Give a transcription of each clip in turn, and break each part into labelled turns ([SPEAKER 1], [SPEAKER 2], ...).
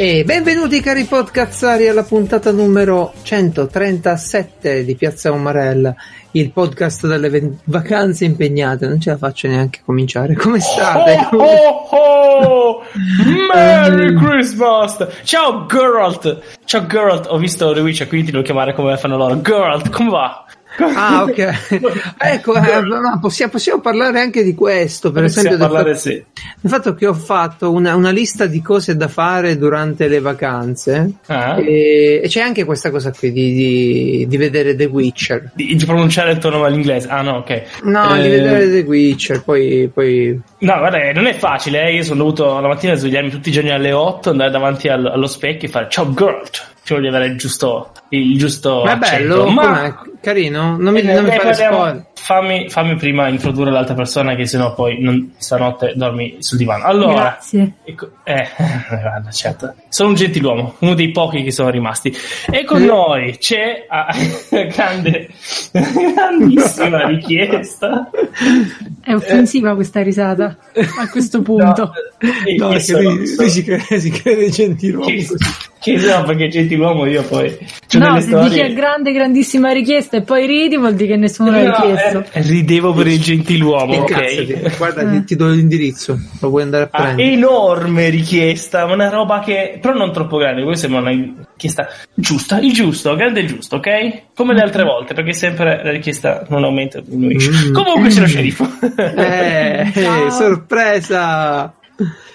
[SPEAKER 1] E benvenuti cari podcazzari alla puntata numero 137 di Piazza Umarella, il podcast delle ven- vacanze impegnate. Non ce la faccio neanche cominciare. Come state?
[SPEAKER 2] Oh, oh, oh! Merry Christmas! Ciao Geralt! Ciao Geralt, ho visto The Witcher, quindi ti devo chiamare come fanno loro. Geralt, come va?
[SPEAKER 1] Ah, ok. ecco, eh, ma possiamo, possiamo parlare anche di questo, per
[SPEAKER 2] Possiamo
[SPEAKER 1] esempio, del,
[SPEAKER 2] parlare,
[SPEAKER 1] fatto,
[SPEAKER 2] sì.
[SPEAKER 1] del fatto che ho fatto una, una lista di cose da fare durante le vacanze.
[SPEAKER 2] Ah?
[SPEAKER 1] Eh. E, e c'è anche questa cosa qui di, di- di vedere The Witcher.
[SPEAKER 2] Di, di pronunciare il tuo nome all'inglese. Ah, no, ok.
[SPEAKER 1] No, di
[SPEAKER 2] Eh,
[SPEAKER 1] vedere The Witcher, poi, poi
[SPEAKER 2] No, guarda, eh, non è facile, eh. Io sono dovuto la mattina svegliarmi tutti i giorni alle 8, andare davanti al- allo specchio e fare Ciao Geralt! Spero di avere il giusto. Il giusto
[SPEAKER 1] Ma è bello,
[SPEAKER 2] accento. Ma-
[SPEAKER 1] com'è? carino, non mi,
[SPEAKER 2] Eh,
[SPEAKER 1] non mi
[SPEAKER 2] eh,
[SPEAKER 1] fare
[SPEAKER 2] parliamo-
[SPEAKER 1] spoiler.
[SPEAKER 2] Fammi, fammi prima introdurre l'altra persona, che sennò poi non- stanotte dormi sul divano. Allora,
[SPEAKER 3] Grazie.
[SPEAKER 2] ecco- eh, guarda, certo. sono un gentiluomo, uno dei pochi che sono rimasti. E con
[SPEAKER 1] Mm.
[SPEAKER 2] noi c'è ah, grande, grandissima richiesta.
[SPEAKER 3] È offensiva questa risata a questo punto.
[SPEAKER 2] eh, No,
[SPEAKER 1] No,
[SPEAKER 2] io
[SPEAKER 1] che
[SPEAKER 2] sono-
[SPEAKER 1] lui,
[SPEAKER 2] sono-
[SPEAKER 1] lui si crede, si crede gentiluomo.
[SPEAKER 2] che, che no, perché gentiluomo io poi. c'ho
[SPEAKER 3] No,
[SPEAKER 2] delle
[SPEAKER 3] se dici
[SPEAKER 2] storie-
[SPEAKER 3] a grande, grandissima richiesta e poi ridi, vuol dire che nessuno l'ha
[SPEAKER 2] No,
[SPEAKER 3] richiesto.
[SPEAKER 2] eh, ridevo per il gentiluomo, ok.
[SPEAKER 1] Incazzati, Eh, Guarda,
[SPEAKER 3] Eh.
[SPEAKER 1] ti- ti do l'indirizzo, lo puoi andare a
[SPEAKER 2] Ah,
[SPEAKER 1] prendere.
[SPEAKER 2] enorme richiesta, una roba che però non troppo grande, questa sembra una richiesta giusta, il giusto, grande e giusto, ok? Come le altre volte, perché sempre la richiesta non aumenta o diminuisce.
[SPEAKER 1] Mm.
[SPEAKER 2] Comunque c'è lo sceriffo.
[SPEAKER 1] Eh, eh,
[SPEAKER 3] Ciao.
[SPEAKER 1] sorpresa!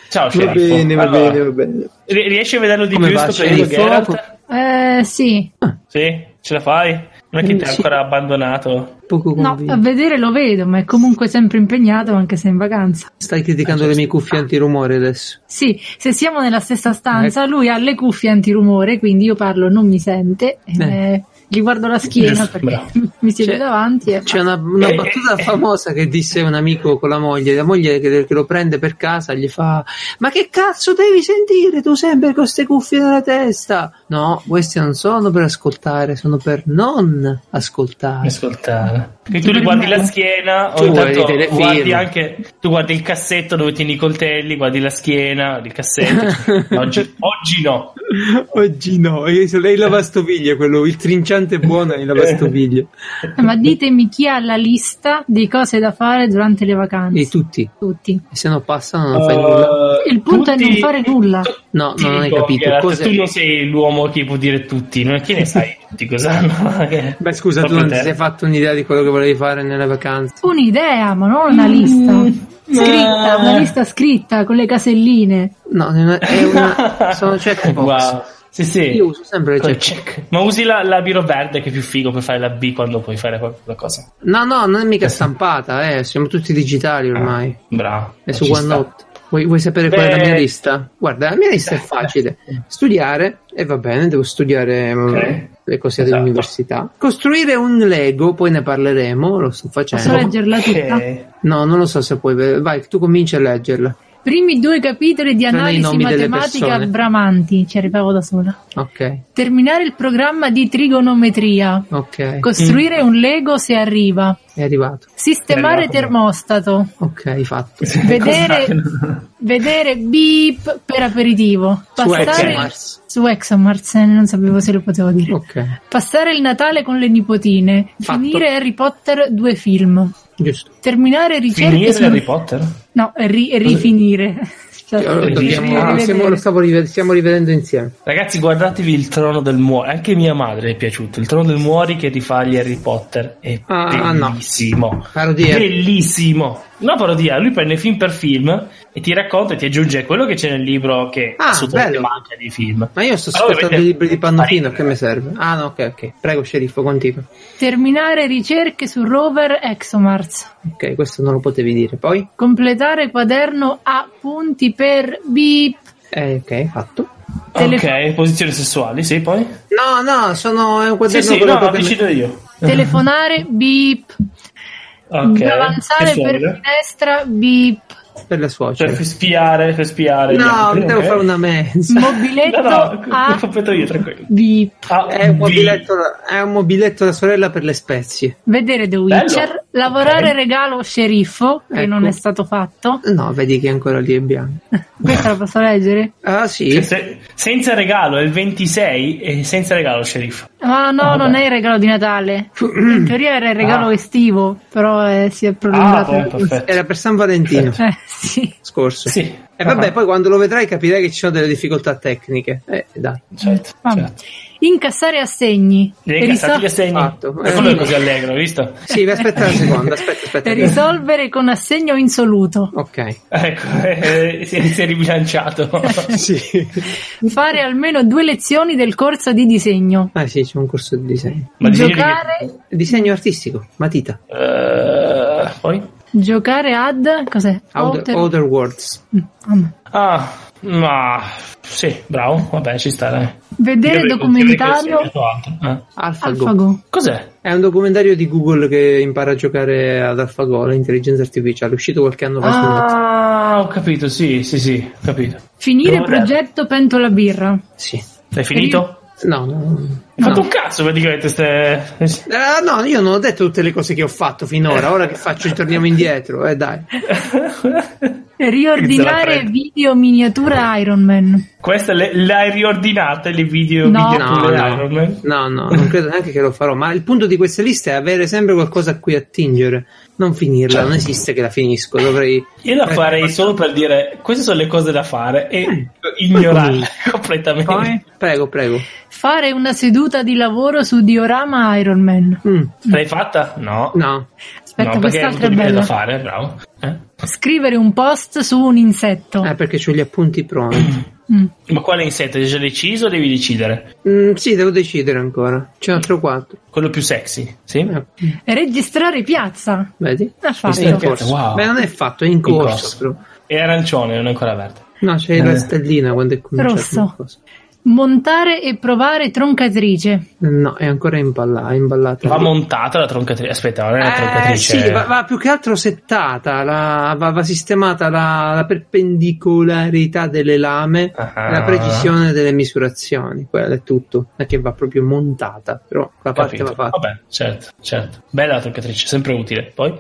[SPEAKER 2] Ciao
[SPEAKER 1] Va
[SPEAKER 2] sceriffo.
[SPEAKER 1] bene, va
[SPEAKER 2] Allora,
[SPEAKER 1] bene, va bene.
[SPEAKER 2] ri- riesci a vederlo di
[SPEAKER 1] Come
[SPEAKER 2] più
[SPEAKER 1] va,
[SPEAKER 2] sto periodo
[SPEAKER 1] sceriffo?
[SPEAKER 2] Geralt?
[SPEAKER 3] Eh, sì.
[SPEAKER 2] Sì, ce la fai? Non è che ti ha
[SPEAKER 1] Mm, Sì.
[SPEAKER 2] ancora abbandonato.
[SPEAKER 1] Poco
[SPEAKER 3] No,
[SPEAKER 1] convinto.
[SPEAKER 3] a vedere lo vedo, ma è comunque sempre impegnato anche se è in vacanza.
[SPEAKER 1] Stai
[SPEAKER 2] Ah,
[SPEAKER 1] criticando le mie cuffie antirumore adesso.
[SPEAKER 3] Sì, se siamo nella stessa stanza, lui ha le cuffie antirumore, quindi io parlo, non mi sente. eh,
[SPEAKER 1] Eh.
[SPEAKER 3] gli guardo la schiena
[SPEAKER 2] Giusto,
[SPEAKER 3] perché
[SPEAKER 2] bravo.
[SPEAKER 3] mi siede
[SPEAKER 1] C'è-
[SPEAKER 3] davanti. E...
[SPEAKER 1] C'è una, una
[SPEAKER 2] Eh,
[SPEAKER 1] battuta
[SPEAKER 2] eh, eh.
[SPEAKER 1] famosa che disse un amico con la moglie, la moglie che, che lo prende per casa gli fa ma che cazzo devi sentire tu sempre con queste cuffie nella testa? No, queste non sono per ascoltare, sono per non ascoltare.
[SPEAKER 2] Ascoltare. Perché tu li guardi la schiena, ogni
[SPEAKER 1] Tu guardi i
[SPEAKER 2] tanto
[SPEAKER 1] telefilm.
[SPEAKER 2] guardi anche tu guardi il cassetto dove tieni i coltelli, guardi la schiena, il cassetto. oggi, oggi no.
[SPEAKER 1] Oggi no, lei il lavastoviglie, quello, il trinciante buono è il lavastoviglie.
[SPEAKER 3] Ma ditemi chi ha la lista di cose da fare durante le vacanze.
[SPEAKER 1] E tutti,
[SPEAKER 3] Tutti.
[SPEAKER 1] se no passano non fai nulla.
[SPEAKER 2] Eh,
[SPEAKER 3] Il punto è non fare nulla.
[SPEAKER 1] No,
[SPEAKER 2] Ti
[SPEAKER 1] no, non hai
[SPEAKER 2] dico,
[SPEAKER 1] capito.
[SPEAKER 2] Geralt,
[SPEAKER 1] Cos'è-
[SPEAKER 2] Tu non sei l'uomo che può dire tutti, non che ne sai tutti cosa hanno. Che-
[SPEAKER 1] Beh scusa, tu
[SPEAKER 2] Proprio
[SPEAKER 1] non ti
[SPEAKER 2] te.
[SPEAKER 1] sei fatto un'idea di quello che volevi fare nelle vacanze.
[SPEAKER 3] Un'idea, ma non una lista.
[SPEAKER 1] Mm.
[SPEAKER 3] Scritta,
[SPEAKER 2] eh.
[SPEAKER 3] una lista scritta con le caselline.
[SPEAKER 1] No, non è, è una, sono checkbox.
[SPEAKER 2] Wow. Sì, Eh sì.
[SPEAKER 1] Io uso sempre cioè, le
[SPEAKER 2] Col
[SPEAKER 1] checkbox.
[SPEAKER 2] check. Ma usi la, la biro verde che è più figo per fare la B quando puoi fare qualcosa.
[SPEAKER 1] No, no, non è mica stampata, eh, siamo tutti digitali ormai.
[SPEAKER 2] Bravo.
[SPEAKER 1] È su
[SPEAKER 2] Ah. Ci sta.
[SPEAKER 1] OneNote. Vuoi, vuoi sapere qual è la
[SPEAKER 2] Beh.
[SPEAKER 1] mia lista? Guarda, la mia lista è facile. Studiare, e va bene, devo studiare mm,
[SPEAKER 2] Ok.
[SPEAKER 1] le cose
[SPEAKER 2] Esatto.
[SPEAKER 1] dell'università. Costruire un Lego, poi ne parleremo, lo sto
[SPEAKER 3] Posso
[SPEAKER 1] facendo.
[SPEAKER 3] leggerla tutta?
[SPEAKER 2] Ok.
[SPEAKER 1] No, non lo so se puoi... ve- Vai, tu cominci a leggerla.
[SPEAKER 3] Primi due capitoli di
[SPEAKER 1] Tranne i
[SPEAKER 3] analisi
[SPEAKER 1] nomi delle
[SPEAKER 3] matematica
[SPEAKER 1] persone.
[SPEAKER 3] bramanti. Ci arrivavo da sola.
[SPEAKER 1] Ok,
[SPEAKER 3] Terminare il programma di
[SPEAKER 1] Mm.
[SPEAKER 3] trigonometria.
[SPEAKER 1] ok,
[SPEAKER 3] Costruire un Lego se arriva.
[SPEAKER 1] è arrivato.
[SPEAKER 3] Sistemare
[SPEAKER 2] È arrivato.
[SPEAKER 3] termostato.
[SPEAKER 1] Ok, fatto.
[SPEAKER 3] Vedere- Vedere beep per aperitivo. Passare
[SPEAKER 1] Exomars.
[SPEAKER 3] su ExoMars, eh, non sapevo se lo potevo dire.
[SPEAKER 1] Ok,
[SPEAKER 3] Passare il Natale con le nipotine.
[SPEAKER 1] Oh. Fatto.
[SPEAKER 3] Finire Harry Potter due film.
[SPEAKER 1] giusto.
[SPEAKER 3] Terminare ricerche
[SPEAKER 2] Finire
[SPEAKER 3] su-
[SPEAKER 2] Harry Potter?
[SPEAKER 3] No, ri- rifinire. Cioè,
[SPEAKER 1] Allora, dobbiamo-
[SPEAKER 2] Ah,
[SPEAKER 3] rivedere.
[SPEAKER 1] stiamo- lo stavo rive- stiamo rivedendo insieme.
[SPEAKER 2] Ragazzi, guardatevi il trono del muori. Anche mia madre è piaciuto. Il trono del muori che rifà gli Harry Potter. È
[SPEAKER 1] Ah, no.
[SPEAKER 2] bellissimo.
[SPEAKER 1] Parodia.
[SPEAKER 2] Bellissimo. Una parodia. Lui prende film per film e ti racconta e ti aggiunge quello che c'è nel libro che
[SPEAKER 1] Ah,
[SPEAKER 2] assolutamente
[SPEAKER 1] bello.
[SPEAKER 2] manca di film.
[SPEAKER 1] Ma io sto
[SPEAKER 2] Però
[SPEAKER 1] ascoltando
[SPEAKER 2] avete-
[SPEAKER 1] i libri di Pannofino, che mi serve? Ah no, ok, ok. Prego, sceriffo, continua.
[SPEAKER 3] Terminare ricerche su rover ExoMars.
[SPEAKER 1] Ok, questo non lo potevi dire. Poi?
[SPEAKER 3] Completare quaderno a punti per beep.
[SPEAKER 1] Eh, ok, fatto.
[SPEAKER 2] Ok, posizioni sessuali, sì, poi?
[SPEAKER 1] No, no, sono è un
[SPEAKER 2] Sì,
[SPEAKER 1] quaderno
[SPEAKER 2] sì,
[SPEAKER 1] quello
[SPEAKER 2] no, no,
[SPEAKER 1] che-
[SPEAKER 2] decido io.
[SPEAKER 3] Telefonare beep.
[SPEAKER 2] Ok.
[SPEAKER 3] Avanzare per
[SPEAKER 2] Sessuale.
[SPEAKER 3] finestra beep.
[SPEAKER 1] per la
[SPEAKER 2] Cioè,
[SPEAKER 1] suocera.
[SPEAKER 2] per spiare, per spiare. gli
[SPEAKER 1] no,
[SPEAKER 2] altri,
[SPEAKER 1] devo
[SPEAKER 2] ok?
[SPEAKER 1] fare una mensa.
[SPEAKER 3] Mobiletto
[SPEAKER 2] No, no,
[SPEAKER 3] a
[SPEAKER 2] lo completo io, tranquillo.
[SPEAKER 3] beep.
[SPEAKER 2] Ah,
[SPEAKER 1] È Eh, un,
[SPEAKER 2] B.
[SPEAKER 1] mobiletto, è un mobiletto da sorella per le spezie.
[SPEAKER 3] Vedere The Witcher. Lavorare regalo sceriffo, che
[SPEAKER 1] Ecco.
[SPEAKER 3] non è stato fatto.
[SPEAKER 1] No, vedi che è ancora lì è bianco.
[SPEAKER 3] Questa la posso leggere?
[SPEAKER 1] Ah
[SPEAKER 2] Cioè,
[SPEAKER 1] sì,
[SPEAKER 2] se- senza regalo è il 26 e senza regalo sceriffo.
[SPEAKER 3] Ah no,
[SPEAKER 2] Ah,
[SPEAKER 3] non
[SPEAKER 2] vabbè.
[SPEAKER 3] è il regalo di Natale. In teoria era il regalo
[SPEAKER 2] Ah.
[SPEAKER 3] estivo, però eh, si è
[SPEAKER 2] Ah,
[SPEAKER 3] prolungato.
[SPEAKER 2] poi, perfetto.
[SPEAKER 1] era per San Valentino
[SPEAKER 3] eh, sì.
[SPEAKER 1] scorso.
[SPEAKER 2] Sì.
[SPEAKER 1] E vabbè,
[SPEAKER 2] Ah,
[SPEAKER 1] poi quando lo vedrai capirai che ci sono delle difficoltà tecniche. Eh, dai,
[SPEAKER 2] certo,
[SPEAKER 3] Vabbè.
[SPEAKER 2] certo.
[SPEAKER 3] Incassare assegni.
[SPEAKER 2] Gli hai
[SPEAKER 3] Per
[SPEAKER 2] incassato
[SPEAKER 3] risol-
[SPEAKER 2] gli assegni.
[SPEAKER 1] Fatto. Eh,
[SPEAKER 2] Per quello è così allegro, hai visto?
[SPEAKER 1] Sì, aspetta un secondo, aspetta, aspetta.
[SPEAKER 3] per risolvere con assegno insoluto.
[SPEAKER 1] Ok.
[SPEAKER 2] Ecco, eh, si, è, si è ribilanciato.
[SPEAKER 1] Sì.
[SPEAKER 3] Fare almeno due lezioni del corso di disegno.
[SPEAKER 1] Ah sì, c'è un corso di disegno.
[SPEAKER 2] Ma dicevi
[SPEAKER 3] giocare,
[SPEAKER 1] Disegno artistico, matita.
[SPEAKER 2] che- Eh, poi?
[SPEAKER 3] giocare ad cos'è?
[SPEAKER 1] Outer,
[SPEAKER 3] Outer-
[SPEAKER 1] Outer Worlds.
[SPEAKER 3] Mm, vabbè.
[SPEAKER 2] Ah, ma... Sì, bravo, vabbè, ci sta, dai.
[SPEAKER 3] Vedere
[SPEAKER 2] Io avrei-
[SPEAKER 3] documentario
[SPEAKER 2] avrei consigliato altro, eh.
[SPEAKER 1] AlphaGo.
[SPEAKER 3] AlphaGo.
[SPEAKER 2] Cos'è?
[SPEAKER 1] È un documentario di Google che impara a giocare ad AlphaGo, l'intelligenza artificiale, è uscito qualche anno fa. su Netflix.
[SPEAKER 2] Ah, ho capito, sì, sì, sì, ho capito.
[SPEAKER 3] Finire
[SPEAKER 2] Devo vedere.
[SPEAKER 3] progetto Pentola Birra.
[SPEAKER 1] Sì.
[SPEAKER 2] L'hai finito?
[SPEAKER 1] No, no.
[SPEAKER 2] Hai fatto
[SPEAKER 3] No.
[SPEAKER 2] un cazzo praticamente ste...
[SPEAKER 1] Ah, no, io non ho detto tutte le cose che ho fatto finora, ora che faccio ritorniamo indietro, eh dai.
[SPEAKER 2] Se la
[SPEAKER 3] Riordinare
[SPEAKER 2] prendo.
[SPEAKER 3] video miniatura Iron Man.
[SPEAKER 2] Queste le, le hai riordinate le video
[SPEAKER 3] No.
[SPEAKER 2] video
[SPEAKER 1] No,
[SPEAKER 2] pure
[SPEAKER 1] no.
[SPEAKER 2] Iron Man?
[SPEAKER 1] No, no, non credo neanche che lo farò, ma il punto di questa lista è avere sempre qualcosa a cui attingere, non finirla, non esiste che la finisco, dovrei...
[SPEAKER 2] Io la farei solo per dire queste sono le cose da fare
[SPEAKER 1] Eh,
[SPEAKER 2] e
[SPEAKER 1] ecco
[SPEAKER 2] ignorarle completamente.
[SPEAKER 1] Prego, prego.
[SPEAKER 3] Fare una seduta di lavoro su diorama Iron Man.
[SPEAKER 1] Mm,
[SPEAKER 2] L'hai fatta? No.
[SPEAKER 1] no,
[SPEAKER 3] Aspetta,
[SPEAKER 2] no, perché hai
[SPEAKER 3] quest'altra
[SPEAKER 2] avuto
[SPEAKER 3] è
[SPEAKER 2] di meno da
[SPEAKER 3] bella.
[SPEAKER 2] fare, bravo. Eh?
[SPEAKER 3] Scrivere un post su un insetto.
[SPEAKER 2] Certo.
[SPEAKER 1] eh, perché ho gli appunti pronti.
[SPEAKER 3] Mm.
[SPEAKER 2] Ma quale insetto? Hai già deciso o devi decidere?
[SPEAKER 1] Mm, sì, devo decidere ancora, c'è un altro 4.
[SPEAKER 2] Quello più sexy, sì?
[SPEAKER 3] Registrare piazza.
[SPEAKER 1] Vedi?
[SPEAKER 3] L'ha
[SPEAKER 1] Questo è in
[SPEAKER 2] Questo
[SPEAKER 3] fatto.
[SPEAKER 1] corso.
[SPEAKER 2] certo, Wow.
[SPEAKER 1] Beh, non è fatto, è in
[SPEAKER 2] corso.
[SPEAKER 1] corso. però.
[SPEAKER 2] E arancione, non è ancora aperta.
[SPEAKER 1] No, c'è la
[SPEAKER 2] Eh.
[SPEAKER 1] stellina quando è cominciato.
[SPEAKER 3] Rosso.
[SPEAKER 1] il corso.
[SPEAKER 3] Montare e provare troncatrice.
[SPEAKER 1] No, è ancora impalla- è imballata.
[SPEAKER 2] Va montata la troncatrice. Aspetta, non è la
[SPEAKER 1] eh,
[SPEAKER 2] troncatrice.
[SPEAKER 1] sì, va, va più che altro settata, la- va, va sistemata la, la perpendicolarità delle lame,
[SPEAKER 2] Ah.
[SPEAKER 1] la precisione delle misurazioni, quello è tutto, è che va proprio montata, però la parte
[SPEAKER 2] Capito.
[SPEAKER 1] va fatta.
[SPEAKER 2] Vabbè, certo, certo. Bella la troncatrice, sempre utile. Poi?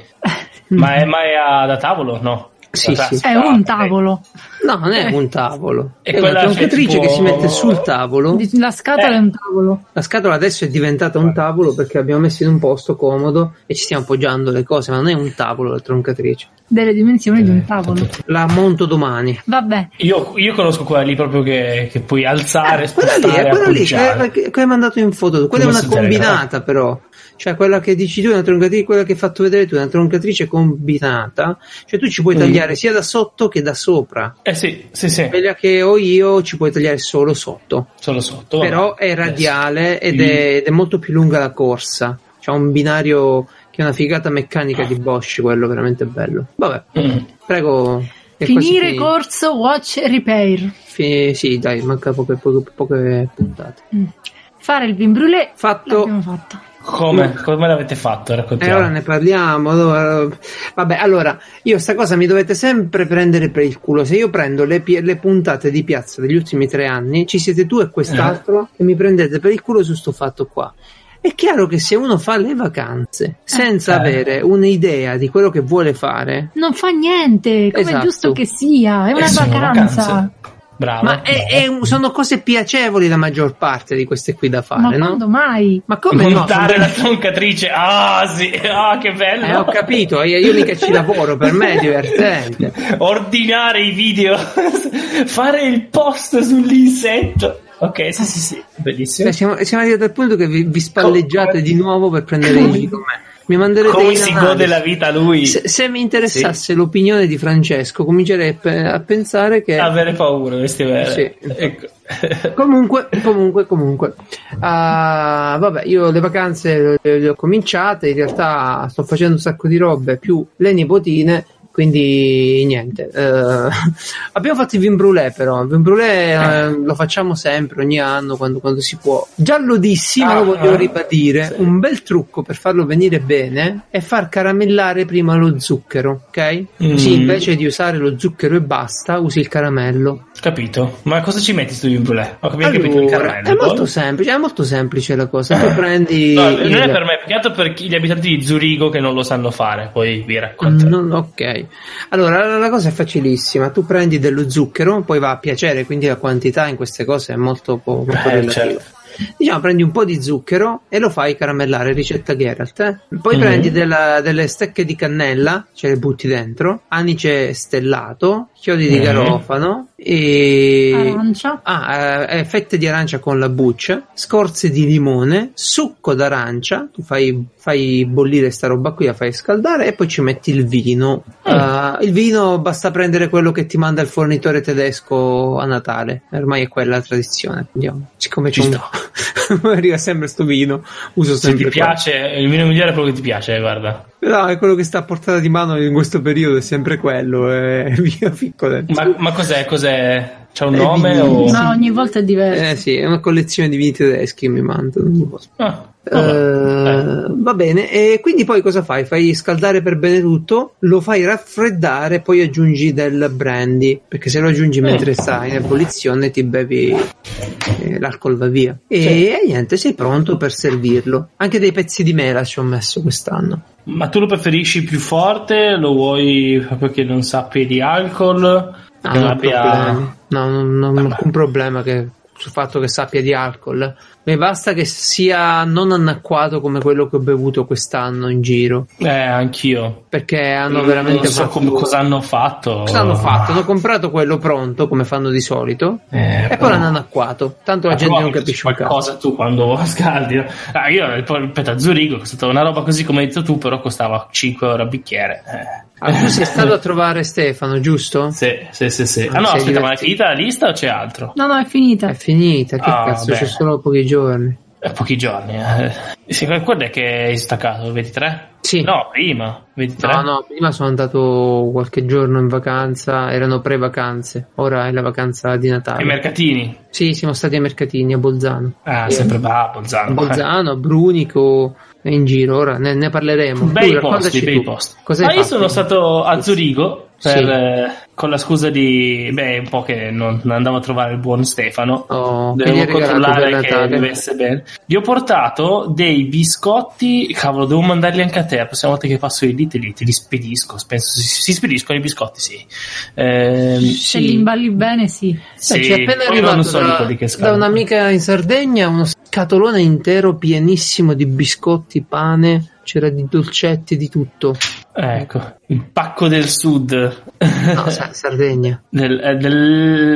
[SPEAKER 2] ma, è, ma è a- da tavolo? No.
[SPEAKER 1] Sì,
[SPEAKER 2] Da
[SPEAKER 1] sì.
[SPEAKER 2] tasca.
[SPEAKER 3] È
[SPEAKER 2] Ah,
[SPEAKER 3] un
[SPEAKER 2] ok.
[SPEAKER 3] tavolo.
[SPEAKER 1] No, non è un tavolo,
[SPEAKER 2] E
[SPEAKER 1] è
[SPEAKER 2] quella
[SPEAKER 1] una
[SPEAKER 2] c'è
[SPEAKER 1] troncatrice
[SPEAKER 2] tipo-
[SPEAKER 1] che si mette sul tavolo.
[SPEAKER 3] Dici, La scatola
[SPEAKER 2] Eh.
[SPEAKER 3] è un tavolo.
[SPEAKER 1] La scatola adesso è diventata un tavolo perché l'abbiamo messo in un posto comodo e ci stiamo appoggiando le cose, ma non è un tavolo la troncatrice.
[SPEAKER 3] Delle dimensioni di un tavolo.
[SPEAKER 1] La monto domani.
[SPEAKER 3] Vabbè.
[SPEAKER 2] eh, Io, io conosco quella lì proprio che, che puoi alzare,
[SPEAKER 1] Eh, Quella lì,
[SPEAKER 2] spostare,
[SPEAKER 1] è quella lì,
[SPEAKER 2] appoggiare.
[SPEAKER 1] eh, che che hai mandato in foto tu. Quella è
[SPEAKER 2] Come
[SPEAKER 1] una
[SPEAKER 2] si chiama?
[SPEAKER 1] combinata però. Cioè quella che dici tu è una troncatrice, quella che hai fatto vedere tu è una troncatrice combinata. Cioè tu ci puoi
[SPEAKER 2] Mm.
[SPEAKER 1] tagliare sia da sotto che da sopra.
[SPEAKER 2] Eh sì, sì, sì.
[SPEAKER 1] Quella che ho io ci puoi tagliare solo sotto.
[SPEAKER 2] Solo sotto. vabbè.
[SPEAKER 1] Però è radiale ed
[SPEAKER 2] Sì.
[SPEAKER 1] è, ed è molto più lunga la corsa. C'è un binario che è una figata meccanica di Bosch, quello veramente bello. Vabbè,
[SPEAKER 2] Mm.
[SPEAKER 1] prego. è quasi
[SPEAKER 3] Finire
[SPEAKER 1] fini-
[SPEAKER 3] corso Watch Repair.
[SPEAKER 1] fi- sì, dai, manca poche, poche- poche puntate.
[SPEAKER 3] Mm. Fare il vin brûlé.
[SPEAKER 1] Fatto.
[SPEAKER 3] L'abbiamo fatto.
[SPEAKER 2] Come, come l'avete fatto?
[SPEAKER 1] E
[SPEAKER 2] Raccontiamo.
[SPEAKER 1] allora Eh, ne parliamo. allora- Vabbè, allora io sta cosa mi dovete sempre prendere per il culo. Se io prendo le, pi- le puntate di piazza degli ultimi tre anni, ci siete tu e quest'altro che mi prendete per il culo su sto fatto qua. È chiaro che se uno fa le vacanze senza
[SPEAKER 2] Eh.
[SPEAKER 1] avere un'idea di quello che vuole fare,
[SPEAKER 3] Non fa niente, come
[SPEAKER 1] Esatto.
[SPEAKER 3] è giusto che sia, è
[SPEAKER 2] Eh,
[SPEAKER 3] una
[SPEAKER 2] sono
[SPEAKER 3] vacanza.
[SPEAKER 2] vacanze. Bravo.
[SPEAKER 1] ma è- è un- sono cose piacevoli la maggior parte di queste qui da
[SPEAKER 3] Ma
[SPEAKER 1] fare, no?
[SPEAKER 3] quando mai?
[SPEAKER 1] Ma come no? Sono
[SPEAKER 2] Montare
[SPEAKER 1] delle-
[SPEAKER 2] la troncatrice. Ah, sì. Ah, che bello.
[SPEAKER 1] Eh, ho capito, io- io mica ci lavoro, per me è divertente.
[SPEAKER 2] Ordinare i video. Fare il post sull'insetto. Ok, sì, sì, sì. Bellissimo.
[SPEAKER 1] Cioè, siamo, siamo arrivati al punto che vi, vi spalleggiate
[SPEAKER 2] Co-
[SPEAKER 1] di nuovo per prendere in giro me. Mi manderete
[SPEAKER 2] Come
[SPEAKER 1] in
[SPEAKER 2] si
[SPEAKER 1] analisi.
[SPEAKER 2] gode la vita lui?
[SPEAKER 1] Se, se mi interessasse l'opinione di Francesco, comincerei a, pe- a pensare che.
[SPEAKER 2] Avere paura, dovresti avere.
[SPEAKER 1] Sì.
[SPEAKER 2] Ecco.
[SPEAKER 1] Comunque, comunque, comunque. Ah, vabbè, io le vacanze le, le ho cominciate. In realtà sto facendo un sacco di robe più le nipotine. Quindi niente. Eh, abbiamo fatto il vin brûlé però, il vin brûlé eh, lo facciamo sempre ogni anno quando, quando si può. Già lo dissi, ma lo
[SPEAKER 2] Ah,
[SPEAKER 1] voglio
[SPEAKER 2] ah,
[SPEAKER 1] ribadire,
[SPEAKER 2] sì.
[SPEAKER 1] un bel trucco per farlo venire bene è far caramellare prima lo zucchero, ok?
[SPEAKER 2] Mm.
[SPEAKER 1] Sì, invece di usare lo zucchero e basta, usi il caramello.
[SPEAKER 2] Capito. Ma cosa ci metti sto vin brûlé? Ho capito, capito il Boh.
[SPEAKER 1] Allora,
[SPEAKER 2] caramello.
[SPEAKER 1] è
[SPEAKER 2] poi?
[SPEAKER 1] molto semplice, è molto semplice la cosa. Tu prendi
[SPEAKER 2] No,
[SPEAKER 1] il-
[SPEAKER 2] non è per me, più che altro per chi- gli abitanti di Zurigo che non lo sanno fare, poi vi racconto.
[SPEAKER 1] Non- ok, allora la- la cosa è facilissima. Tu prendi dello zucchero, poi va a piacere, quindi la quantità in queste cose è molto, po- molto
[SPEAKER 2] Eh,
[SPEAKER 1] relativa.
[SPEAKER 2] certo.
[SPEAKER 1] Diciamo, prendi un po' di zucchero e lo fai caramellare, ricetta Geralt. eh. Poi
[SPEAKER 2] Mhm.
[SPEAKER 1] prendi della- delle stecche di cannella, ce le butti dentro, anice stellato, chiodi di
[SPEAKER 2] Mhm.
[SPEAKER 1] garofano e.
[SPEAKER 3] Arancia.
[SPEAKER 1] Ah, eh, eh, fette di arancia con la buccia, scorze di limone, succo d'arancia, tu fai, fai bollire sta roba qui, la fai scaldare e poi ci metti il vino.
[SPEAKER 2] Mm.
[SPEAKER 1] Eh, il vino basta prendere quello che ti manda il fornitore tedesco a Natale, ormai è quella la tradizione. Andiamo. Siccome
[SPEAKER 2] Ci
[SPEAKER 1] c'è un... arriva sempre sto vino, uso
[SPEAKER 2] Se ti
[SPEAKER 1] sempre quello.
[SPEAKER 2] piace, il vino migliore è quello che ti piace, eh, guarda.
[SPEAKER 1] No, è quello che sta a portata di mano in questo periodo, è sempre quello, e via piccole.
[SPEAKER 2] Ma, ma cos'è? Cos'è? C'è un
[SPEAKER 1] Eh,
[SPEAKER 2] nome?
[SPEAKER 1] vino.
[SPEAKER 2] O...
[SPEAKER 3] No, ogni volta è diverso.
[SPEAKER 1] Eh sì, è una collezione di vini tedeschi mi mandano ogni volta.
[SPEAKER 2] Ah, vabbè.
[SPEAKER 1] Eh, va bene, e quindi poi cosa fai? Fai scaldare per bene tutto, lo fai raffreddare, poi aggiungi del brandy, perché se lo aggiungi
[SPEAKER 2] Eh.
[SPEAKER 1] mentre sta in ebollizione ti bevi eh, l'alcol va via. E, e niente, sei pronto per servirlo. Anche dei pezzi di mela ci ho messo quest'anno.
[SPEAKER 2] Eh, Ma tu lo preferisci più forte? Lo vuoi proprio che non sappia di alcol?
[SPEAKER 1] Ah, No,
[SPEAKER 2] che non
[SPEAKER 1] non ho
[SPEAKER 2] abbia-
[SPEAKER 1] problemi. No, non, non ho
[SPEAKER 2] Ah, Vabbè.
[SPEAKER 1] alcun problema che- sul fatto che sappia di alcol. Mi basta che sia non annacquato come quello che ho bevuto quest'anno in giro.
[SPEAKER 2] Eh, anch'io.
[SPEAKER 1] Perché hanno
[SPEAKER 2] Non-
[SPEAKER 1] veramente
[SPEAKER 2] Mm, non so
[SPEAKER 1] fatto-
[SPEAKER 2] come- cosa hanno fatto.
[SPEAKER 1] Cosa hanno fatto? Hanno comprato quello pronto, come fanno di solito,
[SPEAKER 2] Eh,
[SPEAKER 1] e poi l'hanno anacquato. Tanto la
[SPEAKER 2] Ma
[SPEAKER 1] gente non
[SPEAKER 2] provaci
[SPEAKER 1] capisce un cazzo.
[SPEAKER 2] qualcosa tu quando scaldi. no? Ah, io il polpetto a Zurigo è costata una roba così come hai detto tu, però costava 5 euro a bicchiere. Eh.
[SPEAKER 1] Ah, tu sei stato a trovare Stefano, giusto?
[SPEAKER 2] Sì, sì, sì, sì.
[SPEAKER 1] Ah,
[SPEAKER 2] Ah no,
[SPEAKER 1] sei
[SPEAKER 2] aspetta, ma è
[SPEAKER 1] divertito.
[SPEAKER 2] finita la lista o c'è altro?
[SPEAKER 3] No, no, è
[SPEAKER 1] È
[SPEAKER 3] finita.
[SPEAKER 1] finita, che
[SPEAKER 2] Ah,
[SPEAKER 1] cazzo,
[SPEAKER 2] bene.
[SPEAKER 1] c'è solo pochi giorni.
[SPEAKER 2] Eh, pochi giorni. Eh. Sì, quando è che hai staccato? 23?
[SPEAKER 1] Sì.
[SPEAKER 2] No, prima. 23?
[SPEAKER 1] No, no, prima sono andato qualche giorno in vacanza, erano pre-vacanze, ora è la vacanza di
[SPEAKER 2] I
[SPEAKER 1] Natale.
[SPEAKER 2] mercatini.
[SPEAKER 1] Sì, siamo stati ai mercatini a Bolzano.
[SPEAKER 2] Ah,
[SPEAKER 1] Eh,
[SPEAKER 2] sempre a
[SPEAKER 1] a
[SPEAKER 2] Bolzano.
[SPEAKER 1] Bolzano, a Brunico, in giro, ora ne, ne parleremo.
[SPEAKER 2] Bei
[SPEAKER 1] Tu
[SPEAKER 2] posti,
[SPEAKER 1] raccontaci
[SPEAKER 2] bei
[SPEAKER 1] tu.
[SPEAKER 2] posti.
[SPEAKER 1] Cosa
[SPEAKER 2] Ma
[SPEAKER 1] hai
[SPEAKER 2] io
[SPEAKER 1] fatto?
[SPEAKER 2] sono stato a Zurigo per,
[SPEAKER 1] Sì.
[SPEAKER 2] eh, con la scusa di... Beh, un po' che non non andavo a trovare il buon Stefano.
[SPEAKER 1] Oh, che gli hai regalato
[SPEAKER 2] Devo
[SPEAKER 1] per
[SPEAKER 2] controllare che
[SPEAKER 1] Natale?
[SPEAKER 2] dovesse bene. Gli ho portato dei biscotti. Cavolo, devo mandarli anche a te. La prossima volta che passo lì te li, te li spedisco. Penso si, si spediscono i biscotti, sì. Ehm,
[SPEAKER 3] Se li imballi bene, sì.
[SPEAKER 2] sì.
[SPEAKER 1] Eh, ci è appena
[SPEAKER 2] Poi
[SPEAKER 1] arrivato
[SPEAKER 2] non so di quelli
[SPEAKER 1] da,
[SPEAKER 2] che
[SPEAKER 1] da
[SPEAKER 2] scalano.
[SPEAKER 1] un'amica in Sardegna uno scatolone intero pienissimo di biscotti, pane, c'era di dolcetti, di tutto.
[SPEAKER 2] Ecco, il pacco del sud.
[SPEAKER 1] No, sa- Sardegna.
[SPEAKER 2] Del- eh,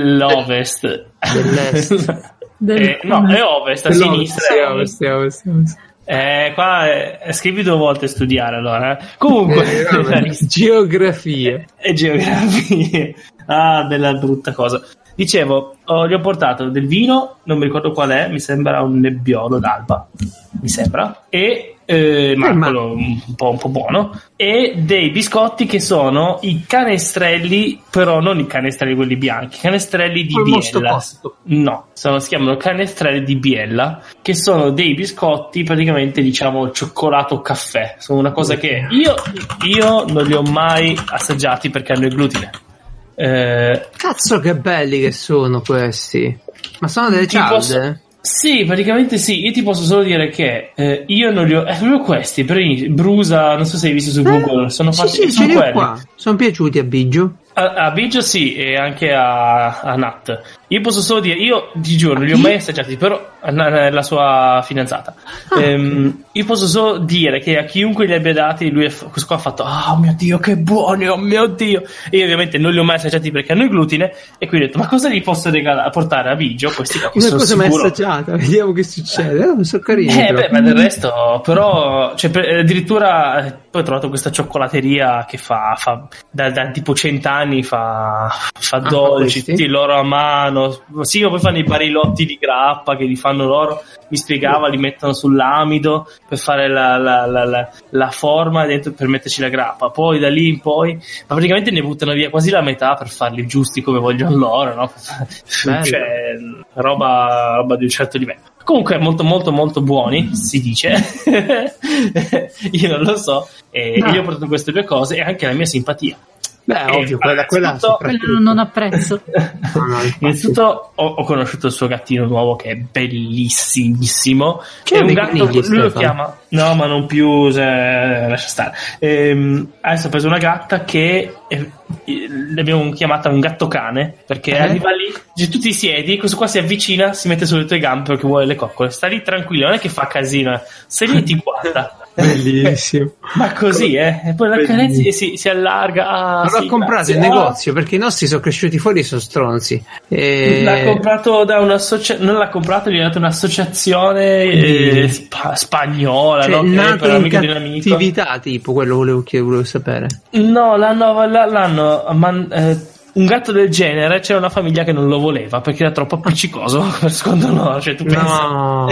[SPEAKER 2] dell'ovest.
[SPEAKER 1] Dell'est.
[SPEAKER 3] Del-
[SPEAKER 2] Eh, no, è ovest, a sinistra. è ovest. Eh, qua eh, scrivi due volte studiare allora. eh. Comunque,
[SPEAKER 1] Eh, vabbè, Geografia.
[SPEAKER 2] e geografia. Ah, bella brutta cosa. Dicevo, ho- gli ho portato del vino, non mi ricordo qual è, mi sembra un nebbiolo d'alba, mi sembra, e eh, ma
[SPEAKER 1] Eh, ma-
[SPEAKER 2] quello un po', un po' buono, e dei biscotti che sono i canestrelli, però non i canestrelli quelli bianchi, i canestrelli di
[SPEAKER 1] Col mosto
[SPEAKER 2] Biella.
[SPEAKER 1] posto.
[SPEAKER 2] No, sono- si chiamano canestrelli di Biella, che sono dei biscotti praticamente, diciamo, cioccolato caffè. Sono una cosa che io, io non li ho mai assaggiati perché hanno il glutine. Eh,
[SPEAKER 1] Cazzo che belli che sono questi. Ma sono delle
[SPEAKER 2] Ti
[SPEAKER 1] cialde?
[SPEAKER 2] posso- sì, praticamente sì. Io ti posso solo dire che eh, io non li ho. Eh, proprio questi, per i- Brusa, non so se hai visto su Google,
[SPEAKER 1] Eh,
[SPEAKER 2] sono
[SPEAKER 1] sì,
[SPEAKER 2] fatti
[SPEAKER 1] sì, ce
[SPEAKER 2] sono
[SPEAKER 1] li ho
[SPEAKER 2] quelli.
[SPEAKER 1] qua. Sono piaciuti a Biggio.
[SPEAKER 2] A, a Biggio sì, e anche a, a Nat. Io posso solo dire, io ti giuro,
[SPEAKER 1] A
[SPEAKER 2] non li ho
[SPEAKER 1] chi?
[SPEAKER 2] mai assaggiati, però a Na- la sua fidanzata.
[SPEAKER 1] Ah,
[SPEAKER 2] Ehm, io posso solo dire che a chiunque li abbia dati, lui ha fa- questo qua ha fatto, ah mio Dio, che buoni, oh mio Dio. E io ovviamente non li ho mai assaggiati perché hanno il glutine, e quindi ho detto, ma cosa li posso regalare, portare a Biggio? Questi qua, che
[SPEAKER 1] Una
[SPEAKER 2] sono
[SPEAKER 1] cosa mi è
[SPEAKER 2] sicuro.
[SPEAKER 1] assaggiata, vediamo che succede. Oh, sono carini.
[SPEAKER 2] Eh,
[SPEAKER 1] però.
[SPEAKER 2] beh, ma del resto, però, cioè, per- addirittura eh, poi ho trovato questa cioccolateria che fa, fa da, da tipo 100 anni mani fa, fa
[SPEAKER 1] Ah, fa
[SPEAKER 2] 12,
[SPEAKER 1] questi?
[SPEAKER 2] tutti loro a mano. Sì, ma poi fanno i barilotti di grappa che li fanno loro. Mi spiegava, li mettono sull'amido per fare la, la- la- la- la forma dentro per metterci la grappa. Poi da lì in poi, ma praticamente ne buttano via quasi la metà per farli giusti come vogliono loro, no?
[SPEAKER 1] Bello.
[SPEAKER 2] cioè, roba, roba di un certo livello. Comunque, molto, molto, molto buoni, si dice. Io non lo so. E
[SPEAKER 3] No.
[SPEAKER 2] io ho portato queste due cose e anche la mia simpatia.
[SPEAKER 1] Beh,
[SPEAKER 2] Eh,
[SPEAKER 1] ovvio, quella, quella
[SPEAKER 2] innanzitutto-
[SPEAKER 1] soprattutto.
[SPEAKER 3] Quello non, non apprezzo.
[SPEAKER 1] No, no, infatti.
[SPEAKER 2] Innanzitutto ho, ho conosciuto il suo gattino nuovo che è bellissimissimo.
[SPEAKER 1] Che
[SPEAKER 2] è un
[SPEAKER 1] amico
[SPEAKER 2] gatto
[SPEAKER 1] Nigli,
[SPEAKER 2] che lui
[SPEAKER 1] Stefano?
[SPEAKER 2] lo chiama. No, ma non più. cioè, lascia stare. Ehm, adesso ho preso una gatta che eh, l'abbiamo chiamata un gatto cane perché
[SPEAKER 1] Eh?
[SPEAKER 2] arriva lì, dice, tu ti siedi, questo qua si avvicina, si mette sulle tue gambe perché vuole le coccole. Sta lì tranquillo, non è che fa casino, eh. se lì e ti guarda.
[SPEAKER 1] Bellissimo.
[SPEAKER 2] Ma così, eh? E poi la
[SPEAKER 1] Bellissimo.
[SPEAKER 2] carezzi e si, si allarga. Ah,
[SPEAKER 1] Ma l'ho
[SPEAKER 2] sì,
[SPEAKER 1] comprato
[SPEAKER 2] grazie.
[SPEAKER 1] in
[SPEAKER 2] Ah,
[SPEAKER 1] negozio perché i nostri sono cresciuti fuori e sono stronzi. Eh, E...
[SPEAKER 2] L'ha comprato da un'associazione, non l'ha comprato, gli è data un'associazione eh,
[SPEAKER 1] Quindi-
[SPEAKER 2] spa- spagnola,
[SPEAKER 1] cioè,
[SPEAKER 2] no? Che è per
[SPEAKER 1] nato in
[SPEAKER 2] amico di un amico.
[SPEAKER 1] cattività, tipo quello volevo, chiedere, volevo sapere.
[SPEAKER 2] No, l'hanno, l- l'hanno man- eh, un gatto del genere c'era una famiglia che non lo voleva perché era troppo appiccicoso, secondo loro, cioè tu pensi...
[SPEAKER 1] No.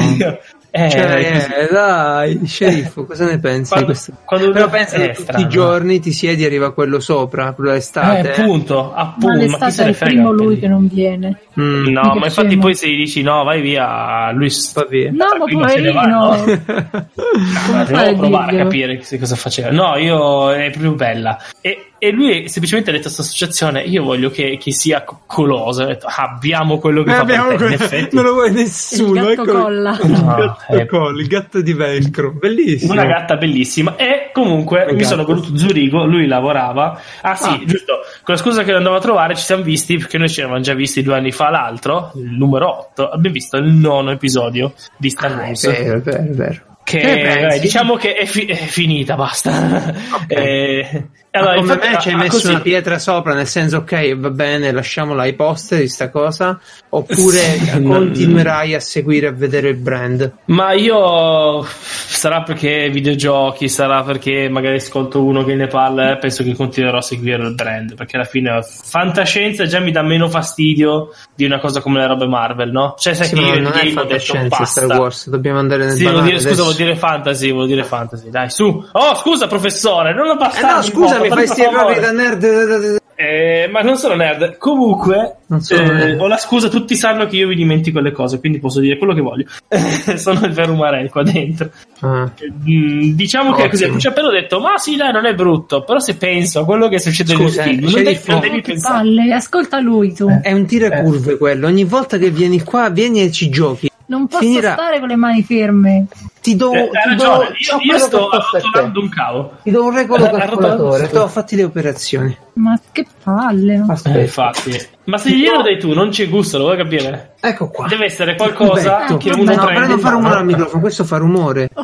[SPEAKER 2] Eh,
[SPEAKER 1] Cioè,
[SPEAKER 2] è così.
[SPEAKER 1] dai, sceriffo, cosa ne pensi
[SPEAKER 2] Quando-
[SPEAKER 1] di questo?
[SPEAKER 2] quando-
[SPEAKER 1] Però pensa
[SPEAKER 2] eh,
[SPEAKER 1] che tutti
[SPEAKER 2] strano.
[SPEAKER 1] i giorni ti siedi e arriva quello sopra, quello
[SPEAKER 2] Eh,
[SPEAKER 1] d'estate.
[SPEAKER 2] appunto,
[SPEAKER 3] Ma
[SPEAKER 2] appunto, Boh, ma, chi
[SPEAKER 3] l'estate
[SPEAKER 2] se
[SPEAKER 3] è
[SPEAKER 2] ne
[SPEAKER 3] il
[SPEAKER 2] frega?
[SPEAKER 3] primo lui che non viene.
[SPEAKER 1] Mm.
[SPEAKER 2] No,
[SPEAKER 3] Perché
[SPEAKER 2] ma infatti
[SPEAKER 3] scemo.
[SPEAKER 2] poi se gli dici no, vai via, lui sta
[SPEAKER 1] Va via.
[SPEAKER 3] No, ma
[SPEAKER 2] Tranquillo, se ne va,
[SPEAKER 3] poverino.
[SPEAKER 2] no?
[SPEAKER 3] Come
[SPEAKER 2] Devo
[SPEAKER 3] fai
[SPEAKER 2] provare a
[SPEAKER 3] a dirglielo?
[SPEAKER 2] capire se cosa faceva. No, io è proprio bella. E, e lui è- semplicemente ha detto a questa associazione: Io voglio che, che sia coccolosa. Ho detto, abbiamo quello che
[SPEAKER 1] Eh,
[SPEAKER 2] fa
[SPEAKER 1] abbiamo
[SPEAKER 2] per te. In
[SPEAKER 1] quello-
[SPEAKER 2] effetti,
[SPEAKER 1] non lo vuole
[SPEAKER 3] Il
[SPEAKER 1] nessuno.
[SPEAKER 3] gatto
[SPEAKER 1] eccolo.
[SPEAKER 3] colla.
[SPEAKER 1] Il
[SPEAKER 2] No,
[SPEAKER 1] gatto
[SPEAKER 2] eh.
[SPEAKER 1] colla, il gatto di velcro, bellissimo.
[SPEAKER 2] Una gatta bellissima. E comunque
[SPEAKER 1] Un
[SPEAKER 2] mi
[SPEAKER 1] gatto.
[SPEAKER 2] sono voluto Zurigo. Lui lavorava. Ah, sì,
[SPEAKER 1] Ah.
[SPEAKER 2] giusto. Con la scusa che lo andavo a trovare, ci siamo visti perché noi ci eravamo già visti due anni fa. L'altro, il numero 8, abbiamo visto il nono episodio di Star
[SPEAKER 1] Ah, è
[SPEAKER 2] Wars.
[SPEAKER 1] vero, è vero, è vero.
[SPEAKER 2] Che
[SPEAKER 1] Che ne pensi?
[SPEAKER 2] vabbè, diciamo che è, fi- è finita, basta.
[SPEAKER 1] Ok.
[SPEAKER 2] Eh,
[SPEAKER 1] Ma come
[SPEAKER 2] infatti,
[SPEAKER 1] me ci hai
[SPEAKER 2] ah,
[SPEAKER 1] messo
[SPEAKER 2] così.
[SPEAKER 1] una pietra sopra, nel senso, ok, va bene, lasciamola ai poster di sta cosa, oppure
[SPEAKER 2] Sì, non-
[SPEAKER 1] continuerai a seguire e a vedere il brand.
[SPEAKER 2] Ma io sarà perché videogiochi, sarà perché magari ascolto uno che ne parla e penso che continuerò a seguire il brand, perché alla fine fantascienza già mi dà meno fastidio di una cosa come le robe Marvel, no? Cioè, sai
[SPEAKER 1] Sì,
[SPEAKER 2] che
[SPEAKER 1] ma
[SPEAKER 2] io
[SPEAKER 1] non
[SPEAKER 2] in
[SPEAKER 1] è
[SPEAKER 2] game ho detto
[SPEAKER 1] fantascienza Star
[SPEAKER 2] basta.
[SPEAKER 1] Wars, dobbiamo andare nel
[SPEAKER 2] Sì, vuol
[SPEAKER 1] banale
[SPEAKER 2] dire, scusa,
[SPEAKER 1] adesso.
[SPEAKER 2] vuol dire fantasy, vuol dire fantasy, dai, su. Oh, scusa, professore, non ho
[SPEAKER 1] Eh
[SPEAKER 2] passato.
[SPEAKER 1] no, scusa, mi fai sti errori da nerd.
[SPEAKER 2] Eh, ma non sono nerd. Comunque,
[SPEAKER 1] Non sono
[SPEAKER 2] eh,
[SPEAKER 1] nerd.
[SPEAKER 2] ho la scusa, tutti sanno che io vi dimentico le cose, quindi posso dire quello che voglio. Eh, sono il vero umarel qua dentro.
[SPEAKER 1] Ah,
[SPEAKER 2] Mm, diciamo che
[SPEAKER 1] Ottimo.
[SPEAKER 2] così, a Bruciapelo ho detto, ma sì, dai, non è brutto, però se penso a quello che succede
[SPEAKER 1] Scusa,
[SPEAKER 2] nel film,
[SPEAKER 1] c'è di
[SPEAKER 2] non, devi, non
[SPEAKER 1] fondo.
[SPEAKER 2] devi
[SPEAKER 3] Che
[SPEAKER 2] pensare.
[SPEAKER 3] palle, ascolta lui tu.
[SPEAKER 1] È un tira curve quello. Ogni volta che vieni qua, vieni e ci giochi.
[SPEAKER 3] Non posso
[SPEAKER 1] finirà.
[SPEAKER 3] stare con le mani ferme.
[SPEAKER 1] Ti do,
[SPEAKER 2] Eh, hai
[SPEAKER 1] ti do-
[SPEAKER 2] ragione,
[SPEAKER 1] c'ho
[SPEAKER 2] io, io
[SPEAKER 1] quello
[SPEAKER 2] sto
[SPEAKER 1] che fa per te.
[SPEAKER 2] arrotolando un cavo.
[SPEAKER 1] Ti do un regolo
[SPEAKER 2] Arrotolando-
[SPEAKER 1] calcolatore. Ti ho fatti le operazioni.
[SPEAKER 3] Ma che palle.
[SPEAKER 2] Eh,
[SPEAKER 1] Aspetta.
[SPEAKER 2] infatti. Ma se glielo dai tu, non c'è gusto, lo vuoi capire?
[SPEAKER 1] Ecco qua.
[SPEAKER 2] Deve essere qualcosa
[SPEAKER 1] Umberto,
[SPEAKER 2] che
[SPEAKER 1] no,
[SPEAKER 2] uno
[SPEAKER 1] però
[SPEAKER 2] prende
[SPEAKER 1] non fa
[SPEAKER 2] in
[SPEAKER 1] rumore
[SPEAKER 2] mano.
[SPEAKER 1] al microfono, questo fa rumore. Oh,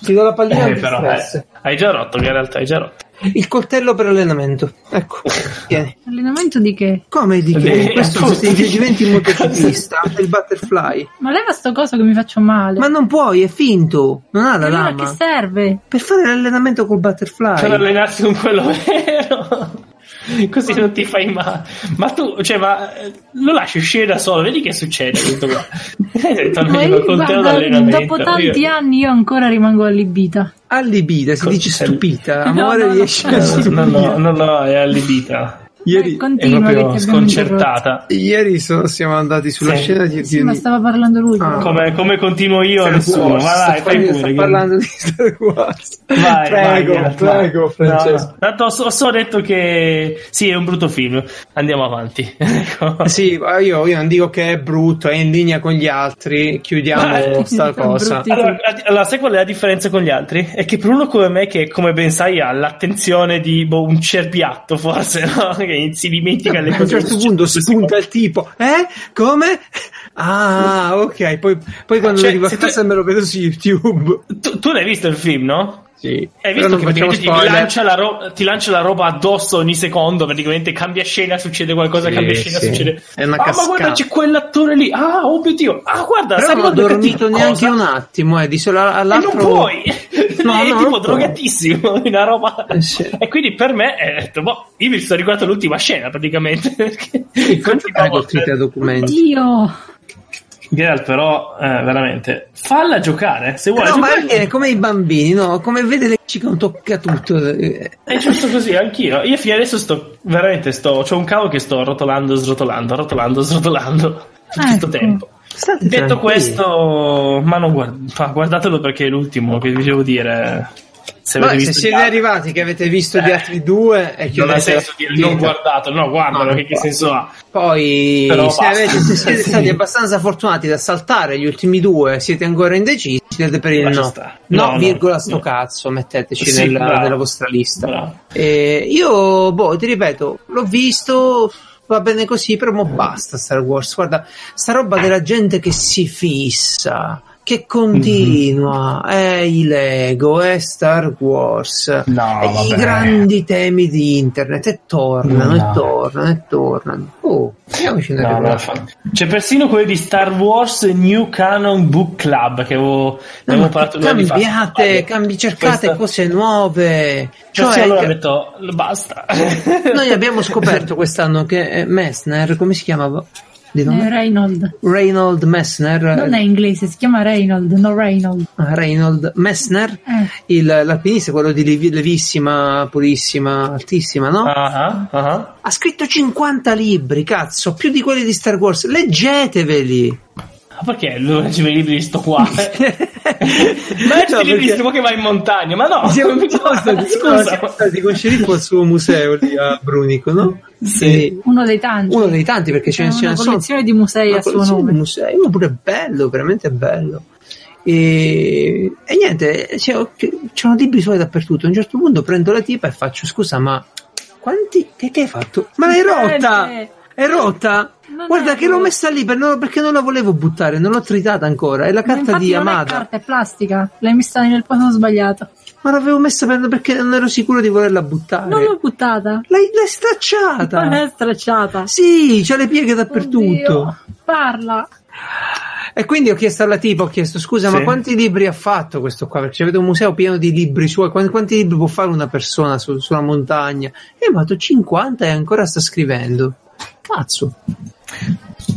[SPEAKER 1] Ti do la pallina
[SPEAKER 2] Eh,
[SPEAKER 1] di
[SPEAKER 2] però,
[SPEAKER 1] stress.
[SPEAKER 2] eh, hai già rotto, in realtà hai già rotto.
[SPEAKER 1] Il coltello per allenamento. Ecco. Vieni.
[SPEAKER 3] Allenamento di che?
[SPEAKER 1] Come di che?
[SPEAKER 2] Eh,
[SPEAKER 1] Questo
[SPEAKER 2] appunto.
[SPEAKER 1] sono i giacimenti in motociclista, è il butterfly.
[SPEAKER 3] Ma leva sto coso che mi faccio male.
[SPEAKER 1] Ma non puoi, è finto. Non ha
[SPEAKER 3] E
[SPEAKER 1] la
[SPEAKER 3] allora che
[SPEAKER 1] lama.
[SPEAKER 3] serve?
[SPEAKER 1] Per fare l'allenamento col
[SPEAKER 2] Per
[SPEAKER 1] butterfly.
[SPEAKER 2] Cioè, allenarsi con quello vero. Così non ti fai male. Ma tu, cioè, ma eh, lo lasci uscire da solo, vedi che succede questo qua. Hai detto
[SPEAKER 3] Ma
[SPEAKER 2] almeno
[SPEAKER 3] io,
[SPEAKER 2] con te
[SPEAKER 3] guarda,
[SPEAKER 2] l'allenamento.
[SPEAKER 3] dopo tanti anni io ancora rimango allibita.
[SPEAKER 1] Allibita, si
[SPEAKER 2] Col-
[SPEAKER 1] dice stupita. Amore,
[SPEAKER 3] No, no,
[SPEAKER 1] riesci
[SPEAKER 3] no.
[SPEAKER 1] a stupire.
[SPEAKER 2] No, no, no, no, è allibita.
[SPEAKER 1] Ieri,
[SPEAKER 3] Vai, con-
[SPEAKER 2] È
[SPEAKER 3] Continua, che ti
[SPEAKER 2] proprio
[SPEAKER 3] abbiamo
[SPEAKER 2] sconcertata.
[SPEAKER 1] ieri so- siamo andati sulla
[SPEAKER 2] Sì.
[SPEAKER 1] scena di...
[SPEAKER 3] Sì,
[SPEAKER 1] di-
[SPEAKER 3] ma stava parlando lui.
[SPEAKER 1] Ah.
[SPEAKER 3] però.
[SPEAKER 2] Come, come continuo io,
[SPEAKER 1] Star
[SPEAKER 2] nessuno.
[SPEAKER 1] Wars.
[SPEAKER 2] Ma dai,
[SPEAKER 1] Sta parlando- Sta
[SPEAKER 2] fai pure.
[SPEAKER 1] parlando di Star Wars.
[SPEAKER 2] Vai,
[SPEAKER 1] prego,
[SPEAKER 2] vai,
[SPEAKER 1] prego,
[SPEAKER 2] vai.
[SPEAKER 1] Francesco.
[SPEAKER 2] No, tanto ho, so- so detto che sì, è un brutto film. Andiamo avanti. Ecco.
[SPEAKER 1] Sì, ma io, io non dico che è brutto, è in linea con gli altri, chiudiamo
[SPEAKER 3] Eh,
[SPEAKER 1] sta cosa.
[SPEAKER 3] brutti.
[SPEAKER 2] Allora, ad- allora, sai qual è la differenza con gli altri? È che per uno come me, che come ben sai ha l'attenzione di boh, un cerbiatto, forse, no? che si dimentica le
[SPEAKER 1] A un
[SPEAKER 2] cose.
[SPEAKER 1] certo punto spunta il tipo, eh? Come? Ah, ok, poi, poi quando
[SPEAKER 2] Cioè,
[SPEAKER 1] arriva a
[SPEAKER 2] se tu-
[SPEAKER 1] casa me lo vedo su YouTube.
[SPEAKER 2] Tu, tu l'hai visto il film, no?
[SPEAKER 1] Sì. Però
[SPEAKER 2] Hai visto
[SPEAKER 1] non
[SPEAKER 2] che
[SPEAKER 1] facciamo
[SPEAKER 2] praticamente ti
[SPEAKER 1] spoiler.
[SPEAKER 2] lancia, la ro- ti lancia la roba addosso ogni secondo, praticamente cambia scena, succede qualcosa,
[SPEAKER 1] Sì,
[SPEAKER 2] cambia scena,
[SPEAKER 1] sì.
[SPEAKER 2] succede.
[SPEAKER 1] È una
[SPEAKER 2] ah,
[SPEAKER 1] cascata.
[SPEAKER 2] ma guarda, c'è quell'attore lì. Ah, oh mio Dio. Ah, guarda,
[SPEAKER 1] Però
[SPEAKER 2] sai
[SPEAKER 1] non ho
[SPEAKER 2] quando è
[SPEAKER 1] dormito
[SPEAKER 2] cattivo?
[SPEAKER 1] neanche
[SPEAKER 2] Cosa?
[SPEAKER 1] un attimo, eh, di solo
[SPEAKER 2] E non
[SPEAKER 1] all'altro...
[SPEAKER 2] puoi.
[SPEAKER 1] No,
[SPEAKER 2] è
[SPEAKER 1] no,
[SPEAKER 2] tipo
[SPEAKER 1] non puoi.
[SPEAKER 2] drogatissimo, una roba.
[SPEAKER 1] Eh, sì.
[SPEAKER 2] E quindi per me è detto, boh, io mi sono ricordato l'ultima scena praticamente. Perché
[SPEAKER 1] Non giocare
[SPEAKER 2] continuavo-
[SPEAKER 1] col click a documenti.
[SPEAKER 3] Dio.
[SPEAKER 2] Geralt, però, eh, veramente, falla giocare. Se vuoi
[SPEAKER 1] No, Cioè, ma
[SPEAKER 2] giocare-
[SPEAKER 1] è come i bambini, no? Come vede le cica un tocca tutto. eh.
[SPEAKER 2] È giusto così, anch'io. Io fino adesso sto veramente sto. C'ho un cavo che sto rotolando, srotolando, rotolando, srotolando.
[SPEAKER 1] Ah,
[SPEAKER 2] Tutto
[SPEAKER 3] Ecco.
[SPEAKER 2] il tempo.
[SPEAKER 1] State
[SPEAKER 2] Detto
[SPEAKER 1] tranquilli.
[SPEAKER 2] questo, ma non guard- fa- guardatelo perché è l'ultimo che vi devo dire. Se avete
[SPEAKER 1] Vabbè, se
[SPEAKER 2] visto
[SPEAKER 1] siete
[SPEAKER 2] gli altri,
[SPEAKER 1] arrivati che avete visto gli
[SPEAKER 2] Eh.
[SPEAKER 1] altri due e
[SPEAKER 2] non ha
[SPEAKER 1] chiudete
[SPEAKER 2] senso dire
[SPEAKER 1] la
[SPEAKER 2] non
[SPEAKER 1] partita.
[SPEAKER 2] guardatelo, no, guardalo,
[SPEAKER 1] No,
[SPEAKER 2] che, che
[SPEAKER 1] guarda.
[SPEAKER 2] senso ha?
[SPEAKER 1] Poi
[SPEAKER 2] Però
[SPEAKER 1] se,
[SPEAKER 2] basta.
[SPEAKER 1] avete- se siete
[SPEAKER 2] Sì.
[SPEAKER 1] stati abbastanza fortunati da saltare gli ultimi due, siete ancora indecisi, siete per il
[SPEAKER 2] Ma ci
[SPEAKER 1] no.
[SPEAKER 2] sta.
[SPEAKER 1] No,
[SPEAKER 2] No, no,
[SPEAKER 1] virgola sto
[SPEAKER 2] no.
[SPEAKER 1] cazzo, metteteci
[SPEAKER 2] Sì,
[SPEAKER 1] nella,
[SPEAKER 2] bravo.
[SPEAKER 1] nella vostra lista.
[SPEAKER 2] Bravo.
[SPEAKER 1] Eh, io, boh, ti ripeto, l'ho visto, va bene così, però mo basta Star Wars. Guarda, sta roba della gente che si fissa, che continua,
[SPEAKER 2] Mhm.
[SPEAKER 1] è i Lego, è Star Wars,
[SPEAKER 2] No,
[SPEAKER 1] è i
[SPEAKER 2] vabbè.
[SPEAKER 1] grandi temi di internet, e tornano,
[SPEAKER 2] No.
[SPEAKER 1] e tornano, e tornano. Oh, andiamoci nella
[SPEAKER 2] No, no,
[SPEAKER 1] regola.
[SPEAKER 2] fa- C'è persino quello di Star Wars New Canon Book Club che avevo, ne
[SPEAKER 1] No,
[SPEAKER 2] avevo
[SPEAKER 1] ma
[SPEAKER 2] parlato due anni fa.
[SPEAKER 1] cambiate, cambi- cercate
[SPEAKER 2] Questa-
[SPEAKER 1] cose nuove.
[SPEAKER 2] Cioè,
[SPEAKER 1] Cioè,
[SPEAKER 2] sì, allora ho
[SPEAKER 1] che-
[SPEAKER 2] detto basta.
[SPEAKER 1] Noi abbiamo scoperto quest'anno che eh, Messner, come si chiamava? Di nome?
[SPEAKER 3] Eh, Reynold.
[SPEAKER 1] Reynold Messner,
[SPEAKER 3] Non è inglese, si chiama Reynold, no Reynold.
[SPEAKER 1] ah, Reynold Messner,
[SPEAKER 3] Eh.
[SPEAKER 1] il, l'alpinista, quello di levi- levissima, pulissima, altissima, no?
[SPEAKER 2] Ah, ah, ah.
[SPEAKER 1] Ha scritto 50 libri, cazzo, più di quelli di Star Wars, leggeteveli!
[SPEAKER 2] Ma perché lui ci veniva di sto qua? Ma è
[SPEAKER 1] No,
[SPEAKER 2] sti libri
[SPEAKER 1] perché-
[SPEAKER 2] sto qua che va in montagna, ma no!
[SPEAKER 1] Siamo
[SPEAKER 2] mi
[SPEAKER 1] stati,
[SPEAKER 2] scusa.
[SPEAKER 1] siamo stati con Sceriffo al suo museo lì a Brunico, no? Sì.
[SPEAKER 3] Uno dei tanti.
[SPEAKER 1] Uno dei tanti perché ce
[SPEAKER 3] C'è
[SPEAKER 1] ne ce
[SPEAKER 3] una
[SPEAKER 1] ne sono
[SPEAKER 3] collezione di musei
[SPEAKER 1] Una
[SPEAKER 3] a suo
[SPEAKER 1] collezione di
[SPEAKER 3] nome.
[SPEAKER 1] musei, ma pure bello, veramente bello. E, e niente, cioè, ho- c'erano libri suoi dappertutto. A un certo punto prendo la tipa e faccio: Scusa, ma quanti? Che, che hai fatto? Ma l'hai rotta!
[SPEAKER 3] Eh,
[SPEAKER 1] È rotta!
[SPEAKER 3] Non
[SPEAKER 1] Guarda,
[SPEAKER 3] è
[SPEAKER 1] che l'ho
[SPEAKER 3] vero.
[SPEAKER 1] messa lì per non- perché non la volevo buttare, non l'ho tritata ancora. È la
[SPEAKER 3] ma
[SPEAKER 1] carta
[SPEAKER 3] infatti
[SPEAKER 1] di
[SPEAKER 3] non è
[SPEAKER 1] Amada.
[SPEAKER 3] carta, è plastica. L'hai messa nel posto sbagliato.
[SPEAKER 1] ma l'avevo messa per- perché non ero sicuro di volerla buttare.
[SPEAKER 3] Non l'ho buttata.
[SPEAKER 1] L'hai, l'hai
[SPEAKER 3] Non
[SPEAKER 1] stracciata!
[SPEAKER 3] è stracciata.
[SPEAKER 1] Sì, c'ha le pieghe dappertutto.
[SPEAKER 3] Oddio, Parla.
[SPEAKER 1] E quindi ho chiesto alla tipa, ho chiesto scusa,
[SPEAKER 2] Sì.
[SPEAKER 1] ma quanti libri ha fatto questo qua? Perché avete un museo pieno di libri suoi, quanti, quanti libri può fare una persona su- sulla montagna? E vado 50 e ancora sta scrivendo. Cazzo.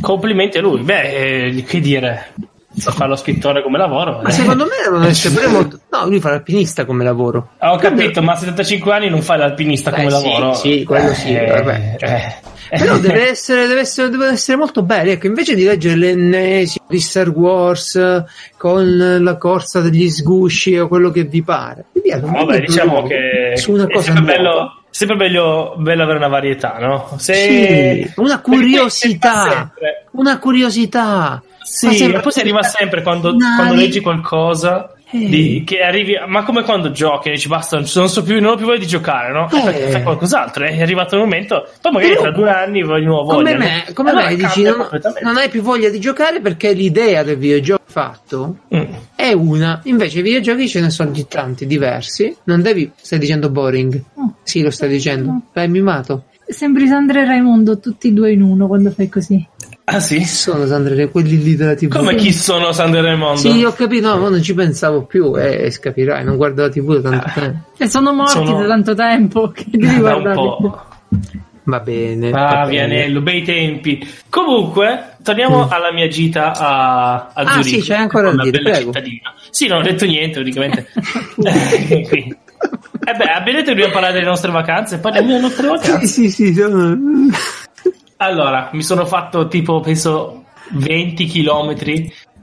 [SPEAKER 2] Complimenti a lui. Beh, eh, che dire, so fare lo scrittore come lavoro.
[SPEAKER 1] Ma
[SPEAKER 2] eh.
[SPEAKER 1] secondo me devono essere pure molto... No, lui fa l'alpinista come lavoro.
[SPEAKER 2] Ho capito, ma a 75 anni non fai l'alpinista
[SPEAKER 1] Beh,
[SPEAKER 2] come
[SPEAKER 1] Eh, sì,
[SPEAKER 2] lavoro.
[SPEAKER 1] sì, quello sì, vabbè, cioè.
[SPEAKER 2] eh.
[SPEAKER 1] Però deve essere, deve essere- deve essere molto bello. Ecco, invece di leggere l'ennesimo di Star Wars eh, con la corsa degli sgusci o quello che vi pare. Vi piace un
[SPEAKER 2] Vabbè,
[SPEAKER 1] libro
[SPEAKER 2] diciamo
[SPEAKER 1] nuovo
[SPEAKER 2] che
[SPEAKER 1] su una
[SPEAKER 2] è
[SPEAKER 1] cosa
[SPEAKER 2] sempre,
[SPEAKER 1] nuova.
[SPEAKER 2] bello, sempre bello, bello avere una varietà, no? Se...
[SPEAKER 1] Sì, una
[SPEAKER 2] perché poi
[SPEAKER 1] curiosità.
[SPEAKER 2] si arriva sempre-
[SPEAKER 1] Una curiosità. Ma
[SPEAKER 2] Sì,
[SPEAKER 1] sembra-
[SPEAKER 2] ma poi si arriva sempre quando,
[SPEAKER 1] Nari.
[SPEAKER 2] quando leggi qualcosa.
[SPEAKER 1] Eh.
[SPEAKER 2] di- che arrivi, ma come quando giochi e dici basta, non, so più, non ho più voglia di giocare, no?
[SPEAKER 1] Eh.
[SPEAKER 2] Perché fai qualcos'altro, eh, è arrivato il momento, poi magari
[SPEAKER 1] Però-
[SPEAKER 2] tra due anni voglio nuovo
[SPEAKER 1] Come me, come
[SPEAKER 2] Eh,
[SPEAKER 1] me dici, non, non hai più voglia di giocare perché l'idea del videogioco fatto
[SPEAKER 2] Mm.
[SPEAKER 1] è una. Invece i videogiochi ce ne sono di tanti, diversi. Non devi... Stai dicendo boring.
[SPEAKER 3] Oh,
[SPEAKER 1] Sì, lo stai dicendo. L'hai mimato.
[SPEAKER 3] Sembri Sandra e Raimondo tutti e due in uno quando fai così.
[SPEAKER 2] Ah sì?
[SPEAKER 1] Chi sono Sandra? Quelli lì della TV.
[SPEAKER 2] Come chi sono Sandro e Raimondo?
[SPEAKER 1] Sì, ho capito, no, ma non ci pensavo più. E capirai, non guardo la TV da
[SPEAKER 2] Eh.
[SPEAKER 1] tanto tempo.
[SPEAKER 3] E Cioè, sono morti
[SPEAKER 2] Sono-
[SPEAKER 3] da tanto tempo che devi
[SPEAKER 2] Da un
[SPEAKER 3] guardare.
[SPEAKER 2] po'.
[SPEAKER 1] Va bene.
[SPEAKER 2] Ah,
[SPEAKER 1] va bene.
[SPEAKER 2] Vianello, bei tempi. Comunque, torniamo alla mia gita a, a
[SPEAKER 1] Ah,
[SPEAKER 2] Zurigo.
[SPEAKER 1] sì, c'hai ancora da
[SPEAKER 2] una
[SPEAKER 1] dire,
[SPEAKER 2] bella
[SPEAKER 1] prego.
[SPEAKER 2] cittadina. Sì, non ho detto niente, praticamente. Quindi- Eh beh, abbiamo detto che dobbiamo parlare delle nostre vacanze, poi delle nostre vacanze.
[SPEAKER 1] Sì, sì, sì. sono-
[SPEAKER 2] Allora, mi sono fatto tipo, penso, 20 km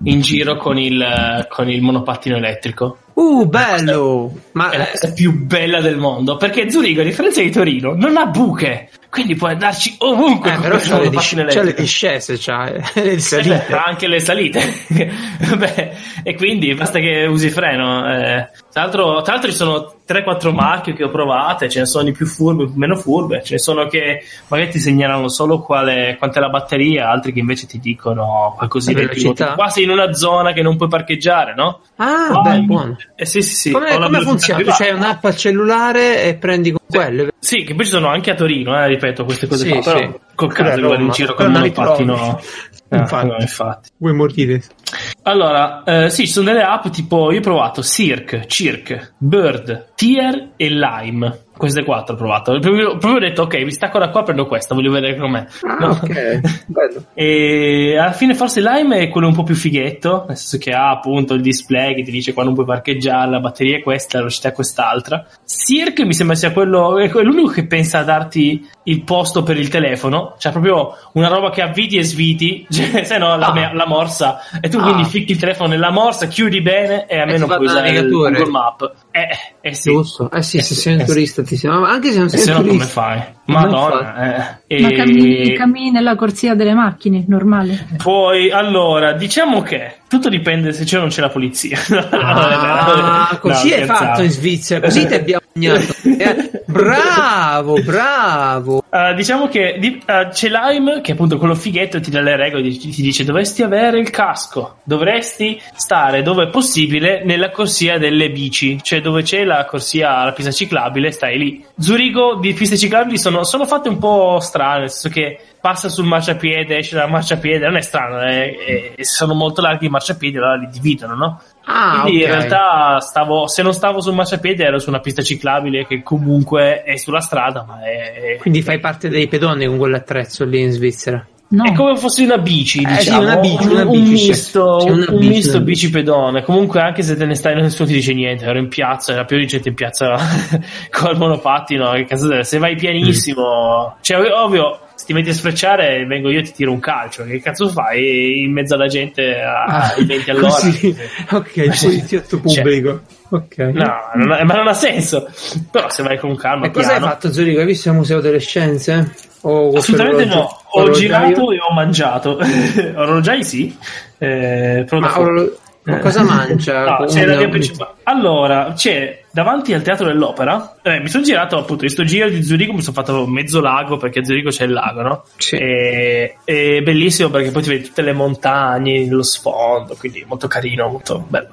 [SPEAKER 2] in giro con il, con il monopattino elettrico.
[SPEAKER 1] Uh, bello! Ma
[SPEAKER 2] è la cosa più bella del mondo perché Zurigo a differenza di Torino non ha buche quindi puoi andarci ovunque
[SPEAKER 1] eh,
[SPEAKER 2] con
[SPEAKER 1] però
[SPEAKER 2] questo
[SPEAKER 1] c'ha le, dis-
[SPEAKER 2] monopattino
[SPEAKER 1] c'ha le
[SPEAKER 2] elettrico.
[SPEAKER 1] discese, c'ha le Ah,
[SPEAKER 2] Eh beh,
[SPEAKER 1] salite.
[SPEAKER 2] anche le salite Beh, e quindi basta che usi freno eh, Tra l'altro, tra l'altro ci sono 3-4 marchi che ho provate, ce ne sono di più furbe, meno furbe, ce ne sono che magari ti segnalano solo quale, quant'è la batteria, altri che invece ti dicono qualcosina
[SPEAKER 1] La
[SPEAKER 2] del tipo,
[SPEAKER 1] velocità?
[SPEAKER 2] qua sei in una zona che non puoi parcheggiare, no?
[SPEAKER 1] Ah,
[SPEAKER 2] Vai.
[SPEAKER 1] beh, buono.
[SPEAKER 2] Eh sì, sì, sì.
[SPEAKER 1] come
[SPEAKER 2] ho la
[SPEAKER 1] come
[SPEAKER 2] velocità
[SPEAKER 1] funziona? Tu
[SPEAKER 2] più
[SPEAKER 1] c'hai
[SPEAKER 2] alta.
[SPEAKER 1] un'app al cellulare e prendi con quelle.
[SPEAKER 2] Sì, che poi ci sono anche a Torino, eh, ripeto, queste cose
[SPEAKER 1] Sì,
[SPEAKER 2] qua, però
[SPEAKER 1] sì. Pure a
[SPEAKER 2] col caso che vado in
[SPEAKER 1] Roma.
[SPEAKER 2] giro
[SPEAKER 1] Però
[SPEAKER 2] con
[SPEAKER 1] non
[SPEAKER 2] un
[SPEAKER 1] li trovi. Ah.
[SPEAKER 2] pattino. Ah,
[SPEAKER 1] Infatti.
[SPEAKER 2] infatti.
[SPEAKER 1] Vuoi morire?
[SPEAKER 2] Allora, eh, sì, ci sono delle app tipo, io ho provato Circ, Circ, Bird, Tier e Lime. Queste quattro ho provato. Proprio, proprio ho detto, ok, mi stacco da qua, prendo questa, voglio vedere com'è.
[SPEAKER 1] Ah,
[SPEAKER 2] No.
[SPEAKER 1] ok. Bello.
[SPEAKER 2] E alla fine forse Lime è quello un po' più fighetto, nel senso che ha appunto il display che ti dice quando puoi parcheggiare, la batteria è questa, la velocità è quest'altra. Circ mi sembra sia quello, è que- l'unico che pensa a darti il posto per il telefono, cioè proprio una roba che avviti e sviti, cioè, se no la,
[SPEAKER 1] Ah.
[SPEAKER 2] me- la morsa, e tu
[SPEAKER 1] Ah.
[SPEAKER 2] quindi ficchi il telefono nella morsa, chiudi bene e almeno
[SPEAKER 1] ti fa
[SPEAKER 2] puoi
[SPEAKER 1] il
[SPEAKER 2] usare il
[SPEAKER 1] navigatore.
[SPEAKER 2] Google Map. Eh, eh sì.
[SPEAKER 1] Giusto. Eh sì,
[SPEAKER 2] Eh
[SPEAKER 1] se
[SPEAKER 2] sì,
[SPEAKER 1] sei un
[SPEAKER 2] eh sì.
[SPEAKER 1] turista ti sembra. Ma anche se non
[SPEAKER 2] E
[SPEAKER 1] sei
[SPEAKER 2] se
[SPEAKER 1] un
[SPEAKER 2] no come
[SPEAKER 1] turista.
[SPEAKER 2] fai?
[SPEAKER 1] Non
[SPEAKER 2] Madonna, eh.
[SPEAKER 3] Ma
[SPEAKER 2] E-
[SPEAKER 3] cammini, cammini nella corsia delle macchine, normale.
[SPEAKER 2] Poi, allora, diciamo che tutto dipende se c'è o non c'è la polizia.
[SPEAKER 1] Ah,
[SPEAKER 2] No,
[SPEAKER 1] così è
[SPEAKER 2] scherzavo.
[SPEAKER 1] fatto in Svizzera, così ti abbiamo bagnato. Eh, bravo, bravo.
[SPEAKER 2] Eh, diciamo che di- eh, c'è Lime, che è appunto quello fighetto, ti dà le regole, ti, ti dice dovresti avere il casco, dovresti stare dove è possibile nella corsia delle bici, cioè dove c'è la corsia, la pista ciclabile, stai lì. Zurigo di piste ciclabili sono, sono fatte un po' strane, nel senso che passa sul marciapiede, esce dal marciapiede, non è strano, è- è- sono molto larghi i marciapiedi, allora li dividono, no?
[SPEAKER 1] Ah,
[SPEAKER 2] Quindi
[SPEAKER 1] ok.
[SPEAKER 2] in realtà stavo, se non stavo sul marciapiede ero su una pista ciclabile che comunque è sulla strada, ma è,
[SPEAKER 1] Quindi fai parte dei pedoni con quell'attrezzo lì in Svizzera.
[SPEAKER 3] No.
[SPEAKER 2] è come fosse una bici,
[SPEAKER 1] Eh,
[SPEAKER 2] diciamo,
[SPEAKER 1] sì, una bici, una
[SPEAKER 2] un,
[SPEAKER 1] bici,
[SPEAKER 2] un
[SPEAKER 1] sì.
[SPEAKER 2] misto,
[SPEAKER 1] Sì, una
[SPEAKER 2] un
[SPEAKER 1] bici,
[SPEAKER 2] misto
[SPEAKER 1] una bici.
[SPEAKER 2] bici-pedone. Comunque anche se te ne stai nessuno ti dice niente, ero in piazza, era più di gente in piazza col monopattino, che cazzo deve- se vai pianissimo,
[SPEAKER 1] Mm.
[SPEAKER 2] cioè ovvio, se ti metti a sfrecciare vengo io e ti tiro un calcio, che cazzo fai in mezzo alla gente a ai 20 Ah, all'ora?
[SPEAKER 1] Ah, Così. Ok, poliziotto pubblico. ok.
[SPEAKER 2] Cioè, No, non ha- ma non ha senso. Però se vai con calma,
[SPEAKER 1] E cosa hai
[SPEAKER 2] piano.
[SPEAKER 1] fatto Zurigo? Hai visto il museo delle scienze? O
[SPEAKER 2] Assolutamente
[SPEAKER 1] quello-
[SPEAKER 2] no. Ho
[SPEAKER 1] orologiaio?
[SPEAKER 2] girato e ho mangiato. Orologiai sì. Eh, però da
[SPEAKER 1] Ma,
[SPEAKER 2] fuori.
[SPEAKER 1] orolo- ma cosa mangia?
[SPEAKER 2] No,
[SPEAKER 1] Con
[SPEAKER 2] c'è la
[SPEAKER 1] una-
[SPEAKER 2] via principale. Allora, c'è davanti al teatro dell'opera. eh, mi sono girato appunto questo giro di Zurigo. Mi sono fatto mezzo lago perché a Zurigo c'è il lago, no?
[SPEAKER 1] Sì.
[SPEAKER 2] E, è bellissimo perché poi ti vedi tutte le montagne, lo sfondo, quindi molto carino, molto bello.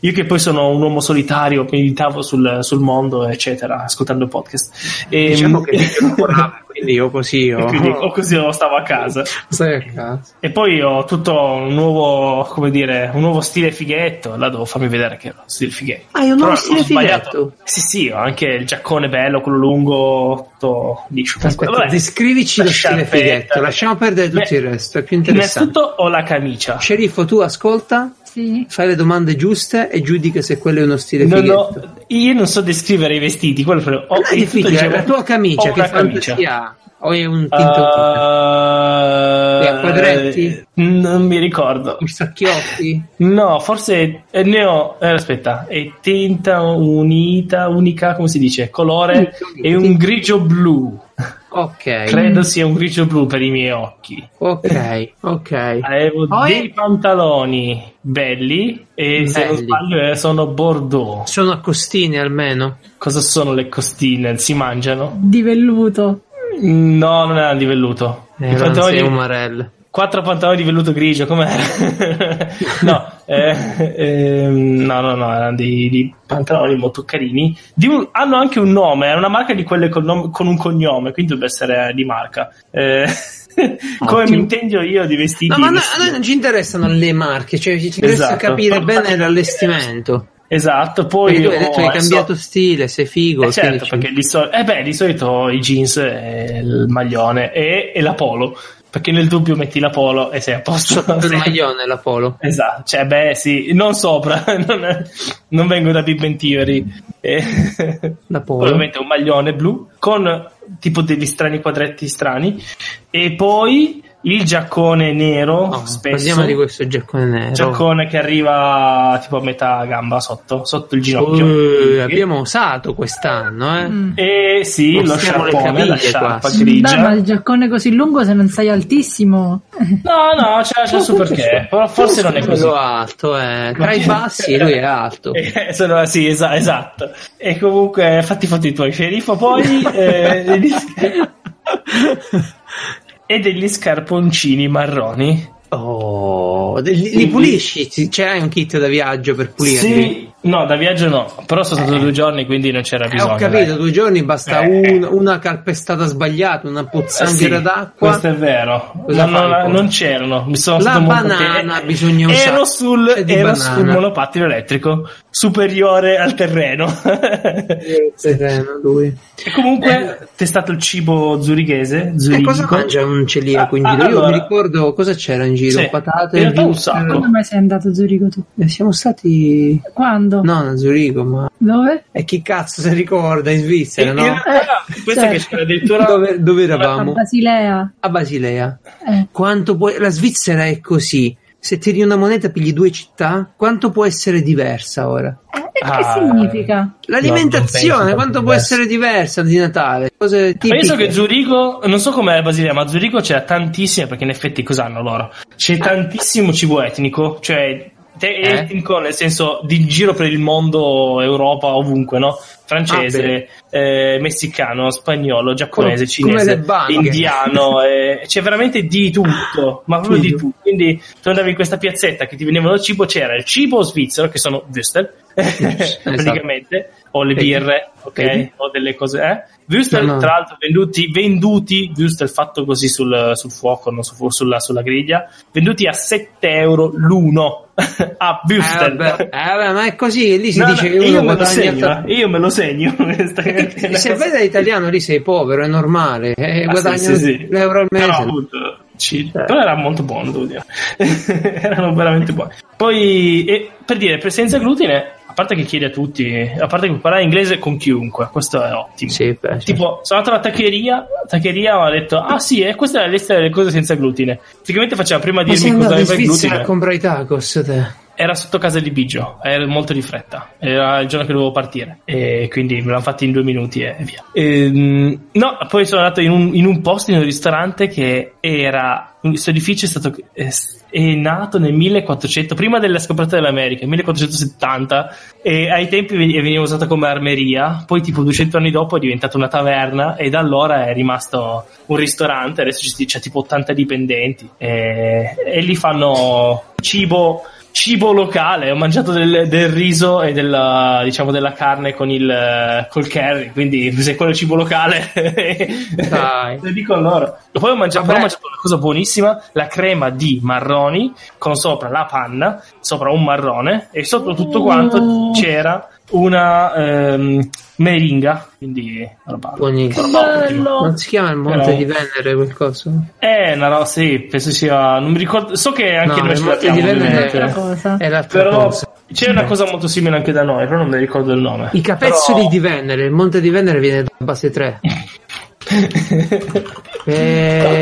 [SPEAKER 2] Io che poi sono un uomo solitario, meditavo sul, sul mondo, eccetera, ascoltando podcast. E,
[SPEAKER 1] Diciamo che io lavoravo, quindi io così io...
[SPEAKER 2] quindi o così o stavo a casa.
[SPEAKER 1] Stai a casa.
[SPEAKER 2] E poi ho tutto un nuovo, come dire, un nuovo stile fighetto. Là devo farmi vedere che è uno stile fighetto.
[SPEAKER 1] Ah, è un nuovo
[SPEAKER 2] Però ho
[SPEAKER 1] stile
[SPEAKER 2] sbagliato.
[SPEAKER 1] fighetto?
[SPEAKER 2] Sì, sì, ho anche il giaccone bello, quello lungo, tutto liscio.
[SPEAKER 1] Aspetta,
[SPEAKER 2] Vabbè,
[SPEAKER 1] descrivici lo
[SPEAKER 2] la
[SPEAKER 1] stile
[SPEAKER 2] sciarpetta.
[SPEAKER 1] fighetto, lasciamo perdere tutto
[SPEAKER 2] Beh,
[SPEAKER 1] il resto, è più interessante.
[SPEAKER 2] Innanzitutto ho la camicia.
[SPEAKER 1] Sceriffo, tu ascolta,
[SPEAKER 3] Sì.
[SPEAKER 1] fai le domande giuste e giudica se quello è uno stile
[SPEAKER 2] Non ho-
[SPEAKER 1] fighetto.
[SPEAKER 2] io non so descrivere i vestiti, quello è il problema. Ho-
[SPEAKER 1] Non è
[SPEAKER 2] innanzitutto
[SPEAKER 1] difficile,
[SPEAKER 2] dicevo,
[SPEAKER 1] la tua camicia
[SPEAKER 2] ho
[SPEAKER 1] che
[SPEAKER 2] una
[SPEAKER 1] fantasia
[SPEAKER 2] camicia. Uh,
[SPEAKER 1] ha? O è un tinto
[SPEAKER 2] Eh,
[SPEAKER 1] E a quadretti?
[SPEAKER 2] Non mi ricordo.
[SPEAKER 1] con i sacchiotti?
[SPEAKER 2] No, forse eh, ne ho. eh, aspetta, è tinta unita, unica, come si dice? Colore
[SPEAKER 1] Tinta
[SPEAKER 2] è un
[SPEAKER 1] unita.
[SPEAKER 2] grigio blu.
[SPEAKER 1] Ok,
[SPEAKER 2] Credo sia un grigio blu per i miei occhi. Eh.
[SPEAKER 1] ok, ok.
[SPEAKER 2] Avevo
[SPEAKER 1] Poi-
[SPEAKER 2] dei pantaloni belli e se non
[SPEAKER 1] Belli.
[SPEAKER 2] sbaglio eh, sono bordeaux.
[SPEAKER 1] Sono a costine almeno.
[SPEAKER 2] Cosa sono le costine? Si mangiano?
[SPEAKER 3] Di velluto.
[SPEAKER 2] No, non erano di velluto. I
[SPEAKER 1] Eh, non
[SPEAKER 2] pantaloni-
[SPEAKER 1] sei un marello.
[SPEAKER 2] Quattro pantaloni di velluto grigio, com'era? no, eh, ehm, no, no, no, erano dei, dei pantaloni molto carini. Di un- hanno anche un nome, è una marca di quelle col nom- con un cognome, quindi dovrebbe essere di marca. Eh, come mi
[SPEAKER 1] Ottimo.
[SPEAKER 2] intendo io di vestiti?
[SPEAKER 1] No, ma a noi,
[SPEAKER 2] di-
[SPEAKER 1] a noi non ci interessano le marche, cioè ci interessa
[SPEAKER 2] Esatto.
[SPEAKER 1] capire bene l'allestimento.
[SPEAKER 2] Esatto, poi...
[SPEAKER 1] Perché tu hai
[SPEAKER 2] ho
[SPEAKER 1] detto che hai
[SPEAKER 2] adesso-
[SPEAKER 1] cambiato stile, sei figo.
[SPEAKER 2] Eh certo,
[SPEAKER 1] quindi ci-
[SPEAKER 2] perché di, sol- eh beh, di solito i jeans, e il maglione e, e la polo, perché nel dubbio metti la polo e sei a posto.
[SPEAKER 1] sotto il
[SPEAKER 2] Sei-
[SPEAKER 1] maglione la polo.
[SPEAKER 2] Esatto, cioè beh sì, non sopra, non, non vengo da Big Ben Theory. Eh,
[SPEAKER 1] La polo.
[SPEAKER 2] Ovviamente un maglione blu con tipo degli strani quadretti strani e poi il giaccone nero,
[SPEAKER 1] No,
[SPEAKER 2] spesso,
[SPEAKER 1] parliamo di questo giaccone nero.
[SPEAKER 2] giaccone che arriva tipo a metà gamba sotto, sotto il ginocchio.
[SPEAKER 1] Eh, abbiamo usato quest'anno, eh.
[SPEAKER 3] Mm.
[SPEAKER 2] E sì,
[SPEAKER 1] Non
[SPEAKER 2] lo
[SPEAKER 1] siamo le
[SPEAKER 2] sciarpone, la
[SPEAKER 1] caviglie
[SPEAKER 2] sciarpa
[SPEAKER 1] quasi.
[SPEAKER 2] grigia.
[SPEAKER 3] Beh, ma il giaccone così lungo se non sei altissimo.
[SPEAKER 2] No, no, c'è, c'è il suo perché. Però Forse non è così.
[SPEAKER 1] Quello alto, eh.
[SPEAKER 2] Ma
[SPEAKER 1] Tra i
[SPEAKER 2] che-
[SPEAKER 1] bassi lui è alto.
[SPEAKER 2] Eh, sono- sì, esa- esatto. E comunque, fatti fatti i tuoi ferifo poi. eh, e degli- e degli scarponcini marroni.
[SPEAKER 1] Oh, de- li, li pulisci? Ti- C'è un kit da viaggio per pulirli?
[SPEAKER 2] Sì, no, da viaggio no. Però sono stato due giorni, quindi non c'era
[SPEAKER 1] Eh,
[SPEAKER 2] bisogno.
[SPEAKER 1] ho capito,
[SPEAKER 2] dai.
[SPEAKER 1] due giorni basta
[SPEAKER 2] Eh.
[SPEAKER 1] un- una calpestata sbagliata, una
[SPEAKER 2] Eh, sì,
[SPEAKER 1] pozzanghera d'acqua.
[SPEAKER 2] questo è vero.
[SPEAKER 1] Cosa
[SPEAKER 2] Ma non,
[SPEAKER 1] fai poi?
[SPEAKER 2] non c'erano. Mi sono
[SPEAKER 1] La
[SPEAKER 2] stato molto
[SPEAKER 1] banana
[SPEAKER 2] te-
[SPEAKER 1] bisogna usare.
[SPEAKER 2] Ero sul,
[SPEAKER 1] C'è di
[SPEAKER 2] ero
[SPEAKER 1] banana.
[SPEAKER 2] sul monopattino elettrico superiore al terreno.
[SPEAKER 1] Eh, terreno, lui.
[SPEAKER 2] E comunque, testato il cibo zurichese.
[SPEAKER 1] Eh. E
[SPEAKER 2] zurichico.
[SPEAKER 1] cosa mangia un celiaco in
[SPEAKER 2] Ah,
[SPEAKER 1] giro? Io
[SPEAKER 2] allora-
[SPEAKER 1] mi ricordo cosa c'era in giro,
[SPEAKER 2] Sì,
[SPEAKER 1] patate,
[SPEAKER 2] in realtà un
[SPEAKER 1] zucchero.
[SPEAKER 2] sacco.
[SPEAKER 3] Quando mai sei andato a Zurigo tu?
[SPEAKER 1] Eh, Siamo stati
[SPEAKER 3] Quando?
[SPEAKER 1] no, a Zurigo, ma
[SPEAKER 3] Dove?
[SPEAKER 1] e chi cazzo si ricorda in Svizzera,
[SPEAKER 2] In
[SPEAKER 1] no?
[SPEAKER 2] realtà,
[SPEAKER 3] Eh,
[SPEAKER 2] questa
[SPEAKER 3] certo.
[SPEAKER 2] che c'era addirittura
[SPEAKER 1] Dove, dove
[SPEAKER 3] A
[SPEAKER 1] eravamo?
[SPEAKER 3] Basilea.
[SPEAKER 1] A Basilea.
[SPEAKER 3] Eh.
[SPEAKER 1] Quanto può... La Svizzera è così. Se tiri una moneta pigli due città, quanto può essere diversa ora?
[SPEAKER 3] Eh, e
[SPEAKER 2] Ah.
[SPEAKER 3] che significa?
[SPEAKER 2] No, non
[SPEAKER 1] L'alimentazione, quanto
[SPEAKER 2] penso proprio
[SPEAKER 1] può
[SPEAKER 2] diversa.
[SPEAKER 1] essere diversa di Natale? Cose tipiche.
[SPEAKER 2] Ma io so che Zurigo, non so com'è la Basilea, ma Zurigo c'è tantissime, perché in effetti cos'hanno loro? C'è tantissimo cibo etnico, cioè te-
[SPEAKER 1] Eh?
[SPEAKER 2] etnico nel senso di giro per il mondo, Europa, ovunque, no?
[SPEAKER 1] Ah,
[SPEAKER 2] Francese, eh, messicano, spagnolo, giapponese,
[SPEAKER 1] Come- come le
[SPEAKER 2] cinese,
[SPEAKER 1] banche.
[SPEAKER 2] indiano, eh, c'è veramente di tutto, ma proprio di
[SPEAKER 1] Tutto.
[SPEAKER 2] tutto. Quindi tu andavi in questa piazzetta che ti venivano il cibo, c'era il cibo svizzero, che sono Würstel, praticamente, o le
[SPEAKER 1] Vedi?
[SPEAKER 2] birre, ok?
[SPEAKER 1] Esatto. Vedi?
[SPEAKER 2] O delle cose, eh? Würstel,
[SPEAKER 1] No, no.
[SPEAKER 2] tra l'altro, venduti, venduti Würstel fatto così sul, sul fuoco, non su- sulla, sulla griglia, venduti a 7 euro l'uno a
[SPEAKER 1] Eh,
[SPEAKER 2] Würstel.
[SPEAKER 1] vabbè, eh, vabbè, ma è così, lì si
[SPEAKER 2] No, no,
[SPEAKER 1] dice che
[SPEAKER 2] io
[SPEAKER 1] uno
[SPEAKER 2] me lo
[SPEAKER 1] guadagna
[SPEAKER 2] segno,
[SPEAKER 1] tanto.
[SPEAKER 2] eh, io me lo segno. questa-
[SPEAKER 1] Perché
[SPEAKER 2] questa
[SPEAKER 1] Se
[SPEAKER 2] cosa.
[SPEAKER 1] vai da italiano lì sei povero, è normale, eh,
[SPEAKER 2] Ah,
[SPEAKER 1] guadagna
[SPEAKER 2] sì, sì, sì.
[SPEAKER 1] l'euro al mese.
[SPEAKER 2] Però, appunto, ci- però era molto buono, devo dire. Erano veramente buoni. Poi, e, per dire, per senza glutine, a parte che chiedi a tutti, a parte che parlare inglese con chiunque, questo è ottimo.
[SPEAKER 1] Sì, beh, certo.
[SPEAKER 2] Tipo, sono andato alla taccheria, taccheria mi ha detto, ah sì, e questa è la lista delle cose senza glutine. Praticamente faceva prima
[SPEAKER 1] Ma sei
[SPEAKER 2] dirmi cosa
[SPEAKER 1] andato in
[SPEAKER 2] aveva il
[SPEAKER 1] Svizzera
[SPEAKER 2] glutine.
[SPEAKER 1] a comprare i tacos te?
[SPEAKER 2] Era sotto casa di Biggio, era molto di fretta, era il giorno che dovevo partire e quindi me l'hanno fatti in due minuti e via. Ehm, no, poi sono andato in un, in un posto, in un ristorante che era, questo edificio è stato, è, è nato nel 1400, prima della scoperta dell'America, 1470 e ai tempi ven- veniva usata come armeria, poi tipo 200 anni dopo è diventata una taverna e da allora è rimasto un ristorante, adesso ci- c'è tipo 80 dipendenti e, e lì fanno cibo cibo locale, ho mangiato del, del riso e della, diciamo, della carne con il, col curry, quindi se quello è cibo locale,
[SPEAKER 1] Dai.
[SPEAKER 2] lo dico a loro. E Poi ho
[SPEAKER 1] Vabbè.
[SPEAKER 2] mangiato, però ho mangiato una cosa buonissima, la crema di marroni con sopra la panna, sopra un marrone e sotto tutto quanto
[SPEAKER 1] Mm.
[SPEAKER 3] Oh.
[SPEAKER 2] c'era una ehm, meringa, quindi roba.
[SPEAKER 1] Buonissimo.
[SPEAKER 3] Bello!
[SPEAKER 1] Non si chiama il Monte
[SPEAKER 2] Però-
[SPEAKER 1] di Venere quel coso?
[SPEAKER 2] Eh, una roba, sì, penso sia, non mi ricordo, so che anche
[SPEAKER 1] No,
[SPEAKER 2] noi
[SPEAKER 1] il
[SPEAKER 2] ci
[SPEAKER 1] Monte
[SPEAKER 2] l'abbiamo.
[SPEAKER 1] di Venere
[SPEAKER 2] ovviamente.
[SPEAKER 3] Un'altra cosa.
[SPEAKER 1] È l'altra
[SPEAKER 2] Però
[SPEAKER 1] cosa.
[SPEAKER 2] c'è una cosa molto simile anche da noi, però non mi ricordo il nome.
[SPEAKER 1] I capezzoli
[SPEAKER 2] Però-
[SPEAKER 1] di Venere, il Monte di Venere viene da base 3.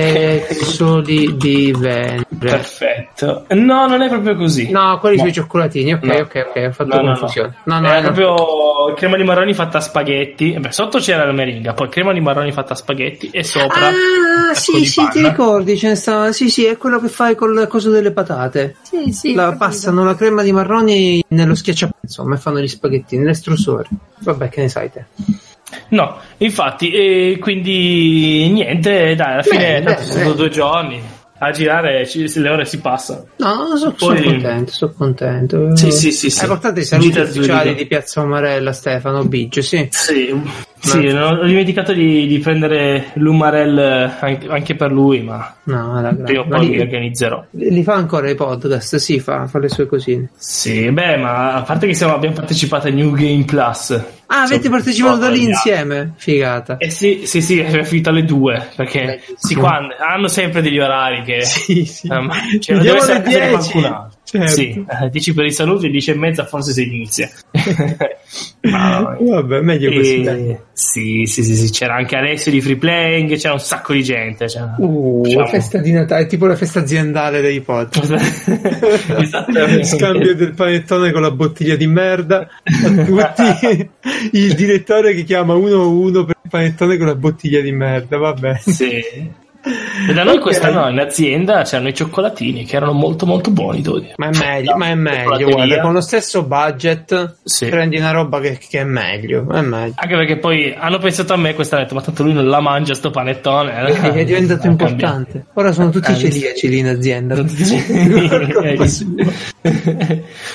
[SPEAKER 1] Capezzoli di Venere.
[SPEAKER 2] Perfetto. No, non è proprio così.
[SPEAKER 1] No, quelli
[SPEAKER 2] No.
[SPEAKER 1] sui cioccolatini, ok,
[SPEAKER 2] No.
[SPEAKER 1] ok, ok, ho fatto
[SPEAKER 2] No, no, no.
[SPEAKER 1] confusione. No, no,
[SPEAKER 2] Era
[SPEAKER 1] eh,
[SPEAKER 2] proprio crema di marroni fatta a spaghetti. Eh Beh, sotto c'era la meringa, poi crema di marroni fatta a spaghetti e sopra.
[SPEAKER 1] Ah,
[SPEAKER 2] un sacco
[SPEAKER 1] sì,
[SPEAKER 2] di
[SPEAKER 1] sì,
[SPEAKER 2] panna.
[SPEAKER 1] ti ricordi, ce ne stava, sì, sì, è quello che fai col coso delle patate.
[SPEAKER 3] Sì, sì. ho
[SPEAKER 1] La
[SPEAKER 3] capito.
[SPEAKER 1] passano la crema di marroni nello schiacciapane, insomma, e fanno gli spaghetti nell'estrusore. Vabbè, che ne sai te.
[SPEAKER 2] No, infatti, e quindi niente, dai, alla fine
[SPEAKER 1] Bene,
[SPEAKER 2] tanto
[SPEAKER 1] bene,
[SPEAKER 2] sono
[SPEAKER 1] bene.
[SPEAKER 2] due giorni. A girare ci- le ore si passano.
[SPEAKER 1] No, sono
[SPEAKER 2] Poi-
[SPEAKER 1] contento, sono contento.
[SPEAKER 2] Sì, sì, sì, sì.
[SPEAKER 1] Hai portato i saluti
[SPEAKER 2] Gita
[SPEAKER 1] ufficiali
[SPEAKER 2] Zurigo.
[SPEAKER 1] di Piazza Umarella, Stefano Biggio, sì.
[SPEAKER 2] Sì, sì, non- ho dimenticato di, di prendere l'Umarel eh, anche, anche per lui, ma
[SPEAKER 1] No, alla grande.
[SPEAKER 2] prima o
[SPEAKER 1] Ma
[SPEAKER 2] poi mi
[SPEAKER 1] li,
[SPEAKER 2] organizzerò.
[SPEAKER 1] li fa ancora i podcast, sì, fa, fa le sue cosine.
[SPEAKER 2] Sì, beh, ma a parte che siamo- abbiamo partecipato a New Game Plus.
[SPEAKER 1] Ah, avete
[SPEAKER 2] Sì,
[SPEAKER 1] partecipato da lì
[SPEAKER 2] no,
[SPEAKER 1] insieme? Figata.
[SPEAKER 2] Eh sì, sì, sì, è finita alle due, perché
[SPEAKER 1] Bellissimo.
[SPEAKER 2] sì, quando- hanno sempre degli orari che...
[SPEAKER 1] Sì, sì.
[SPEAKER 2] Eh, ma- cioè,
[SPEAKER 1] Vediamo
[SPEAKER 2] deve
[SPEAKER 1] le
[SPEAKER 2] sempre essere
[SPEAKER 1] 10.
[SPEAKER 2] qualcun altro.
[SPEAKER 1] Certo.
[SPEAKER 2] Sì, eh, 10 per i saluti, 10 e mezza forse si inizia. ma
[SPEAKER 1] Vabbè, meglio così. dai.
[SPEAKER 2] E... Sì, sì, sì, sì, c'era anche Alessio di Free Playing, c'era un sacco di gente. c'era-
[SPEAKER 1] Uh,
[SPEAKER 2] Facciamo-
[SPEAKER 1] festa di Natale, è tipo la festa aziendale dei pod.
[SPEAKER 2] Esattamente.
[SPEAKER 1] Scambio del panettone con la bottiglia di merda a tutti. Il direttore che chiama 1-1 per il panettone con la bottiglia di merda, vabbè.
[SPEAKER 2] Sì. E da noi
[SPEAKER 1] Ok.
[SPEAKER 2] quest'anno in azienda c'erano i cioccolatini che erano molto molto buoni, devo dire.
[SPEAKER 1] Ma è meglio, ma è meglio
[SPEAKER 2] Cioccolateria.
[SPEAKER 1] guarda, con lo stesso budget
[SPEAKER 2] Sì.
[SPEAKER 1] prendi una roba che, che è meglio, è meglio.
[SPEAKER 2] Anche perché poi hanno pensato a me questa hanno detto, ma tanto lui non la mangia sto panettone.
[SPEAKER 1] Vedi, è diventato
[SPEAKER 2] Ah,
[SPEAKER 1] importante. Ora sono tutti
[SPEAKER 2] Ah,
[SPEAKER 1] celiaci lì in azienda.
[SPEAKER 2] Eh,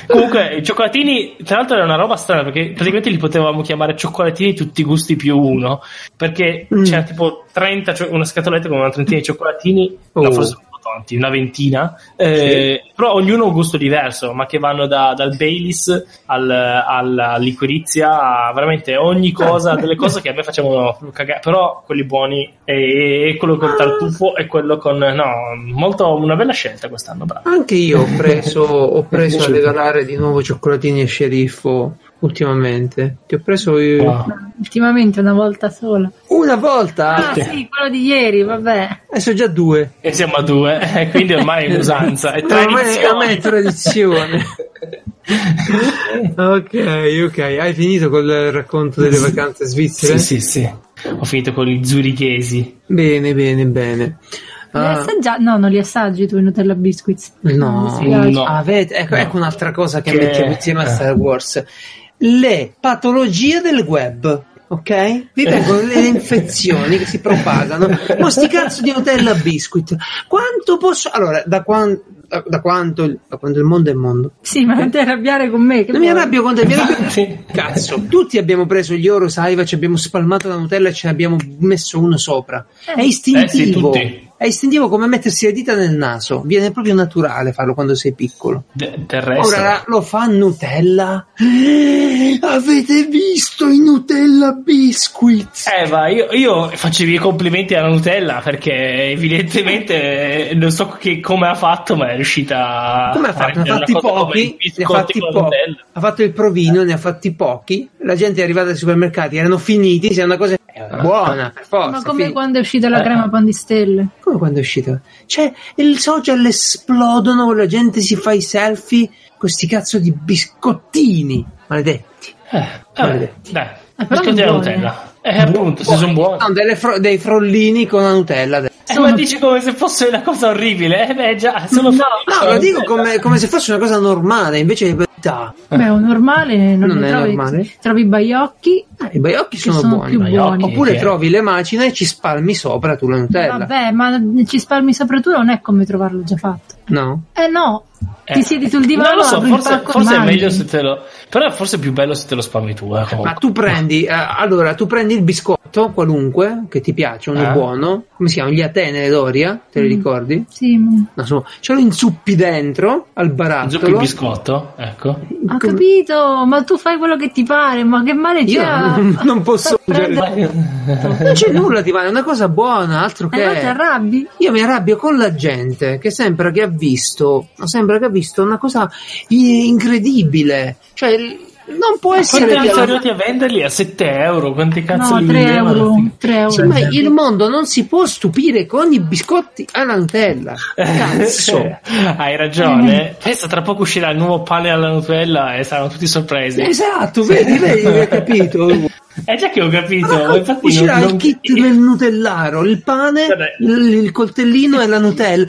[SPEAKER 2] Comunque, i cioccolatini, tra l'altro, era una roba strana perché praticamente li potevamo chiamare cioccolatini tutti i gusti più uno. Perché
[SPEAKER 1] Mm.
[SPEAKER 2] c'era tipo 30, cioè una scatoletta con una trentina di cioccolatini,
[SPEAKER 1] Oh.
[SPEAKER 2] no, forse un po' tanti, una ventina, eh, però ognuno ha un gusto diverso, ma che vanno da- dal Baileys al, alla liquirizia a veramente ogni cosa, delle cose che a me facevano cagare, però quelli buoni e, e quello col tartufo e quello con... no, molto una bella scelta quest'anno, bravo.
[SPEAKER 1] Anche io ho preso, ho preso a
[SPEAKER 2] Piaciuto.
[SPEAKER 1] regalare di nuovo cioccolatini e sceriffo ultimamente. Ti ho preso io-
[SPEAKER 2] Wow.
[SPEAKER 3] Ultimamente una volta sola.
[SPEAKER 1] una volta,
[SPEAKER 3] Ah, sì, quello di ieri, vabbè.
[SPEAKER 1] adesso già due.
[SPEAKER 2] E siamo a due, eh, quindi ormai è usanza, è
[SPEAKER 1] No, ormai-
[SPEAKER 2] tradizione.
[SPEAKER 1] ormai è tradizione. Ok, ok, hai finito col racconto delle vacanze svizzere?
[SPEAKER 2] sì, sì, sì. Ho finito con i zurichesi.
[SPEAKER 1] Bene, bene, bene.
[SPEAKER 3] Li
[SPEAKER 1] Ah,
[SPEAKER 3] assaggia- No, non li assaggi tu in Nutella Biscuits. Mi
[SPEAKER 1] no,
[SPEAKER 3] dispiace.
[SPEAKER 2] No.
[SPEAKER 1] Avete- ecco,
[SPEAKER 2] No.
[SPEAKER 1] ecco un'altra cosa che,
[SPEAKER 2] Che-
[SPEAKER 1] mettiamo insieme a
[SPEAKER 2] eh.
[SPEAKER 1] Star Wars. Le patologie del web. Ok? Vi vengono le infezioni che si propagano. Ma sti cazzo di Nutella Biscuit. Quanto posso. Allora, da, quan- da- da quanto il- da quando il mondo è mondo.
[SPEAKER 3] Sì, ma non ti arrabbiare con me. Che
[SPEAKER 1] Non mi
[SPEAKER 3] vuoi?
[SPEAKER 1] arrabbio con te, mi arrabbio-
[SPEAKER 2] Sì.
[SPEAKER 1] Cazzo, tutti abbiamo preso gli Oro Saiva, ci abbiamo spalmato la Nutella e ce ne abbiamo messo uno sopra. È istintivo.
[SPEAKER 2] Eh sì, tutti.
[SPEAKER 1] è istintivo come mettersi le dita nel naso. Viene proprio naturale farlo quando sei piccolo.
[SPEAKER 2] De- del resto.
[SPEAKER 1] Ora lo fa Nutella. Eh, avete visto i Nutella Biscuits?
[SPEAKER 2] Eh, ma io, io facevi i complimenti alla Nutella perché evidentemente eh, non so che- come ha fatto, ma è riuscita
[SPEAKER 1] Come ha
[SPEAKER 2] a
[SPEAKER 1] fatto?
[SPEAKER 2] rendere
[SPEAKER 1] Ne ha
[SPEAKER 2] una
[SPEAKER 1] fatti
[SPEAKER 2] cosa come i
[SPEAKER 1] pochi, ne ha
[SPEAKER 2] biscotti
[SPEAKER 1] fatti
[SPEAKER 2] con la
[SPEAKER 1] pochi.
[SPEAKER 2] Nutella.
[SPEAKER 1] Ha fatto il provino, ne ha fatti pochi. La gente è arrivata ai supermercati, erano finiti. Se è una cosa è buona, per forza.
[SPEAKER 3] Ma come
[SPEAKER 1] fin-
[SPEAKER 3] quando è uscita la
[SPEAKER 2] Eh.
[SPEAKER 3] crema pandistelle.
[SPEAKER 1] Come quando è uscito? Cioè, i social esplodono, la gente si fa i selfie, questi cazzo di biscottini, maledetti.
[SPEAKER 2] Eh, eh, dai,
[SPEAKER 3] Eh, però
[SPEAKER 2] biscotti alla
[SPEAKER 3] sono buone.
[SPEAKER 2] Nutella. Eh, appunto, se sono buoni.
[SPEAKER 1] Sono delle fro- dei frollini con la Nutella. dentro.
[SPEAKER 2] Eh,
[SPEAKER 3] Sono-
[SPEAKER 2] ma dici come se fosse una cosa orribile. Eh, beh, già, sono
[SPEAKER 3] No,
[SPEAKER 1] No,
[SPEAKER 2] Eh,
[SPEAKER 1] lo dico come, come se fosse una cosa normale, invece in realtà
[SPEAKER 3] Beh, un normale non,
[SPEAKER 1] Eh. Non
[SPEAKER 3] ne
[SPEAKER 1] è
[SPEAKER 3] trovi.
[SPEAKER 1] normale?
[SPEAKER 3] Trovi i baiocchi.
[SPEAKER 1] Ah, i baiocchi
[SPEAKER 3] che
[SPEAKER 1] sono buoni,
[SPEAKER 3] più
[SPEAKER 1] i
[SPEAKER 2] baiocchi.
[SPEAKER 3] buoni.
[SPEAKER 1] Oppure
[SPEAKER 2] Sì.
[SPEAKER 1] trovi le macine e ci spalmi sopra tu la Nutella.
[SPEAKER 3] Vabbè, ma ci spalmi sopra tu non è come trovarlo già fatto.
[SPEAKER 1] No?
[SPEAKER 3] Eh no, ti siedi sul divano.
[SPEAKER 2] Non lo so,
[SPEAKER 3] apri il
[SPEAKER 2] forse,
[SPEAKER 3] pacco e
[SPEAKER 2] forse è
[SPEAKER 3] mangi.
[SPEAKER 2] meglio se te lo. Però forse è più bello se te lo spalmi tu. Eh, comunque.
[SPEAKER 1] Ma tu prendi, eh, allora, tu prendi il biscotto qualunque che ti piace, uno
[SPEAKER 2] Eh.
[SPEAKER 1] buono, come si chiama? Gli Atene d'Oria, te li
[SPEAKER 3] Mm.
[SPEAKER 1] ricordi?
[SPEAKER 3] Sì, ma-
[SPEAKER 1] No, insomma, ce lo inzuppi dentro al
[SPEAKER 2] Zuppi il
[SPEAKER 1] barattolo.
[SPEAKER 2] biscotto, ecco.
[SPEAKER 3] ho
[SPEAKER 1] Come-
[SPEAKER 3] capito, ma tu fai quello che ti pare, ma che male
[SPEAKER 1] Io
[SPEAKER 3] c'è?
[SPEAKER 1] non- non posso mangiare-
[SPEAKER 3] mangiare.
[SPEAKER 1] Non c'è nulla di male, è una cosa buona, altro
[SPEAKER 3] E non Eh, ti
[SPEAKER 1] che.
[SPEAKER 3] arrabbi?
[SPEAKER 1] Io mi arrabbio con la gente che sembra che ha visto, sembra che ha visto una cosa i- incredibile. Cioè, l- non può essere
[SPEAKER 2] Quanti
[SPEAKER 1] che-
[SPEAKER 2] anni sono arrivati a venderli a 7 euro? Quanti cazzo
[SPEAKER 3] No,
[SPEAKER 2] li
[SPEAKER 3] 3
[SPEAKER 2] vendevano?
[SPEAKER 3] euro. 3 euro. Eh,
[SPEAKER 1] Sì, ma il mondo non si può stupire con i biscotti alla Nutella.
[SPEAKER 2] Eh,
[SPEAKER 1] Cazzo.
[SPEAKER 2] Hai
[SPEAKER 3] Eh.
[SPEAKER 2] ragione. Pensa, tra poco uscirà il nuovo pane alla Nutella e saranno tutti sorpresi.
[SPEAKER 3] Eh,
[SPEAKER 1] Esatto, vedi, vedi, hai capito.
[SPEAKER 2] È Eh, già che ho capito.
[SPEAKER 1] Ma
[SPEAKER 2] infatti
[SPEAKER 1] Ah, uscirà
[SPEAKER 2] non-
[SPEAKER 1] il kit del Nutellaro, il pane,
[SPEAKER 2] Vabbè.
[SPEAKER 1] il, il coltellino e la Nutella.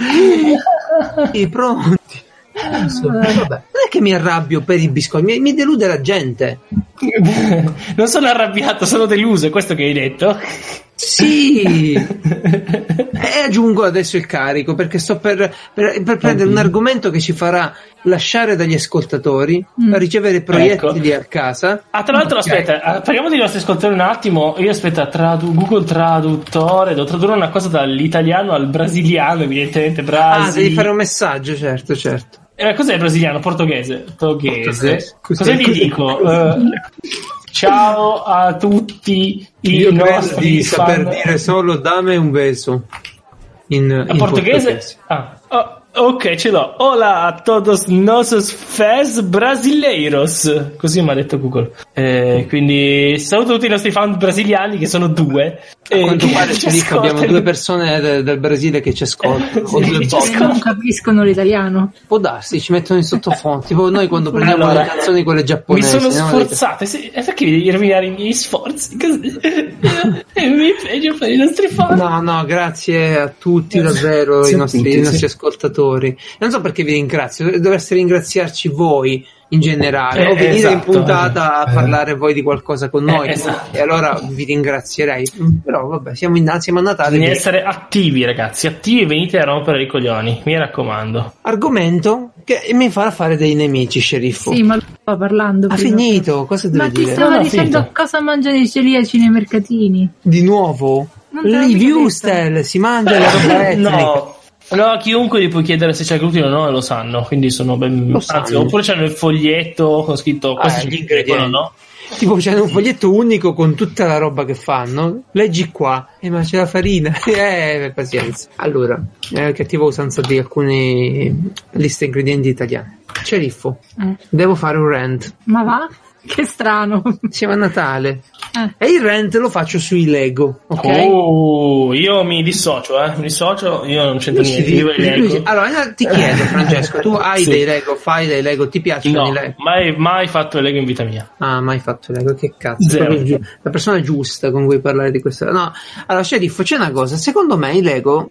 [SPEAKER 1] e pronti.
[SPEAKER 2] Ah.
[SPEAKER 1] Adesso, vabbè, non è che mi arrabbio per i biscotti, mi, mi delude la gente.
[SPEAKER 2] non... non sono arrabbiato, sono deluso. È questo che hai detto.
[SPEAKER 1] Sì, e aggiungo adesso il carico perché sto per, per- per prendere un argomento che ci farà lasciare dagli ascoltatori,
[SPEAKER 3] Mm.
[SPEAKER 1] ricevere proiettili a casa.
[SPEAKER 2] Ecco. Ah, tra l'altro,
[SPEAKER 1] Ok.
[SPEAKER 2] aspetta, ah, parliamo dei nostri ascoltatori un attimo. Io aspetta, tradu- Google Traduttore, devo tradurre una cosa dall'italiano al brasiliano, evidentemente.
[SPEAKER 1] Ah,
[SPEAKER 2] Brasi.
[SPEAKER 1] devi fare un messaggio, certo, certo.
[SPEAKER 2] Eh, cos'è il brasiliano? Portoghese. Portoghese.
[SPEAKER 1] Portoghese.
[SPEAKER 2] Cosa
[SPEAKER 1] Cos'è-
[SPEAKER 2] gli
[SPEAKER 1] cos'è-
[SPEAKER 2] dico? Eh, ciao a tutti i
[SPEAKER 1] Io credo
[SPEAKER 2] nostri
[SPEAKER 1] di
[SPEAKER 2] fan.
[SPEAKER 1] saper dire solo dame un beso in,
[SPEAKER 2] Eh,
[SPEAKER 1] in
[SPEAKER 2] portoghese? Ah, oh, Ok, ce l'ho. Hola a todos nosos fans brasileiros. Così mi ha detto Google. Eh, quindi saluto tutti i nostri fan brasiliani che sono due.
[SPEAKER 1] A
[SPEAKER 2] eh,
[SPEAKER 1] quanto
[SPEAKER 2] che
[SPEAKER 1] pare ci dico,
[SPEAKER 2] ascoltano.
[SPEAKER 1] abbiamo due persone de- del Brasile che ci ascoltano. o due
[SPEAKER 2] Sì, ci
[SPEAKER 1] podcast.
[SPEAKER 3] Cioè, non capiscono l'italiano.
[SPEAKER 1] Può darsi, ci mettono in sottofondo. Tipo noi quando prendiamo
[SPEAKER 2] Allora,
[SPEAKER 1] le canzoni quelle
[SPEAKER 2] Mi
[SPEAKER 1] giapponesi.
[SPEAKER 2] sono
[SPEAKER 1] no?
[SPEAKER 2] sforzato, sì, e perché devi rovinare i miei sforzi? Così- e mi peggio per i nostri fan.
[SPEAKER 1] No, no, grazie a tutti davvero
[SPEAKER 2] Sì,
[SPEAKER 1] i, nostri,
[SPEAKER 2] tutti,
[SPEAKER 1] i nostri
[SPEAKER 2] sì.
[SPEAKER 1] ascoltatori. Non so perché vi ringrazio, dovreste ringraziarci voi in generale,
[SPEAKER 2] Eh,
[SPEAKER 1] o venire in
[SPEAKER 2] esatto.
[SPEAKER 1] puntata a
[SPEAKER 2] Eh.
[SPEAKER 1] parlare voi di qualcosa con
[SPEAKER 2] Eh,
[SPEAKER 1] noi,
[SPEAKER 2] esatto. Mm.
[SPEAKER 1] e allora vi ringrazierei. Però vabbè, siamo, in, siamo a Natale.
[SPEAKER 2] Bisogna
[SPEAKER 1] quindi-
[SPEAKER 2] essere attivi, ragazzi. Attivi e venite a rompere i coglioni. Mi raccomando.
[SPEAKER 1] Argomento che mi farà fare dei nemici, sceriffo.
[SPEAKER 3] Sì, ma lo sto parlando.
[SPEAKER 1] Oh. ha
[SPEAKER 3] prima.
[SPEAKER 1] finito, cosa devo
[SPEAKER 3] Ma ti
[SPEAKER 1] dire?
[SPEAKER 2] No,
[SPEAKER 3] stavo
[SPEAKER 2] no,
[SPEAKER 3] dicendo
[SPEAKER 2] finito.
[SPEAKER 3] cosa mangiano i celiaci nei mercatini.
[SPEAKER 1] Di nuovo?
[SPEAKER 3] Non te l'avevo
[SPEAKER 1] Lì,
[SPEAKER 3] mica
[SPEAKER 1] Viewstel, si mangia la roba etnica.
[SPEAKER 2] No. No, a chiunque gli puoi chiedere se c'è glutine o no, e lo sanno, quindi sono ben.
[SPEAKER 1] Lo
[SPEAKER 2] anzi,
[SPEAKER 1] sanno.
[SPEAKER 2] oppure c'hanno il foglietto con scritto questo
[SPEAKER 1] Ah, gli
[SPEAKER 2] c'è
[SPEAKER 1] ingredienti.
[SPEAKER 2] quello no.
[SPEAKER 1] Tipo c'è un foglietto unico con tutta la roba che fanno. Leggi qua. Eh, ma c'è la farina. eh, per pazienza. Allora, eh, cattiva usanza di alcune liste ingredienti italiane. Ceriffo,
[SPEAKER 3] Eh,
[SPEAKER 1] devo fare un rant.
[SPEAKER 3] ma va? Che strano.
[SPEAKER 1] Siamo a Natale.
[SPEAKER 3] Eh,
[SPEAKER 1] E il rant lo faccio sui Lego, ok?
[SPEAKER 2] Oh, io mi dissocio, eh. Mi dissocio, io non c'entro
[SPEAKER 1] Lui si
[SPEAKER 2] niente.
[SPEAKER 1] dice-
[SPEAKER 2] Io ve li
[SPEAKER 1] lui si-
[SPEAKER 2] leggo.
[SPEAKER 1] allora eh, ti chiedo Francesco, tu hai
[SPEAKER 2] Sì.
[SPEAKER 1] dei Lego, fai dei Lego, ti piacciono i
[SPEAKER 2] No,
[SPEAKER 1] Lego?
[SPEAKER 2] mai, mai fatto il Lego in vita mia.
[SPEAKER 1] Ah, mai fatto Lego, che cazzo.
[SPEAKER 2] Zero.
[SPEAKER 1] Proprio giu- la persona giusta con cui parlare di questa. No, allora, sceriffo, c'è una cosa. Secondo me i Lego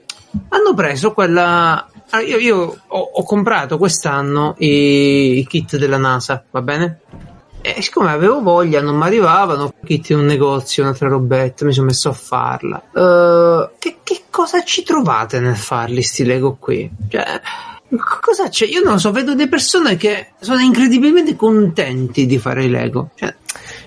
[SPEAKER 1] hanno preso quella. Ah, Io, io ho, ho comprato quest'anno i, i kit della NASA, va bene? E siccome avevo voglia, non mi arrivavano kit in un negozio, un'altra robetta, mi sono messo a farla. Eh, che, che cosa ci trovate nel farli sti Lego qui? Cioè, c- cosa c'è? Io non lo so, vedo delle persone che sono incredibilmente contenti di fare i Lego. Cioè,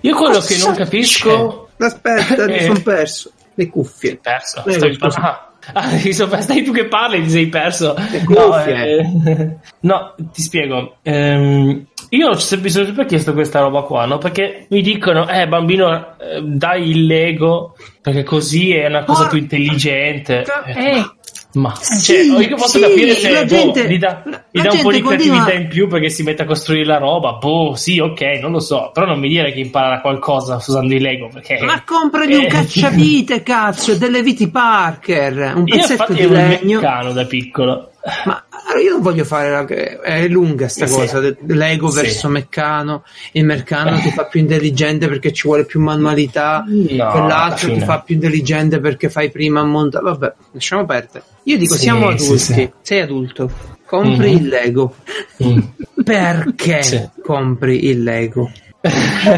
[SPEAKER 2] Io quello
[SPEAKER 1] Cosa
[SPEAKER 2] che non
[SPEAKER 1] c'è?
[SPEAKER 2] capisco.
[SPEAKER 1] Aspetta, mi
[SPEAKER 2] Eh.
[SPEAKER 1] sono perso le cuffie.
[SPEAKER 2] Perso,
[SPEAKER 1] Prego,
[SPEAKER 2] stavi
[SPEAKER 1] scusa.
[SPEAKER 2] parlando. Ah, ti so- stai tu che parli, ti sei perso. No,
[SPEAKER 1] cuffie.
[SPEAKER 2] eh, no, ti spiego. Ehm, io ho sempre, mi sono sempre chiesto questa roba qua, no? Perché mi dicono, eh, bambino, eh, dai il Lego, perché così è una cosa
[SPEAKER 1] Porca-
[SPEAKER 2] più intelligente.
[SPEAKER 3] eh,
[SPEAKER 2] Ma
[SPEAKER 1] Sì,
[SPEAKER 2] cioè, io posso
[SPEAKER 1] sì,
[SPEAKER 2] capire se
[SPEAKER 1] la
[SPEAKER 2] boh,
[SPEAKER 1] gente-
[SPEAKER 2] gli dà,
[SPEAKER 1] la
[SPEAKER 2] gli dà un po' di
[SPEAKER 1] gente continua-
[SPEAKER 2] creatività in più perché si mette a costruire la roba. Boh, sì, ok, non lo so. Però non mi dire che imparerà qualcosa usando i Lego. Perché...
[SPEAKER 1] Ma compragli un
[SPEAKER 2] Eh.
[SPEAKER 1] cacciavite, cazzo, delle viti Parker, un
[SPEAKER 2] Io
[SPEAKER 1] pezzetto
[SPEAKER 2] infatti
[SPEAKER 1] di
[SPEAKER 2] ero un
[SPEAKER 1] legno.
[SPEAKER 2] meccano da piccolo.
[SPEAKER 1] Ma allora, io non voglio fare la- è lunga sta
[SPEAKER 2] Eh, Sì.
[SPEAKER 1] cosa de- Lego
[SPEAKER 2] Sì.
[SPEAKER 1] verso Meccano il Meccano ti fa più intelligente perché ci vuole più manualità
[SPEAKER 2] No, alla
[SPEAKER 1] quell'altro
[SPEAKER 2] fine.
[SPEAKER 1] ti fa più intelligente perché fai prima a monta vabbè lasciamo perdere io dico
[SPEAKER 2] Sì,
[SPEAKER 1] siamo
[SPEAKER 2] sì,
[SPEAKER 1] adulti
[SPEAKER 2] sì.
[SPEAKER 1] sei adulto compri
[SPEAKER 2] Mhm.
[SPEAKER 1] il Lego
[SPEAKER 2] Mm.
[SPEAKER 1] perché
[SPEAKER 2] Sì.
[SPEAKER 1] compri il Lego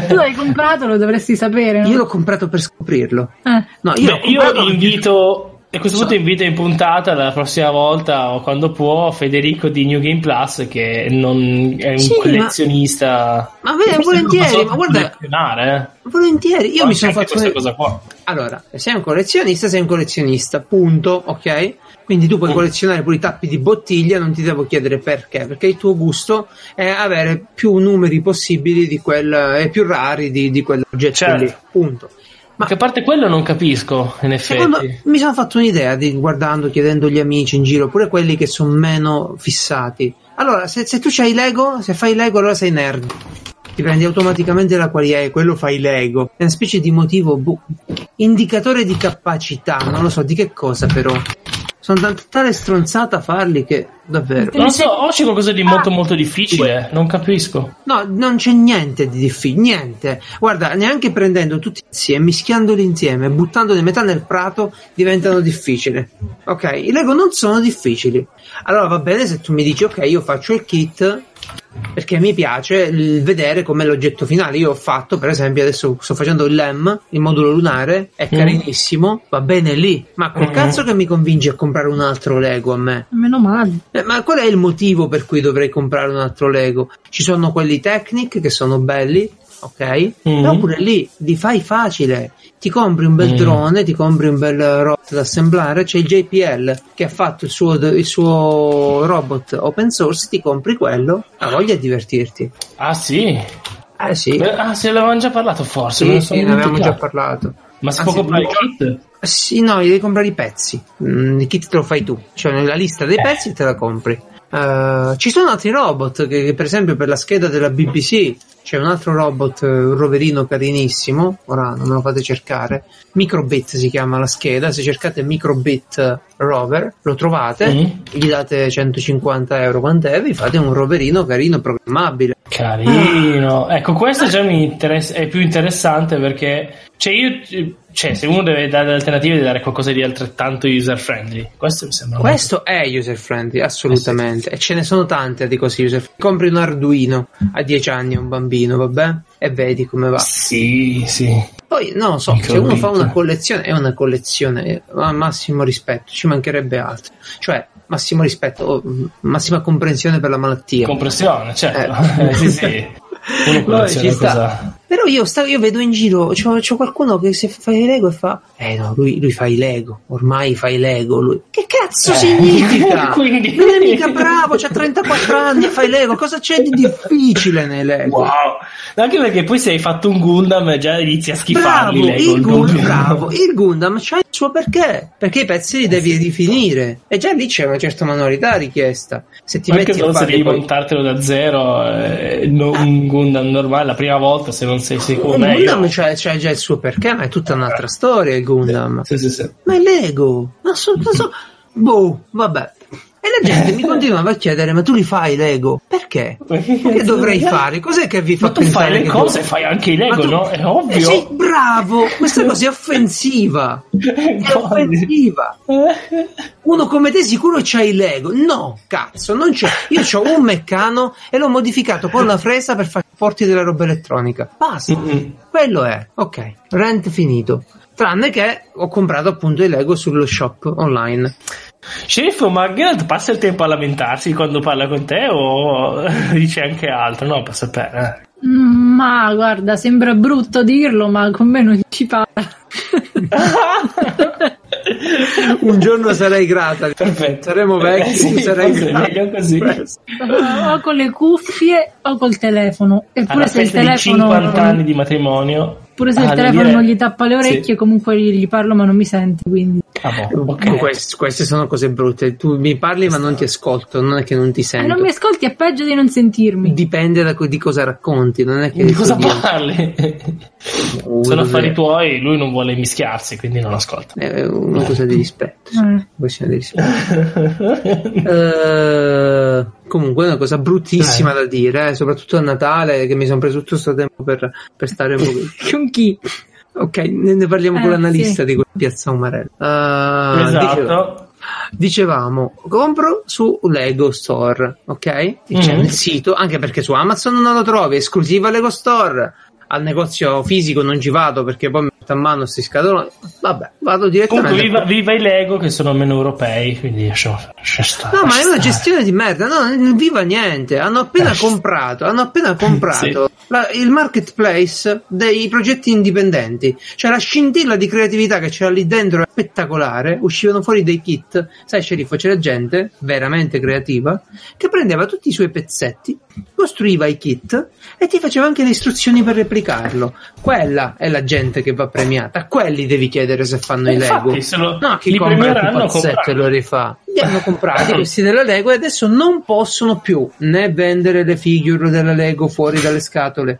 [SPEAKER 3] tu l'hai comprato, lo dovresti sapere. no?
[SPEAKER 1] io l'ho comprato per scoprirlo
[SPEAKER 3] Eh,
[SPEAKER 1] no io,
[SPEAKER 2] Beh,
[SPEAKER 1] l'ho
[SPEAKER 2] io
[SPEAKER 1] comprato-
[SPEAKER 2] invito. E a questo punto invito in puntata la prossima volta o quando può Federico di New Game Plus che non è un
[SPEAKER 1] Sì, ma-
[SPEAKER 2] collezionista.
[SPEAKER 1] Ma ve-
[SPEAKER 2] Forse
[SPEAKER 1] volentieri,
[SPEAKER 2] non lo so
[SPEAKER 1] ma guarda-
[SPEAKER 2] collezionare, eh.
[SPEAKER 1] volentieri io mi
[SPEAKER 2] Anche
[SPEAKER 1] sono
[SPEAKER 2] anche
[SPEAKER 1] fatto
[SPEAKER 2] questa cosa qua.
[SPEAKER 1] Allora, se sei un collezionista, sei un collezionista, punto, ok? Quindi tu puoi
[SPEAKER 2] Mm.
[SPEAKER 1] collezionare pure i tappi di bottiglia, non ti devo chiedere perché, perché il tuo gusto è avere più numeri possibili di quel, e più rari di, di quell'oggetto
[SPEAKER 2] Certo.
[SPEAKER 1] lì, punto. Ma-
[SPEAKER 2] Ma che a parte quello non capisco, in
[SPEAKER 1] Secondo,
[SPEAKER 2] effetti.
[SPEAKER 1] mi sono fatto un'idea di, guardando, chiedendo agli amici in giro, pure quelli che sono meno fissati. Allora, se, se tu c'hai Lego, se fai Lego allora sei nerd. Ti prendi automaticamente la qualità e quello fai Lego. È una specie di motivo, boh, indicatore di capacità, non lo so di che cosa però. Sono da tale stronzata a farli che davvero.
[SPEAKER 2] Non so, o c'è qualcosa di
[SPEAKER 1] Ah.
[SPEAKER 2] molto molto difficile, non capisco.
[SPEAKER 1] No, non c'è niente di difficile, niente. Guarda, neanche prendendo tutti insieme, mischiandoli insieme, buttandoli metà nel prato, diventano difficili. Ok, i Lego non sono difficili. Allora va bene se tu mi dici, ok, io faccio il kit perché mi piace il vedere com'è l'oggetto finale. Io ho fatto, per esempio, adesso sto facendo il LEM, il modulo lunare, è
[SPEAKER 2] Mm.
[SPEAKER 1] carinissimo, va bene lì. Ma col
[SPEAKER 2] Mm.
[SPEAKER 1] cazzo che mi convinci a comprare un altro Lego a me?
[SPEAKER 3] meno male.
[SPEAKER 1] Eh, Ma qual è il motivo per cui dovrei comprare un altro Lego? Ci sono quelli Technic che sono belli, ok?
[SPEAKER 2] Mm.
[SPEAKER 1] Però pure lì li fai facile. Ti compri un bel
[SPEAKER 2] Mm.
[SPEAKER 1] drone, ti compri un bel eh, robot da assemblare. C'è il JPL che ha fatto il suo, il suo robot open source, ti compri quello, ha voglia di divertirti.
[SPEAKER 2] Ah sì?
[SPEAKER 1] Eh sì,
[SPEAKER 2] Beh, Ah, se l'avevamo già parlato forse, me
[SPEAKER 1] sì,
[SPEAKER 2] lo
[SPEAKER 1] sì,
[SPEAKER 2] sono
[SPEAKER 1] ne avevamo già
[SPEAKER 2] dimenticato.
[SPEAKER 1] parlato.
[SPEAKER 2] Ma si
[SPEAKER 1] Anzi,
[SPEAKER 2] può comprare il
[SPEAKER 1] no.
[SPEAKER 2] kit?
[SPEAKER 1] Sì, no, devi comprare i pezzi. Mm, il kit te lo fai tu. Cioè, nella lista dei pezzi te la compri. Eh, ci sono altri robot, che, che per esempio per la scheda della BBC c'è un altro robot, eh, un roverino carinissimo, ora non me lo fate cercare, Microbit si chiama la scheda, se cercate Microbit Rover lo trovate,
[SPEAKER 2] Mm.
[SPEAKER 1] gli date 150 euro quant'è, vi fate un roverino carino programmabile.
[SPEAKER 2] Carino. Ecco, questo già mi interessa, è più interessante perché cioè io cioè, se uno deve dare alternative deve dare qualcosa di altrettanto user friendly. Questo mi sembra
[SPEAKER 1] Questo è user friendly,
[SPEAKER 2] Eh
[SPEAKER 1] assolutamente. E ce ne sono tante di cose user friendly. Compri un Arduino a 10 anni a un bambino, vabbè, e vedi come va.
[SPEAKER 2] Sì, sì.
[SPEAKER 1] Poi non lo so,
[SPEAKER 2] Mica
[SPEAKER 1] se uno
[SPEAKER 2] ovviamente.
[SPEAKER 1] fa una collezione, è una collezione, eh, al massimo rispetto, ci mancherebbe altro. Cioè, massimo rispetto, oh, mm, massima comprensione per la malattia.
[SPEAKER 2] Compressione, certo.
[SPEAKER 1] Eh.
[SPEAKER 2] Eh, sì, sì. Uno
[SPEAKER 1] No, ci
[SPEAKER 2] colleziona
[SPEAKER 1] sta.
[SPEAKER 2] cosa.
[SPEAKER 1] Però io, sta- io vedo in giro, c'ho, c'ho qualcuno che se fa i Lego e fa, eh no, lui, lui fa i Lego, ormai fa i Lego lui. Che cazzo
[SPEAKER 2] Eh,
[SPEAKER 1] significa?
[SPEAKER 2] quindi-
[SPEAKER 1] Non è mica bravo, c'ha 34 anni, fa i Lego, cosa c'è di difficile nei Lego?
[SPEAKER 2] Wow. No, Anche perché poi se hai fatto un Gundam già inizi a schifarli
[SPEAKER 1] Bravo,
[SPEAKER 2] lei col
[SPEAKER 1] il Gundam,
[SPEAKER 2] dubbio.
[SPEAKER 1] bravo, il Gundam c'ha il suo perché, perché i pezzi li devi rifinire e già lì c'è una certa manualità richiesta. Se ti
[SPEAKER 2] Anche
[SPEAKER 1] metti a
[SPEAKER 2] solo se
[SPEAKER 1] fare
[SPEAKER 2] devi
[SPEAKER 1] poi...
[SPEAKER 2] montartelo da zero, eh, no- un Gundam normale, la prima volta se non sei sicuro
[SPEAKER 1] il Gundam
[SPEAKER 2] meglio.
[SPEAKER 1] c'ha, c'ha già il suo perché, ma è tutta un'altra storia il Gundam.
[SPEAKER 2] Eh, Sì, sì, sì.
[SPEAKER 1] Ma è Lego, ma so, ma so- boh, vabbè. E la gente mi continuava a chiedere, ma tu li fai i Lego? Perché? Che dovrei fare? Cos'è che vi fa
[SPEAKER 2] Ma tu
[SPEAKER 1] pensare
[SPEAKER 2] fai le
[SPEAKER 1] che
[SPEAKER 2] cose,
[SPEAKER 1] devo-
[SPEAKER 2] fai anche i
[SPEAKER 1] Ma
[SPEAKER 2] Lego,
[SPEAKER 1] tu-
[SPEAKER 2] no? È
[SPEAKER 1] Eh
[SPEAKER 2] ovvio.
[SPEAKER 1] sì, bravo, questa cosa è offensiva. È offensiva. Uno come te sicuro c'ha il Lego. No, cazzo, non c'è. Io c'ho un meccano e l'ho modificato con la fresa per far porti della roba elettronica. Basta.
[SPEAKER 2] Mm-mm.
[SPEAKER 1] Quello è. Ok, rent finito. Tranne che ho comprato appunto i Lego sullo shop online.
[SPEAKER 2] Sceriffo, ma Geralt passa il tempo a lamentarsi quando parla con te o dice anche altro? No, per eh. sapere.
[SPEAKER 3] Mm, Ma guarda, sembra brutto dirlo, ma con me non ci parla.
[SPEAKER 1] Un giorno sarei grata.
[SPEAKER 2] Perfetto.
[SPEAKER 1] Saremo vecchi,
[SPEAKER 2] Eh, sì,
[SPEAKER 1] sarei
[SPEAKER 2] forse è
[SPEAKER 1] grata.
[SPEAKER 2] meglio così.
[SPEAKER 3] o con le cuffie o col telefono.
[SPEAKER 2] Alla
[SPEAKER 3] Eppure se il
[SPEAKER 2] festa di
[SPEAKER 3] telefono.
[SPEAKER 2] 50 anni di matrimonio.
[SPEAKER 3] Pure se
[SPEAKER 2] Ah,
[SPEAKER 3] il
[SPEAKER 2] devo
[SPEAKER 3] telefono
[SPEAKER 2] dire-
[SPEAKER 3] non gli tappa le orecchie,
[SPEAKER 2] Sì.
[SPEAKER 3] comunque gli parlo, ma non mi sente. Quindi.
[SPEAKER 2] Ah, boh, ok.
[SPEAKER 1] Quest- queste sono cose brutte. Tu mi parli ma non ti ascolto, non è che non ti
[SPEAKER 3] Se
[SPEAKER 1] sento.
[SPEAKER 3] Ah, Eh, non mi ascolti è peggio di non sentirmi.
[SPEAKER 1] Dipende da co- di cosa racconti, non è che
[SPEAKER 2] Di cosa
[SPEAKER 1] tu dia-
[SPEAKER 2] parli?
[SPEAKER 1] Oh,
[SPEAKER 2] Sono affari
[SPEAKER 1] vabbè.
[SPEAKER 2] tuoi, lui non vuole mischiarsi, quindi non ascolta.
[SPEAKER 1] È una cosa di rispetto. sì.
[SPEAKER 3] Eh.
[SPEAKER 1] Questione di rispetto. Eh, comunque, è una cosa bruttissima da dire, eh, soprattutto a Natale, che mi sono preso tutto questo tempo per, per stare un po'.
[SPEAKER 3] Con chi?
[SPEAKER 1] Ok, ne, ne parliamo
[SPEAKER 3] Eh,
[SPEAKER 1] con l'analista
[SPEAKER 3] sì.
[SPEAKER 1] di quella piazza Umarella. Eh, dicevo-
[SPEAKER 2] esatto.
[SPEAKER 1] Dicevamo, compro su Lego Store, ok? C'è
[SPEAKER 2] Mm.
[SPEAKER 1] il sito, anche perché su Amazon non lo trovi, è esclusiva Lego Store. Al negozio fisico non ci vado perché poi mi metto a mano sti scatoloni. Vabbè, vado direttamente.
[SPEAKER 2] Comunque, viva, viva i Lego che sono meno europei, quindi lascia, lascia stare.
[SPEAKER 1] No, ma è una
[SPEAKER 2] lascia stare.
[SPEAKER 1] gestione di merda, no, non viva niente. Hanno appena
[SPEAKER 2] Eh.
[SPEAKER 1] comprato, hanno appena comprato la- il marketplace dei progetti indipendenti. Cioè la scintilla di creatività che c'era lì dentro è spettacolare. Uscivano fuori dei kit, sai sceriffo, c'era gente veramente creativa che prendeva tutti i suoi pezzetti, costruiva i kit e ti faceva anche le istruzioni per replicarlo. Quella è la gente che va premiata, a quelli devi chiedere se fanno i Lego.
[SPEAKER 2] Infatti, se lo-
[SPEAKER 1] No, chi
[SPEAKER 2] li
[SPEAKER 1] compra il
[SPEAKER 2] premieranno,
[SPEAKER 1] pupazzetto e
[SPEAKER 2] comprano.
[SPEAKER 1] lo rifà. Li hanno comprati questi della Lego e adesso non possono più né vendere le figure della Lego fuori dalle scatole,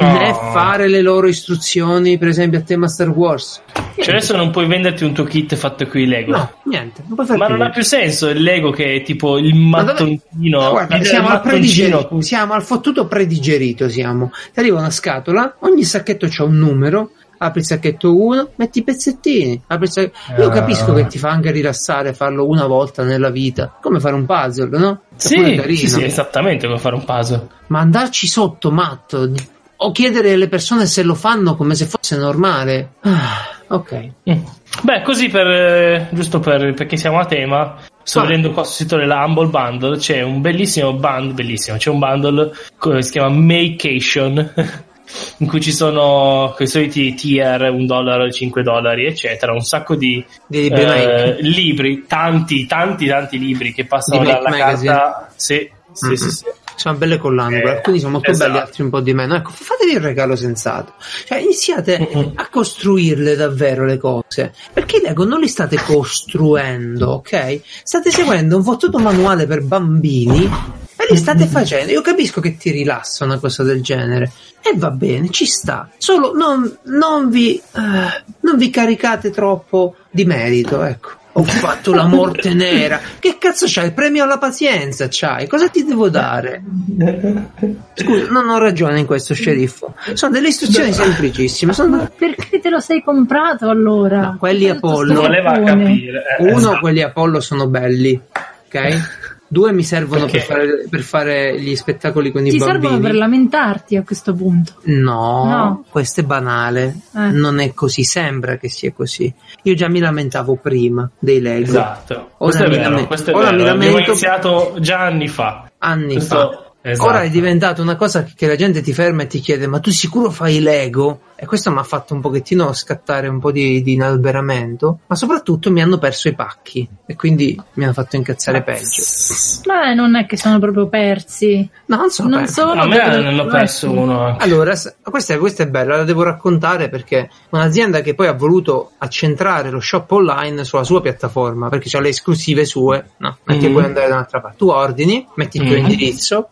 [SPEAKER 2] Oh.
[SPEAKER 1] né fare le loro istruzioni, per esempio a tema Star Wars.
[SPEAKER 2] Cioè, adesso non puoi venderti un tuo kit fatto qui Lego.
[SPEAKER 1] No, niente, non puoi fare
[SPEAKER 2] Ma
[SPEAKER 1] più
[SPEAKER 2] non ha
[SPEAKER 1] niente.
[SPEAKER 2] più senso il Lego che è tipo il
[SPEAKER 1] Ma dove-
[SPEAKER 2] mattoncino.
[SPEAKER 1] Guarda,
[SPEAKER 2] il
[SPEAKER 1] siamo al,
[SPEAKER 2] mattoncino.
[SPEAKER 1] predigerito, siamo al fottuto predigerito. Siamo. Ti arriva una scatola, ogni sacchetto c'ha un numero. Apri il sacchetto 1, metti i pezzettini. apri il sac- Io
[SPEAKER 2] Ah.
[SPEAKER 1] capisco che ti fa anche rilassare farlo una volta nella vita, come fare un puzzle, no? Oppure è
[SPEAKER 2] Sì,
[SPEAKER 1] carino.
[SPEAKER 2] sì, sì, esattamente come fare un puzzle.
[SPEAKER 1] Ma andarci sotto, matto, o chiedere alle persone se lo fanno come se fosse normale. Ah, ok.
[SPEAKER 2] Mm. Beh, così per, eh, giusto per, perché siamo a tema, sto
[SPEAKER 1] Ah.
[SPEAKER 2] vedendo qua sul sito della Humble Bundle, c'è un bellissimo bundle, bellissimo, c'è un bundle che si chiama Makeation, in cui ci sono quei soliti tier, 1 dollaro, 5 dollari, eccetera, un sacco di
[SPEAKER 1] Dei libri
[SPEAKER 2] eh,
[SPEAKER 1] make.
[SPEAKER 2] libri, tanti, tanti, tanti libri che passano
[SPEAKER 1] Di Make
[SPEAKER 2] dalla
[SPEAKER 1] Magazine. Mm-hmm.
[SPEAKER 2] carta... Sì, sì,
[SPEAKER 1] Mm-mm.
[SPEAKER 2] sì, sì.
[SPEAKER 1] sono belle collane,
[SPEAKER 2] Eh,
[SPEAKER 1] guarda, alcuni sono molto
[SPEAKER 2] esatto.
[SPEAKER 1] belli, altri un po' di meno. Ecco, fatevi il regalo sensato. Cioè, iniziate
[SPEAKER 2] Mm-mm.
[SPEAKER 1] a costruirle davvero le cose. Perché i Lego non li state costruendo, ok? State seguendo un fottuto manuale per bambini e li state facendo. Io capisco che ti rilassa una cosa del genere. E va bene, ci sta. Solo non, non vi, eh, non vi caricate troppo di merito, ecco. Ho fatto la morte nera. Che cazzo c'hai? Il premio alla pazienza c'hai? Cosa ti devo dare? Scusa, non ho ragione in questo sceriffo. Sono delle istruzioni semplicissime. Sono
[SPEAKER 3] Perché te lo sei comprato allora?
[SPEAKER 1] No, quelli a pollo.
[SPEAKER 2] Lo voleva capire. eh,
[SPEAKER 1] Uno,
[SPEAKER 2] esatto.
[SPEAKER 1] quelli Apollo sono belli, ok? Due mi servono per
[SPEAKER 2] Perché?
[SPEAKER 1] fare, per fare gli spettacoli con i
[SPEAKER 3] Ti
[SPEAKER 1] bambini.
[SPEAKER 3] servono per lamentarti a questo punto.
[SPEAKER 1] No,
[SPEAKER 3] No.
[SPEAKER 1] questo è banale.
[SPEAKER 3] Eh.
[SPEAKER 1] Non è così, sembra che sia così. Io già mi lamentavo prima dei Lego
[SPEAKER 2] Esatto. Questo
[SPEAKER 1] Ora
[SPEAKER 2] è
[SPEAKER 1] mi
[SPEAKER 2] vero,
[SPEAKER 1] lame-
[SPEAKER 2] questo è
[SPEAKER 1] ora mi
[SPEAKER 2] vero. Abbiamo
[SPEAKER 1] lamento-
[SPEAKER 2] iniziato già anni fa.
[SPEAKER 1] anni fa.
[SPEAKER 2] Questo- esatto.
[SPEAKER 1] Ora è diventata una cosa che la gente ti ferma e ti chiede: Ma tu sicuro fai Lego? E questo mi ha fatto un pochettino scattare un po' di, di inalberamento, ma soprattutto mi hanno perso i pacchi e quindi mi hanno fatto incazzare peggio.
[SPEAKER 3] Ma non è che sono proprio persi.
[SPEAKER 1] No, non so.
[SPEAKER 3] Non
[SPEAKER 1] beh.
[SPEAKER 3] sono
[SPEAKER 2] A me
[SPEAKER 3] perché-
[SPEAKER 2] ne hanno perso uno anche.
[SPEAKER 1] Allora, s- questa è, questa è bella, la devo raccontare perché un'azienda che poi ha voluto accentrare lo shop online sulla sua piattaforma perché ha le esclusive sue, no? Non è che
[SPEAKER 2] Mm.
[SPEAKER 1] puoi andare da un'altra parte. Tu ordini, metti il tuo
[SPEAKER 2] Mm.
[SPEAKER 1] indirizzo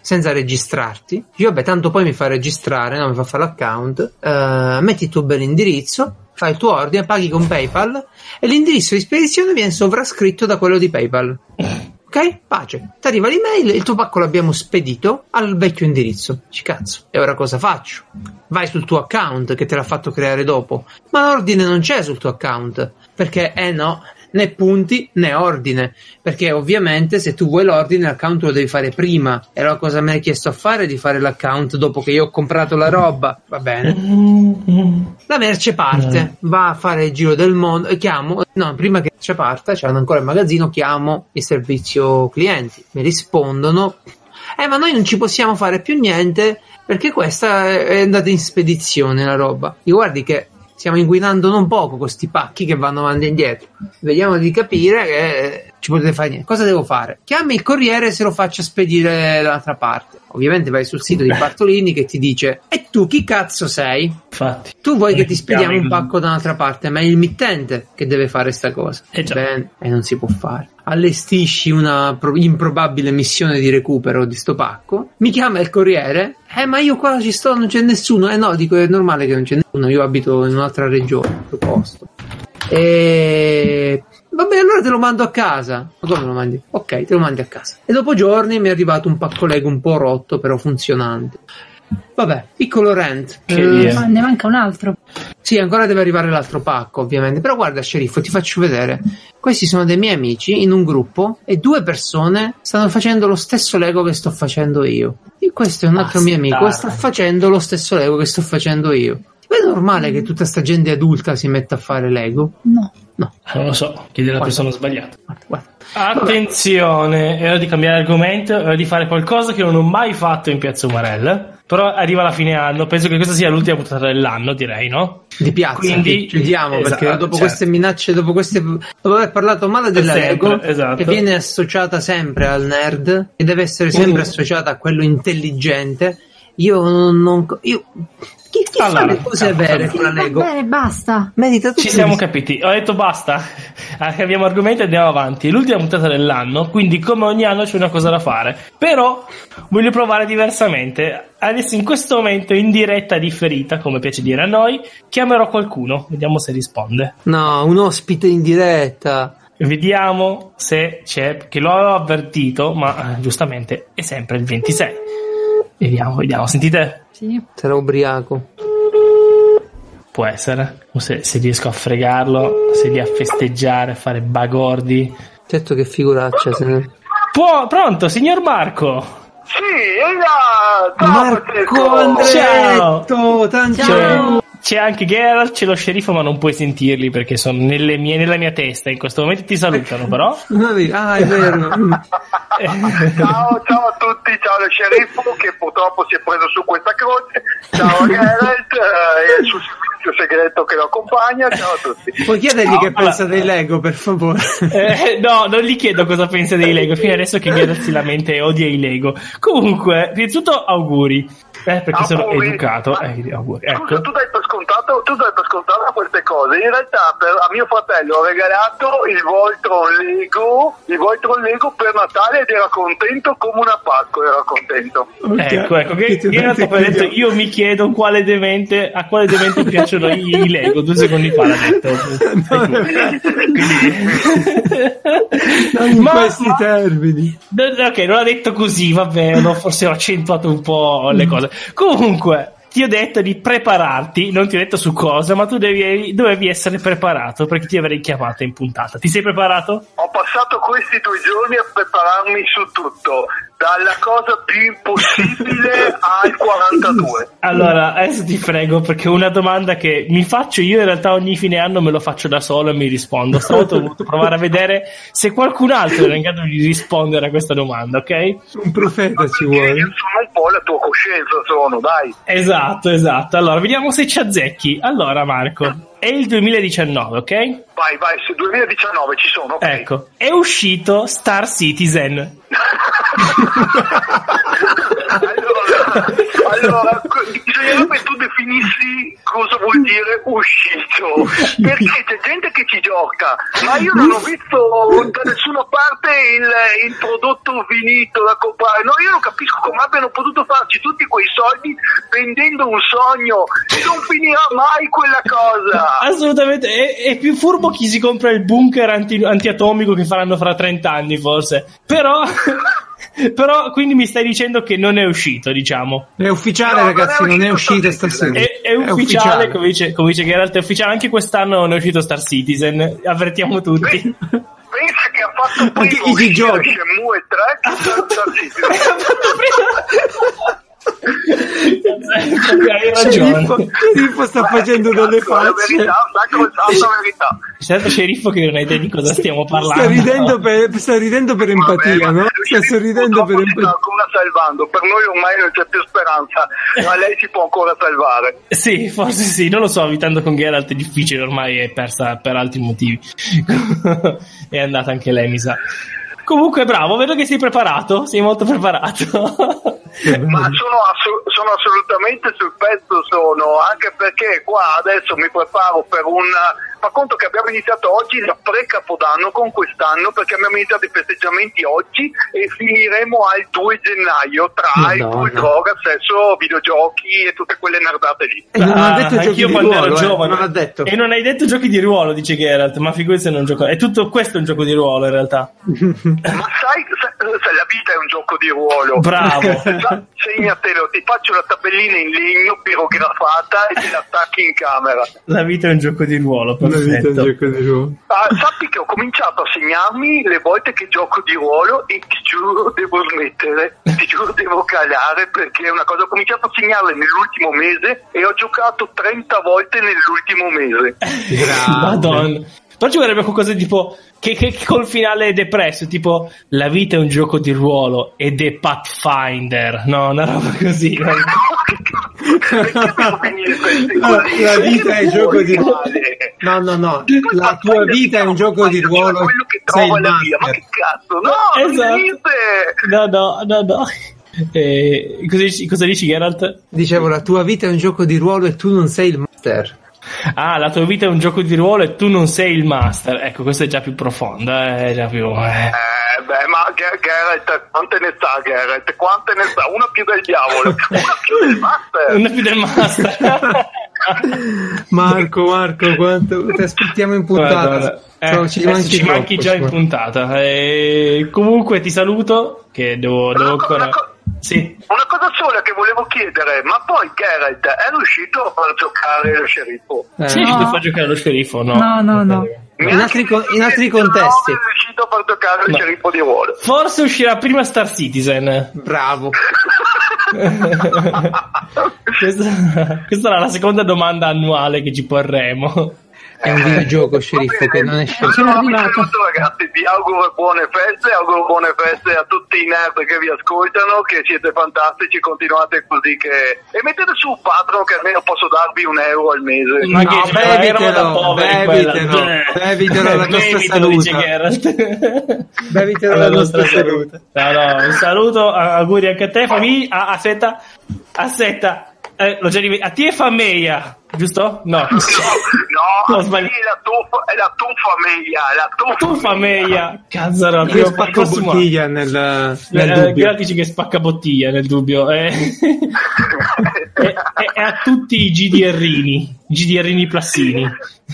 [SPEAKER 1] senza registrarti. Io, vabbè, tanto poi mi fa registrare, no? mi fa fare l'account. eh, metti il tuo bel indirizzo, fai il tuo ordine, paghi con PayPal e l'indirizzo di spedizione viene sovrascritto da quello di PayPal. Ok? Pace. Ti arriva l'email, il tuo pacco l'abbiamo spedito al vecchio indirizzo. Ci cazzo. E ora cosa faccio? Vai sul tuo account che te l'ha fatto creare dopo. Ma l'ordine non c'è sul tuo account. Perché, eh no, né punti né ordine. Perché ovviamente se tu vuoi l'ordine, l'account lo devi fare prima. E allora cosa mi hai chiesto a fare di fare l'account dopo che io ho comprato la roba? Va bene. La merce parte, va a fare il giro del mondo, eh, chiamo, no, prima che ci parta, c'erano ancora il magazzino, chiamo il servizio clienti, mi rispondono, eh ma noi non ci possiamo fare più niente perché questa è è andata in spedizione la roba. Io guardi che stiamo inquinando non poco con questi pacchi che vanno avanti e indietro, vediamo di capire che eh, ci potete fare niente. Cosa devo fare? Chiami il corriere se lo faccio spedire dall'altra parte. Ovviamente vai sul sito di Bartolini che ti dice, e tu chi cazzo sei?
[SPEAKER 2] Infatti.
[SPEAKER 1] Tu vuoi che ti
[SPEAKER 2] Chiami-
[SPEAKER 1] spediamo un pacco da un'altra parte, ma è il mittente che deve fare sta cosa.
[SPEAKER 2] Eh già.
[SPEAKER 1] Bene, e non si può fare. Allestisci una pro- improbabile missione di recupero di sto pacco. Mi chiama il corriere. Eh, ma io qua ci sto, non c'è nessuno. Eh no, dico, è normale che non c'è nessuno. Io abito in un'altra regione, in altro posto. E vabbè, allora te lo mando a casa. Ma come lo mandi? Ok, te lo mandi a casa. E dopo giorni mi è arrivato un pacco Lego un po' rotto, però funzionante. Vabbè, piccolo rant.
[SPEAKER 2] Che
[SPEAKER 1] Eh,
[SPEAKER 2] via.
[SPEAKER 3] Ma ne manca un altro.
[SPEAKER 1] sì, ancora deve arrivare l'altro pacco, ovviamente. Però guarda, sceriffo, ti faccio vedere. Questi sono dei miei amici in un gruppo e due persone stanno facendo lo stesso Lego che sto facendo io. E questo è un altro mio amico e sta facendo lo stesso Lego che sto facendo io. Ma è normale che tutta sta gente adulta si metta a fare Lego?
[SPEAKER 3] No.
[SPEAKER 1] No,
[SPEAKER 2] Non lo so, chiede la
[SPEAKER 1] Guarda.
[SPEAKER 2] persona sbagliata.
[SPEAKER 1] guarda, guarda.
[SPEAKER 2] Attenzione, è ora di cambiare argomento, è ora di fare qualcosa che non ho mai fatto in Piazza Umarella. Però arriva la fine anno, penso che questa sia l'ultima puntata dell'anno, direi, no?
[SPEAKER 1] Di piazza,
[SPEAKER 2] Quindi-
[SPEAKER 1] chi- chiudiamo
[SPEAKER 2] esatto,
[SPEAKER 1] perché dopo
[SPEAKER 2] certo.
[SPEAKER 1] queste minacce, dopo queste. dopo aver parlato male della
[SPEAKER 2] Sempre,
[SPEAKER 1] Lego,
[SPEAKER 2] esatto.
[SPEAKER 1] che viene associata sempre al nerd e deve essere sempre
[SPEAKER 2] Mm.
[SPEAKER 1] associata a quello intelligente, io non. non- io, chi chi fa
[SPEAKER 2] Allora,
[SPEAKER 1] le cose
[SPEAKER 2] calma,
[SPEAKER 1] vere
[SPEAKER 2] calma.
[SPEAKER 1] con la
[SPEAKER 3] Va
[SPEAKER 1] Lego?
[SPEAKER 3] bene, basta.
[SPEAKER 1] Merita tutto.
[SPEAKER 2] Ci siamo
[SPEAKER 1] di-
[SPEAKER 2] capiti, ho detto basta, Ah, cambiamo argomento e andiamo avanti. È L'ultima puntata dell'anno, quindi come ogni anno c'è una cosa da fare. Però voglio provare diversamente. Adesso in questo momento, in diretta differita, come piace dire a noi, chiamerò qualcuno, vediamo se risponde.
[SPEAKER 1] No, un ospite in diretta.
[SPEAKER 2] Vediamo se c'è, che lo avevo avvertito, ma eh, giustamente è sempre il 26. Vediamo, vediamo, sentite?
[SPEAKER 3] Sì.
[SPEAKER 1] Sarà ubriaco.
[SPEAKER 2] Può essere, O se, se riesco a fregarlo, se lì a festeggiare, a fare bagordi.
[SPEAKER 1] Certo che figuraccia. se ne-
[SPEAKER 2] Può- pronto, signor Marco?
[SPEAKER 4] Sì, e là, ciao
[SPEAKER 1] Marco
[SPEAKER 4] Francesco.
[SPEAKER 1] Andretto, tanti
[SPEAKER 2] C'è,
[SPEAKER 1] auguri.
[SPEAKER 2] c'è anche Geralt, c'è lo sceriffo, ma non puoi sentirli perché sono nelle mie- nella mia testa. In questo momento ti salutano, però.
[SPEAKER 1] Ah, è vero. Mm.
[SPEAKER 4] ciao, ciao a tutti, ciao al sceriffo che purtroppo si è preso su questa croce, ciao Geralt eh, e al suo servizio spazio segreto che lo accompagna. Ciao a tutti.
[SPEAKER 1] Puoi chiedergli
[SPEAKER 2] No,
[SPEAKER 1] che
[SPEAKER 2] allora-
[SPEAKER 1] pensa dei Lego, per favore.
[SPEAKER 2] Eh, no, non gli chiedo cosa pensa dei Lego, fino adesso che Gandalf la mente odia i Lego. Comunque, prima di tutto auguri, eh, perché sono
[SPEAKER 4] Auguri.
[SPEAKER 2] educato.
[SPEAKER 4] Ma-
[SPEAKER 2] Eh, auguri.
[SPEAKER 4] Scusa,
[SPEAKER 2] Ecco.
[SPEAKER 4] tu dai per scontato, tu dai per scontato queste cose. In realtà per- a mio fratello ho regalato il Voltron Lego, il Voltron Lego per Natale ed era contento come una Pasqua, era contento.
[SPEAKER 2] Ecco, ecco, che
[SPEAKER 1] Ti-
[SPEAKER 2] che in realtà poi ha detto io mi chiedo quale demente, a quale demente piacciono i, i Lego, due secondi fa l'ha detto. Ecco,
[SPEAKER 1] Non è vero. Non in
[SPEAKER 2] Ma-
[SPEAKER 1] questi
[SPEAKER 2] ma-
[SPEAKER 1] termini.
[SPEAKER 2] No, no, Ok, non l'ha detto così, vabbè, no, forse ho accentuato un po' le cose. Comunque, ti ho detto di prepararti, non ti ho detto su cosa, ma tu devi- dovevi essere preparato perché ti avrei chiamato in puntata. Ti sei preparato?
[SPEAKER 4] Ho passato questi due giorni a prepararmi su tutto, dalla cosa più impossibile al 42.
[SPEAKER 2] Allora, adesso ti prego, perché è una domanda che mi faccio io in realtà ogni fine anno me lo faccio da solo e mi rispondo. Stavolta ho voluto provare a vedere se qualcun altro era in grado di rispondere a questa domanda, ok?
[SPEAKER 1] Un profeta ci
[SPEAKER 4] Io
[SPEAKER 1] vuole.
[SPEAKER 4] sono un po' la tua coscienza, sono, dai.
[SPEAKER 2] Esatto, esatto. Allora, vediamo se ci azzecchi. Allora, Marco, è il 2019, ok?
[SPEAKER 4] Vai, vai, su 2019 ci sono. ok.
[SPEAKER 2] Ecco, è uscito Star Citizen.
[SPEAKER 4] allora, allora, co- bisognerebbe che tu definissi cosa vuol dire uscito, perché c'è gente che ci gioca, ma io non ho visto da nessuna parte il, il prodotto finito da comprare, no, io non capisco come abbiano potuto farci tutti quei soldi vendendo un sogno, non finirà mai quella cosa.
[SPEAKER 2] Assolutamente, è, è più furbo chi si compra il bunker anti- antiatomico che faranno fra 30 anni, forse. Però, però, quindi mi stai dicendo che non è uscito, diciamo.
[SPEAKER 1] È ufficiale,
[SPEAKER 4] No,
[SPEAKER 1] ragazzi,
[SPEAKER 4] non è
[SPEAKER 1] non è
[SPEAKER 4] uscito
[SPEAKER 1] uscita stasera.
[SPEAKER 2] È, è ufficiale, Come, dice, come dice Geralt, è ufficiale. Anche quest'anno non è uscito Star Citizen, avvertiamo tutti.
[SPEAKER 4] Pensa che ha fatto prima
[SPEAKER 1] Anche chi ci
[SPEAKER 4] uscire
[SPEAKER 1] gioca.
[SPEAKER 4] Shenmue 3 che Star Citizen.
[SPEAKER 1] Sceriffo,
[SPEAKER 2] Hai ragione.
[SPEAKER 1] Sceriffo Cioè, sta facendo delle
[SPEAKER 4] Ecco, La
[SPEAKER 1] facce.
[SPEAKER 4] verità, ecco, la verità.
[SPEAKER 2] C'è stato Certo, sceriffo che non ha idea di cosa stiamo parlando.
[SPEAKER 1] Sta ridendo per, sta ridendo per empatia,
[SPEAKER 4] Vabbè, ma
[SPEAKER 1] no? Sta
[SPEAKER 4] lui
[SPEAKER 1] sorridendo per
[SPEAKER 4] purtroppo si sta
[SPEAKER 1] empatia.
[SPEAKER 4] ancora salvando, per noi ormai non c'è più speranza,
[SPEAKER 1] Eh.
[SPEAKER 4] ma lei si può ancora salvare.
[SPEAKER 2] Sì, forse sì, non lo so, abitando con Geralt è difficile, ormai è persa per altri motivi. è andata anche lei, mi sa. Comunque, bravo, vedo che sei preparato, sei molto preparato.
[SPEAKER 1] Mm.
[SPEAKER 4] Ma sono, assu- sono assolutamente sul pezzo, sono, anche perché qua adesso mi preparo per un... Fa conto che abbiamo iniziato oggi la pre-capodanno con quest'anno perché abbiamo iniziato i festeggiamenti oggi e finiremo al 2 gennaio tra alcol,
[SPEAKER 1] Madonna.
[SPEAKER 4] droga, sesso, videogiochi e tutte quelle nerdate lì.
[SPEAKER 1] E non ha
[SPEAKER 2] Ah,
[SPEAKER 1] detto
[SPEAKER 2] anch'io
[SPEAKER 1] giochi di
[SPEAKER 2] quando ero
[SPEAKER 1] ruolo, eh,
[SPEAKER 2] giovane.
[SPEAKER 1] non ha detto.
[SPEAKER 2] E non hai detto giochi di ruolo, dice Geralt, ma figurati se non gioco. È tutto questo è un gioco di ruolo in realtà.
[SPEAKER 4] Ma sai, sai- sai, la vita è un gioco di ruolo.
[SPEAKER 2] Bravo.
[SPEAKER 4] Sa- Segnatelo, ti faccio la tabellina in legno pirografata e te la attacchi in camera.
[SPEAKER 2] La vita è un gioco di ruolo,
[SPEAKER 1] La vita è un
[SPEAKER 2] perfetto.
[SPEAKER 1] gioco di ruolo.
[SPEAKER 4] Ah, sappi che ho cominciato a segnarmi le volte che gioco di ruolo e ti giuro devo smettere, ti giuro devo calare perché è una cosa. Ho cominciato a segnarle nell'ultimo mese e ho giocato 30 volte nell'ultimo mese.
[SPEAKER 1] Eh.
[SPEAKER 2] Madonna. Però ci vorrebbe qualcosa tipo che, che col finale è depresso, tipo la vita è un gioco di ruolo ed è Pathfinder, no? Una roba così. no?
[SPEAKER 4] Perché devo finire questi
[SPEAKER 1] La-
[SPEAKER 4] così?
[SPEAKER 1] la vita è
[SPEAKER 4] Perché
[SPEAKER 1] gioco di
[SPEAKER 4] vuoi
[SPEAKER 1] ruolo.
[SPEAKER 4] male?
[SPEAKER 1] No, no, no,
[SPEAKER 4] Poi
[SPEAKER 1] la
[SPEAKER 4] Pathfinder
[SPEAKER 1] tua vita è un gioco di
[SPEAKER 4] Pathfinder,
[SPEAKER 1] ruolo.
[SPEAKER 4] cioè quello che
[SPEAKER 1] Sei
[SPEAKER 4] trova
[SPEAKER 1] il
[SPEAKER 4] la via, ma
[SPEAKER 1] master.
[SPEAKER 4] che cazzo? No,
[SPEAKER 2] Esatto.
[SPEAKER 4] niente.
[SPEAKER 2] No, no, no, no. Eh, cosa, dici, cosa dici, Geralt?
[SPEAKER 1] Dicevo, la tua vita è un gioco di ruolo e tu non sei il master.
[SPEAKER 2] Ah, la tua vita è un gioco di ruolo e tu non sei il master. Ecco, questa è già più profonda, è già più... eh.
[SPEAKER 4] Eh, beh, ma Ger- Geralt, quante ne sa Geralt? Quante ne sa? Una più del diavolo, una Eh, più del master.
[SPEAKER 2] Non è più del master.
[SPEAKER 1] Marco, Marco, quanto... ti aspettiamo in
[SPEAKER 2] Guarda,
[SPEAKER 1] puntata.
[SPEAKER 2] eh,
[SPEAKER 1] Però ci
[SPEAKER 2] adesso
[SPEAKER 1] manchi,
[SPEAKER 2] ci
[SPEAKER 1] troppo,
[SPEAKER 2] manchi già in
[SPEAKER 1] scusa.
[SPEAKER 2] puntata. Eh, comunque ti saluto, che devo, devo
[SPEAKER 4] Una co-
[SPEAKER 2] ancora...
[SPEAKER 4] una co-
[SPEAKER 2] Sì.
[SPEAKER 4] Una cosa sola che volevo chiedere, ma poi Geralt è riuscito a far giocare lo sceriffo?
[SPEAKER 1] Eh,
[SPEAKER 2] Sì,
[SPEAKER 3] no.
[SPEAKER 2] devo far giocare lo sceriffo, no?
[SPEAKER 3] No, no, no.
[SPEAKER 1] In altri co- in altri contesti.
[SPEAKER 4] Non è riuscito a far giocare il
[SPEAKER 2] No.
[SPEAKER 4] sceriffo di ruolo.
[SPEAKER 2] Forse uscirà prima Star Citizen.
[SPEAKER 1] Bravo.
[SPEAKER 2] questa, questa sarà la seconda domanda annuale che ci porremo.
[SPEAKER 1] È un videogioco, sceriffo,
[SPEAKER 4] Va
[SPEAKER 1] che
[SPEAKER 4] bene.
[SPEAKER 1] non esce.
[SPEAKER 3] Sono
[SPEAKER 4] Allora, vi
[SPEAKER 3] arrivato.
[SPEAKER 4] saluto, ragazzi, vi auguro buone feste, auguro buone feste a tutti i nerd che vi ascoltano, che siete fantastici, continuate così che... E mettete su un patron che almeno posso darvi un euro al mese.
[SPEAKER 2] Ma che
[SPEAKER 1] No,
[SPEAKER 2] era- erano da
[SPEAKER 1] bevitelo,
[SPEAKER 2] poveri
[SPEAKER 1] bevitelo,
[SPEAKER 2] quella.
[SPEAKER 1] bevitelo la nostra
[SPEAKER 2] Bevitelo, dice
[SPEAKER 1] salute.
[SPEAKER 2] Geralt.
[SPEAKER 1] Bevitelo la nostra salute.
[SPEAKER 2] No, no, un saluto, a- auguri anche a te, famiglia. Ah, aspetta, aspetta, eh, l'ho già dimenticato. A te e famiglia, giusto? No.
[SPEAKER 4] No,
[SPEAKER 2] Ho
[SPEAKER 4] no,
[SPEAKER 2] sbagliato.
[SPEAKER 4] sì, la tua, è la tua famiglia, è la tua,
[SPEAKER 2] Tu famiglia, cazzaro,
[SPEAKER 1] Io
[SPEAKER 2] abbiamo
[SPEAKER 1] spacco bottiglia nel, nel
[SPEAKER 2] Eh,
[SPEAKER 1] dubbio.
[SPEAKER 2] Gratis che spacca bottiglia nel dubbio eh. e, e- e a tutti i GDRini GDRini plassini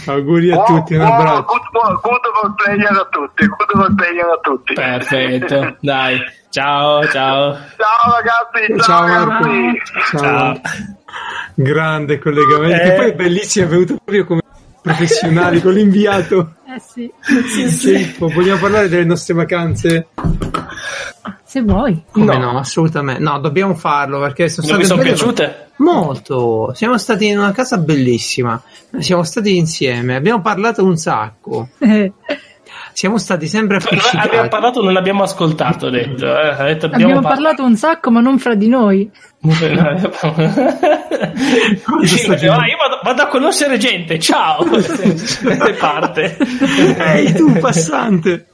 [SPEAKER 1] Auguri a
[SPEAKER 4] Buon-
[SPEAKER 1] tutti, un
[SPEAKER 4] buon-
[SPEAKER 1] abbraccio.
[SPEAKER 4] Good, buon- good role player a tutti, good role player a tutti.
[SPEAKER 2] perfetto dai ciao ciao
[SPEAKER 4] ciao ragazzi,
[SPEAKER 1] Ciao
[SPEAKER 4] ciao, ragazzi.
[SPEAKER 1] Marco.
[SPEAKER 2] ciao
[SPEAKER 1] Grande collegamento.
[SPEAKER 2] Eh.
[SPEAKER 1] Poi è bellissimo, è venuto proprio come professionale con l'inviato.
[SPEAKER 3] Eh sì,
[SPEAKER 1] Filippo, Vogliamo parlare delle nostre vacanze?
[SPEAKER 3] Ah, se vuoi.
[SPEAKER 1] Come no. assolutamente. No, dobbiamo farlo perché sono
[SPEAKER 2] non
[SPEAKER 1] state
[SPEAKER 2] mi sono
[SPEAKER 1] belle-
[SPEAKER 2] piaciute
[SPEAKER 1] Molto. Siamo stati in una casa bellissima. Siamo stati insieme, abbiamo parlato un sacco.
[SPEAKER 3] Eh,
[SPEAKER 1] Siamo stati sempre appiccicati.
[SPEAKER 2] abbiamo parlato non abbiamo ascoltato ho detto, eh, ha detto,
[SPEAKER 3] Abbiamo
[SPEAKER 2] par-
[SPEAKER 3] parlato un sacco, ma non fra di noi.
[SPEAKER 2] Sì,
[SPEAKER 1] sta
[SPEAKER 2] perché,
[SPEAKER 1] dicendo?
[SPEAKER 2] "Ah, io vado, vado a conoscere gente ciao e parte
[SPEAKER 1] Ehi, tu passante.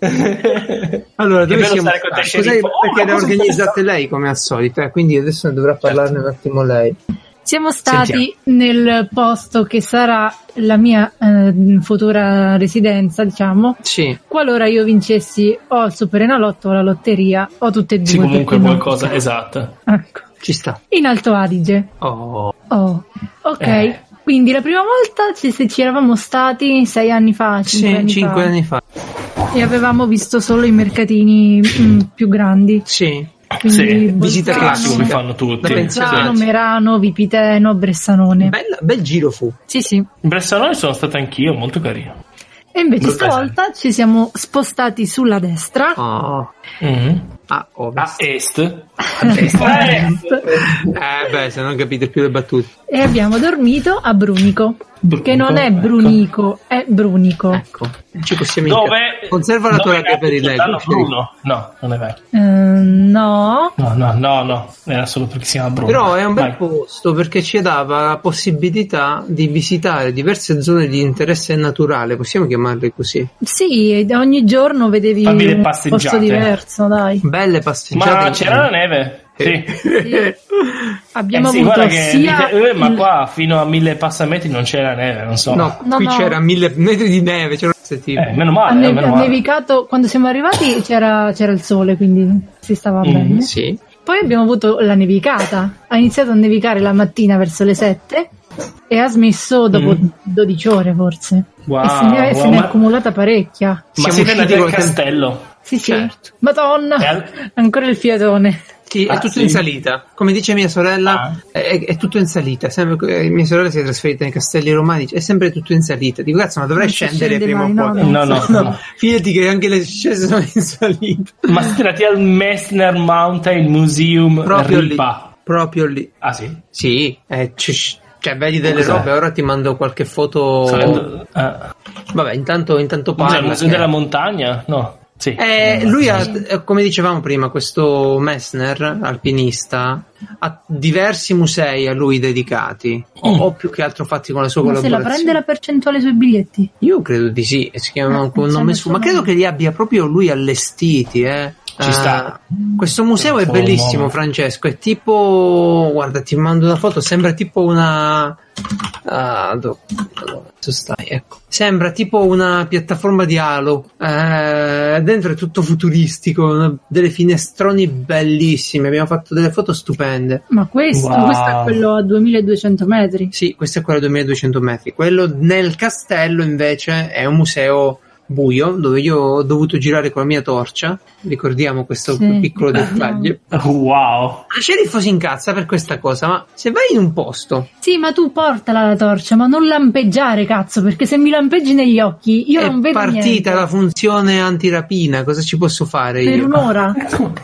[SPEAKER 1] Allora,
[SPEAKER 2] Che
[SPEAKER 1] dove
[SPEAKER 2] bello
[SPEAKER 1] siamo?
[SPEAKER 2] stare con te,
[SPEAKER 1] stati?
[SPEAKER 2] sceriffo.
[SPEAKER 1] Cos'è-
[SPEAKER 2] Oh,
[SPEAKER 1] perché
[SPEAKER 2] ma
[SPEAKER 1] le ha
[SPEAKER 2] cosa stai
[SPEAKER 1] organizzate lei come al solito, eh, quindi adesso ne dovrà parlarne un
[SPEAKER 2] Certo.
[SPEAKER 1] attimo lei.
[SPEAKER 3] Siamo stati nel posto che sarà la mia eh, futura residenza, diciamo.
[SPEAKER 1] Sì.
[SPEAKER 3] Qualora io vincessi o il Superenalotto o la lotteria o tutte e due.
[SPEAKER 2] sì comunque
[SPEAKER 3] perché no?
[SPEAKER 2] qualcosa esatto
[SPEAKER 3] Ecco.
[SPEAKER 1] Ci sta.
[SPEAKER 3] In Alto Adige.
[SPEAKER 1] Oh,
[SPEAKER 3] Oh, ok.
[SPEAKER 2] Eh.
[SPEAKER 3] Quindi la prima volta ci, se ci eravamo stati sei anni fa, cinque,
[SPEAKER 1] sì,
[SPEAKER 3] anni,
[SPEAKER 1] cinque
[SPEAKER 3] fa,
[SPEAKER 1] anni fa.
[SPEAKER 3] e avevamo visto solo i mercatini mm, più grandi.
[SPEAKER 1] Sì.
[SPEAKER 3] Quindi
[SPEAKER 2] Sì,
[SPEAKER 3] Bolzano,
[SPEAKER 1] visita
[SPEAKER 2] classico
[SPEAKER 1] classica.
[SPEAKER 2] che fanno tutti.
[SPEAKER 1] Da
[SPEAKER 3] Bolzano,
[SPEAKER 1] pensare.
[SPEAKER 3] Merano, Vipiteno, Bressanone.
[SPEAKER 1] Bella- bel giro fu.
[SPEAKER 3] Sì, sì.
[SPEAKER 2] Bressanone sono stato anch'io, molto carino.
[SPEAKER 3] E invece
[SPEAKER 2] Molto
[SPEAKER 3] stavolta ci siamo spostati sulla destra.
[SPEAKER 2] Ah,
[SPEAKER 1] Oh, a
[SPEAKER 2] Mm-hmm. A
[SPEAKER 1] ovest.
[SPEAKER 2] est, a destra, a est.
[SPEAKER 1] Eh, beh, se non capite più le battute.
[SPEAKER 3] E abbiamo dormito a Brunico,
[SPEAKER 2] Brunico,
[SPEAKER 3] che non è
[SPEAKER 2] ecco. Eh.
[SPEAKER 3] Brunico, è Brunico.
[SPEAKER 1] Ecco, ci possiamo
[SPEAKER 2] dove
[SPEAKER 1] incazzare. Conserva la tua
[SPEAKER 2] dove
[SPEAKER 1] rabbia
[SPEAKER 2] era
[SPEAKER 1] per il
[SPEAKER 2] Giordano
[SPEAKER 1] Lego.
[SPEAKER 2] Bruno. No, non è vero.
[SPEAKER 3] Ehm, no,
[SPEAKER 2] No, no, no, no, era solo perché si chiama Bruno.
[SPEAKER 1] Però è un bel
[SPEAKER 2] Vai.
[SPEAKER 1] posto perché ci dava la possibilità di visitare diverse zone di interesse naturale, possiamo chiamarle così.
[SPEAKER 3] sì, e ogni giorno vedevi
[SPEAKER 2] Fammi le
[SPEAKER 3] un
[SPEAKER 2] passeggiate. Eh,
[SPEAKER 3] posto diverso, dai.
[SPEAKER 1] Belle
[SPEAKER 2] Ma
[SPEAKER 1] passeggiate.
[SPEAKER 2] c'era la neve?
[SPEAKER 1] Eh.
[SPEAKER 2] Sì.
[SPEAKER 3] Abbiamo
[SPEAKER 2] Eh sì,
[SPEAKER 3] avuto
[SPEAKER 2] guarda che
[SPEAKER 3] sia
[SPEAKER 2] eh, ma
[SPEAKER 3] il-
[SPEAKER 2] qua fino a mille passametri non c'era neve, non so.
[SPEAKER 1] No,
[SPEAKER 3] No,
[SPEAKER 1] qui
[SPEAKER 3] no.
[SPEAKER 1] c'era mille metri di neve, c'era questo tipo.
[SPEAKER 2] Eh, meno
[SPEAKER 3] ha,
[SPEAKER 2] male,
[SPEAKER 3] ne-
[SPEAKER 2] meno
[SPEAKER 3] ha
[SPEAKER 2] male.
[SPEAKER 3] nevicato quando siamo arrivati c'era, c'era il sole, quindi si stava
[SPEAKER 2] Mm,
[SPEAKER 3] bene.
[SPEAKER 1] Sì.
[SPEAKER 3] Poi abbiamo avuto la nevicata. Ha iniziato a nevicare la mattina verso le 7 e ha smesso dopo
[SPEAKER 2] Mm.
[SPEAKER 3] 12 ore forse.
[SPEAKER 2] Wow,
[SPEAKER 3] e se ne, è- se
[SPEAKER 2] wow,
[SPEAKER 3] ne è
[SPEAKER 2] ma-
[SPEAKER 3] accumulata parecchia.
[SPEAKER 2] Ma
[SPEAKER 1] Siamo
[SPEAKER 2] siete andati
[SPEAKER 1] usciti col
[SPEAKER 2] al
[SPEAKER 1] tem-
[SPEAKER 2] castello?
[SPEAKER 3] Sì, sì.
[SPEAKER 1] Certo.
[SPEAKER 3] Madonna,
[SPEAKER 2] E al-
[SPEAKER 3] ancora il fiatone.
[SPEAKER 1] Sì, è
[SPEAKER 2] Ah,
[SPEAKER 1] tutto
[SPEAKER 2] sì.
[SPEAKER 1] in salita. Come dice mia sorella,
[SPEAKER 2] Ah.
[SPEAKER 1] è, è tutto in salita. Sempre, eh, mia sorella si è trasferita nei castelli romani, dice, è sempre tutto in salita. Dico, cazzo, ma dovrei
[SPEAKER 3] Non si
[SPEAKER 1] scendere
[SPEAKER 3] scende
[SPEAKER 1] prima o
[SPEAKER 3] mai,
[SPEAKER 1] poi.
[SPEAKER 2] No, no, no.
[SPEAKER 1] Fidati che anche le scese sono in salita.
[SPEAKER 2] Ma siete andati al Messner Mountain Museum
[SPEAKER 1] Proprio
[SPEAKER 2] Ripa.
[SPEAKER 1] lì. Proprio lì.
[SPEAKER 2] Ah sì?
[SPEAKER 1] Sì, eh, c- cioè vedi delle
[SPEAKER 2] Cos'è?
[SPEAKER 1] robe, ora ti mando qualche foto.
[SPEAKER 2] Salendo- ah.
[SPEAKER 1] Vabbè, intanto, intanto
[SPEAKER 2] Cos'è, il
[SPEAKER 1] parla. eh.
[SPEAKER 2] museo
[SPEAKER 1] che-
[SPEAKER 2] cioè, della montagna? No. Sì.
[SPEAKER 1] Eh, lui ha, eh, come dicevamo prima, questo Messner, alpinista, ha diversi musei a lui dedicati, o,
[SPEAKER 2] Mm.
[SPEAKER 1] o più che altro fatti con la sua
[SPEAKER 3] Ma se la
[SPEAKER 1] collaborazione.
[SPEAKER 3] prende la percentuale sui biglietti?
[SPEAKER 1] Io credo di sì, si chiamano
[SPEAKER 3] Eh,
[SPEAKER 1] con un
[SPEAKER 3] c'è
[SPEAKER 1] nome
[SPEAKER 3] nel
[SPEAKER 1] suo,
[SPEAKER 3] suo
[SPEAKER 1] ma credo
[SPEAKER 3] nome.
[SPEAKER 1] che li abbia proprio lui allestiti, eh.
[SPEAKER 2] Ci
[SPEAKER 1] Eh,
[SPEAKER 2] sta.
[SPEAKER 1] questo museo è
[SPEAKER 2] Sono un
[SPEAKER 1] bellissimo,
[SPEAKER 2] uomo.
[SPEAKER 1] Francesco. È tipo, guarda, ti mando una foto. Sembra tipo una. ah, do- dove cazzo stai? Ecco. Sembra tipo una piattaforma di Halo. Eh, dentro è tutto futuristico, una- delle finestroni bellissime. Abbiamo fatto delle foto stupende.
[SPEAKER 3] Ma questo,
[SPEAKER 2] Wow.
[SPEAKER 3] questo è quello a 2200 metri.
[SPEAKER 1] Sì, questo è quello a 2200 metri. Quello nel castello invece è un museo buio dove io ho dovuto girare con la mia torcia. Ricordiamo questo
[SPEAKER 3] Sì.
[SPEAKER 1] piccolo
[SPEAKER 3] Beh,
[SPEAKER 1] dettaglio.
[SPEAKER 2] Wow.
[SPEAKER 1] Il sceriffo si incazza per questa cosa, ma se vai in un posto,
[SPEAKER 3] Sì, ma tu portala la torcia, ma non lampeggiare, cazzo, perché se mi lampeggi negli occhi io
[SPEAKER 1] è
[SPEAKER 3] non vedo
[SPEAKER 1] partita
[SPEAKER 3] niente.
[SPEAKER 1] la funzione antirapina, cosa ci posso fare
[SPEAKER 3] Per
[SPEAKER 1] io?
[SPEAKER 3] un'ora.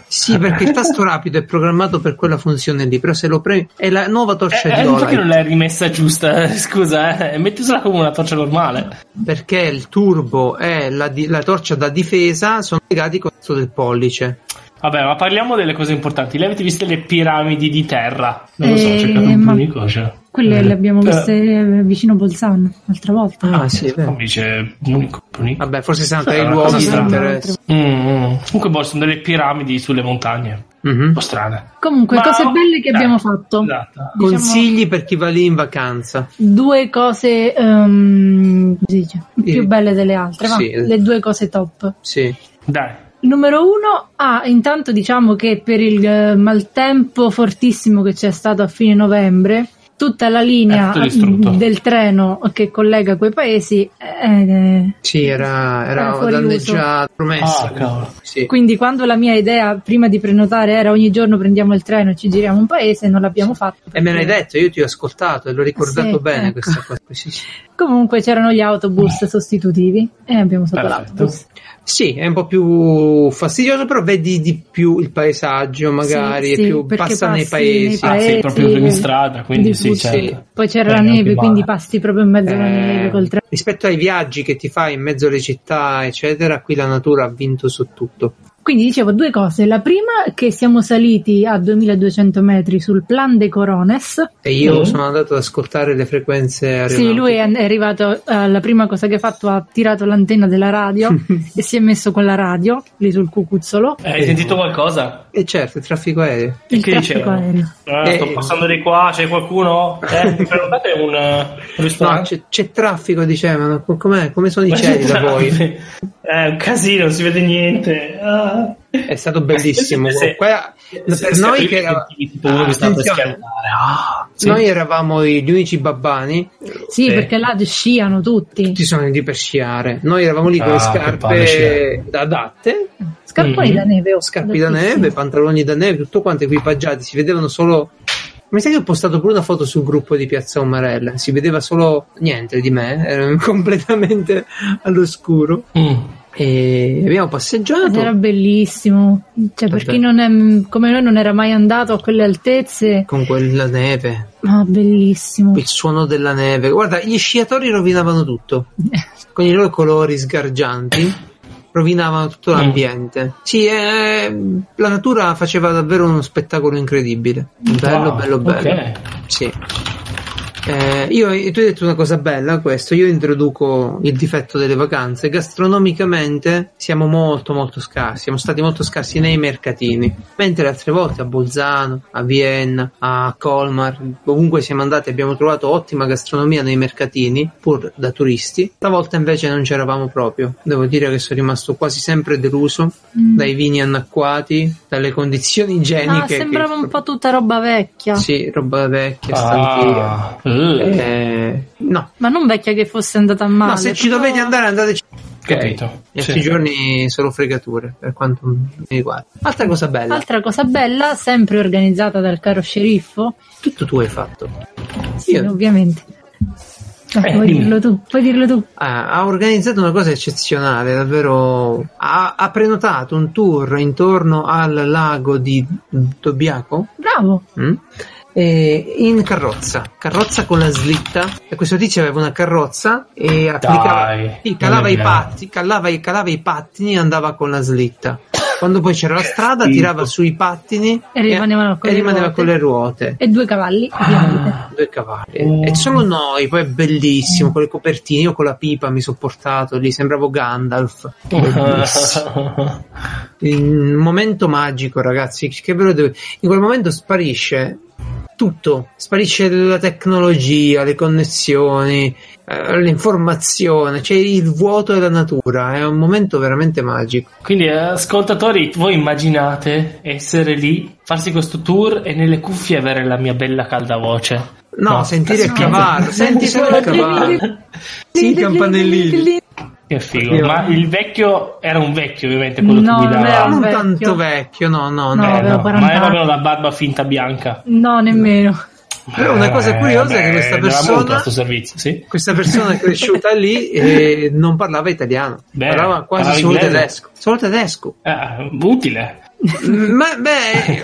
[SPEAKER 1] Sì, perché il tasto rapido è programmato per quella funzione lì, però se lo premi è la nuova torcia
[SPEAKER 2] Eh, eh,
[SPEAKER 1] di
[SPEAKER 2] infatti non
[SPEAKER 1] Ola,
[SPEAKER 2] l'hai rimessa giusta, scusa, eh. mettisela come una torcia normale.
[SPEAKER 1] perché il turbo e la, di- la torcia da difesa sono legati con il tasto del pollice.
[SPEAKER 2] Vabbè, ma parliamo delle cose importanti. Le avete viste le piramidi di terra?
[SPEAKER 3] Non lo so, ho Eh, cercato un ma- punico,
[SPEAKER 2] cioè, eh,
[SPEAKER 3] Quelle le abbiamo viste eh, vicino Bolzano l'altra volta.
[SPEAKER 1] Ah, sì, è vero.
[SPEAKER 2] dice Punico, Punico.
[SPEAKER 1] Vabbè, forse saranno tra
[SPEAKER 2] Sarà
[SPEAKER 1] i
[SPEAKER 2] Ah, una
[SPEAKER 1] luoghi
[SPEAKER 2] cosa
[SPEAKER 1] di
[SPEAKER 2] strana.
[SPEAKER 1] interesse.
[SPEAKER 2] Mm, mm. Comunque, boh, sono delle piramidi sulle montagne.
[SPEAKER 1] Mhm.
[SPEAKER 2] Un po' strane.
[SPEAKER 3] Comunque,
[SPEAKER 2] Ma-
[SPEAKER 3] cose belle che
[SPEAKER 2] dai,
[SPEAKER 3] abbiamo fatto.
[SPEAKER 2] Esatto.
[SPEAKER 3] Diciamo-
[SPEAKER 1] Consigli per chi va lì in vacanza.
[SPEAKER 3] Due cose ehm, come si dice, più belle delle altre, va?
[SPEAKER 1] Sì.
[SPEAKER 3] le due cose top.
[SPEAKER 1] Sì.
[SPEAKER 2] Dai.
[SPEAKER 3] Numero uno, ah, intanto diciamo che per il eh, maltempo fortissimo che c'è stato a fine novembre, tutta la
[SPEAKER 2] È
[SPEAKER 3] linea mm,
[SPEAKER 2] tutto distrutto.
[SPEAKER 3] del treno che collega quei paesi, eh,
[SPEAKER 1] Sì, era, era
[SPEAKER 3] Era fuori
[SPEAKER 1] danneggiato, promesso.
[SPEAKER 2] Ah, cavolo.
[SPEAKER 1] Sì.
[SPEAKER 3] quindi quando la mia idea prima di prenotare era ogni giorno prendiamo il treno e ci giriamo un paese, non l'abbiamo fatto.
[SPEAKER 1] E me l'hai
[SPEAKER 3] perché-
[SPEAKER 1] detto, io ti ho ascoltato e l'ho ricordato
[SPEAKER 3] Sì,
[SPEAKER 1] bene
[SPEAKER 3] ecco.
[SPEAKER 1] questa cosa. Sì, sì.
[SPEAKER 3] Comunque c'erano gli autobus sostitutivi e abbiamo usato
[SPEAKER 2] Mm. Perfetto.
[SPEAKER 3] l'autobus.
[SPEAKER 1] Sì, è un po' più fastidioso, però vedi di più il paesaggio, magari,
[SPEAKER 3] Sì,
[SPEAKER 1] è
[SPEAKER 3] sì,
[SPEAKER 1] più,
[SPEAKER 3] perché
[SPEAKER 1] passa nei
[SPEAKER 3] passi
[SPEAKER 1] paesi.
[SPEAKER 3] nei
[SPEAKER 2] Ah, sei
[SPEAKER 3] paesi,
[SPEAKER 2] proprio in strada, quindi sì,
[SPEAKER 3] diffusi.
[SPEAKER 2] certo.
[SPEAKER 3] Poi c'era
[SPEAKER 2] Eh,
[SPEAKER 3] la
[SPEAKER 2] neanche
[SPEAKER 3] neve,
[SPEAKER 2] male.
[SPEAKER 3] quindi passi proprio in mezzo alla
[SPEAKER 2] Eh.
[SPEAKER 3] neve col treno.
[SPEAKER 1] Rispetto ai viaggi che ti fai in mezzo alle città, eccetera, qui la natura ha vinto su tutto.
[SPEAKER 3] Quindi dicevo due cose. La prima che siamo saliti a 2200 metri sul Plan de Corones.
[SPEAKER 1] E io
[SPEAKER 2] Sì.
[SPEAKER 1] sono andato ad ascoltare le frequenze aeronautiche.
[SPEAKER 3] Sì, lui è è arrivato, eh, la prima cosa che ha fatto ha tirato l'antenna della radio e si è messo con la radio lì sul cucuzzolo.
[SPEAKER 2] Eh, Hai sentito qualcosa?
[SPEAKER 1] E certo, il traffico aereo.
[SPEAKER 2] E
[SPEAKER 3] Il
[SPEAKER 2] che
[SPEAKER 3] traffico
[SPEAKER 2] dicevano?
[SPEAKER 3] aereo.
[SPEAKER 1] Eh.
[SPEAKER 2] Eh, sto passando di qua, c'è qualcuno? Eh, mi prenotate un eh,
[SPEAKER 1] No,
[SPEAKER 2] ristorante?
[SPEAKER 1] c'è, c'è traffico, dicevano. Co- com'è? Come sono i
[SPEAKER 2] Ma
[SPEAKER 1] cieli da
[SPEAKER 2] c'è-
[SPEAKER 1] voi?
[SPEAKER 2] È Eh, un casino, non si vede niente. Ah.
[SPEAKER 1] È stato bellissimo.
[SPEAKER 2] Se-
[SPEAKER 1] Qua-
[SPEAKER 2] se- se-
[SPEAKER 1] per noi
[SPEAKER 2] se-
[SPEAKER 1] che era-
[SPEAKER 2] sentivi tipo uno che stava per
[SPEAKER 1] Attenzione.
[SPEAKER 2] schiantare. Ah, sì.
[SPEAKER 1] Noi eravamo gli unici babbani,
[SPEAKER 3] Sì,
[SPEAKER 2] Sì.
[SPEAKER 3] perché là sciano tutti.
[SPEAKER 1] tutti sono lì per sciare. Noi eravamo lì con
[SPEAKER 2] Ah,
[SPEAKER 1] le
[SPEAKER 2] che palle
[SPEAKER 1] scarpe
[SPEAKER 2] sciare.
[SPEAKER 1] adatte,
[SPEAKER 3] Scarponi
[SPEAKER 2] Mm.
[SPEAKER 3] da neve, oh,
[SPEAKER 1] scarpe da
[SPEAKER 3] altissimi.
[SPEAKER 1] neve, pantaloni da neve, tutto quanto equipaggiati. Si vedevano solo. Mi sa che ho postato pure una foto sul gruppo di Piazza Umarella. Si vedeva solo niente di me, ero completamente all'oscuro.
[SPEAKER 2] Mm.
[SPEAKER 1] E abbiamo passeggiato.
[SPEAKER 3] Ed era bellissimo. Cioè,
[SPEAKER 1] Vabbè.
[SPEAKER 3] per chi non è come noi non era mai andato a quelle altezze,
[SPEAKER 1] con quella neve,
[SPEAKER 3] ma bellissimo.
[SPEAKER 1] il suono della neve. Guarda, gli sciatori rovinavano tutto con i loro colori sgargianti. Rovinavano tutto
[SPEAKER 2] Mm.
[SPEAKER 1] l'ambiente. Sì, eh, la natura faceva davvero uno spettacolo incredibile. Bello,
[SPEAKER 2] Wow,
[SPEAKER 1] bello, bello.
[SPEAKER 2] Ah, ok.
[SPEAKER 1] Sì. Eh, io, tu hai detto una cosa bella, questo. Io introduco il difetto delle vacanze. Gastronomicamente siamo molto, molto scarsi. Siamo stati molto scarsi nei mercatini. Mentre altre volte a Bolzano, a Vienna, a Colmar, ovunque siamo andati, abbiamo trovato ottima gastronomia nei mercatini, pur da turisti. Stavolta invece non c'eravamo proprio. Devo dire che sono rimasto quasi sempre deluso
[SPEAKER 3] Mm.
[SPEAKER 1] dai vini anacquati, dalle condizioni igieniche.
[SPEAKER 3] Ah,
[SPEAKER 1] che-
[SPEAKER 3] sembrava un po' tutta roba vecchia.
[SPEAKER 1] Sì, roba vecchia, stantia.
[SPEAKER 2] Ah, eh,
[SPEAKER 1] Eh, no.
[SPEAKER 3] Ma non vecchia che fosse andata a male.
[SPEAKER 1] no, se ci
[SPEAKER 3] però-
[SPEAKER 1] dovete andare andateci.
[SPEAKER 2] capito.
[SPEAKER 1] Gli
[SPEAKER 2] Sì.
[SPEAKER 1] altri eh, giorni solo fregature per quanto mi riguarda. Altra cosa bella,
[SPEAKER 3] Altra cosa bella, sempre organizzata dal caro sceriffo.
[SPEAKER 1] tutto tu hai fatto.
[SPEAKER 3] Sì,
[SPEAKER 1] Io-
[SPEAKER 3] ovviamente. Dai,
[SPEAKER 2] Eh,
[SPEAKER 3] puoi
[SPEAKER 2] dimmi.
[SPEAKER 3] dirlo tu, puoi dirlo tu.
[SPEAKER 1] Ah, ha organizzato una cosa eccezionale, davvero. Ha, ha prenotato un tour intorno al lago di Dobbiaco
[SPEAKER 3] Bravo.
[SPEAKER 1] Mm? E in carrozza, carrozza con la slitta. E questo tizio aveva una carrozza e applicava,
[SPEAKER 2] Dai,
[SPEAKER 1] sì, calava,
[SPEAKER 2] non è
[SPEAKER 1] i
[SPEAKER 2] vero.
[SPEAKER 1] patti, calava, i- calava i pattini e andava con la slitta. Quando poi c'era la
[SPEAKER 2] Che
[SPEAKER 1] strada,
[SPEAKER 2] schifo.
[SPEAKER 1] tirava sui pattini
[SPEAKER 3] E rimanevano con
[SPEAKER 1] e
[SPEAKER 3] le
[SPEAKER 1] rimaneva
[SPEAKER 3] ruote.
[SPEAKER 1] con le ruote.
[SPEAKER 3] E due cavalli,
[SPEAKER 2] Ah.
[SPEAKER 3] ovviamente.
[SPEAKER 1] Due cavalli
[SPEAKER 2] Oh.
[SPEAKER 1] e solo noi, poi è bellissimo con le copertine. Io con la pipa mi sono portato lì, sembravo Gandalf. Bellissimo. un momento magico, ragazzi. Che ve lo devo- In quel momento sparisce tutto, sparisce la tecnologia, le connessioni, eh, l'informazione, c'è il vuoto della natura. È un momento veramente magico.
[SPEAKER 2] Quindi, eh, ascoltatori, voi immaginate essere lì, farsi questo tour e nelle cuffie avere la mia bella calda voce.
[SPEAKER 1] No, sentire il
[SPEAKER 3] no.
[SPEAKER 1] cavallo, senti solo il cavallo. Sì, il campanellino.
[SPEAKER 2] Che figo. Ma il vecchio era un vecchio, ovviamente, quello
[SPEAKER 3] No,
[SPEAKER 2] che
[SPEAKER 3] non
[SPEAKER 2] guidava.
[SPEAKER 3] era
[SPEAKER 1] Ah, non
[SPEAKER 3] vecchio.
[SPEAKER 1] tanto vecchio, no, no,
[SPEAKER 3] No,
[SPEAKER 1] no.
[SPEAKER 2] Eh,
[SPEAKER 3] aveva
[SPEAKER 2] no,
[SPEAKER 3] 40
[SPEAKER 2] ma era proprio la barba finta bianca. Eh,
[SPEAKER 3] No, nemmeno.
[SPEAKER 1] Però una cosa curiosa è che questa
[SPEAKER 2] aveva
[SPEAKER 1] persona-
[SPEAKER 2] avuto questo servizio, sì.
[SPEAKER 1] Questa persona è cresciuta lì e non parlava italiano,
[SPEAKER 2] Beh,
[SPEAKER 1] parlava quasi
[SPEAKER 2] parlava
[SPEAKER 1] solo
[SPEAKER 2] inglese.
[SPEAKER 1] tedesco. Solo tedesco.
[SPEAKER 2] Ah, utile.
[SPEAKER 1] Ma beh,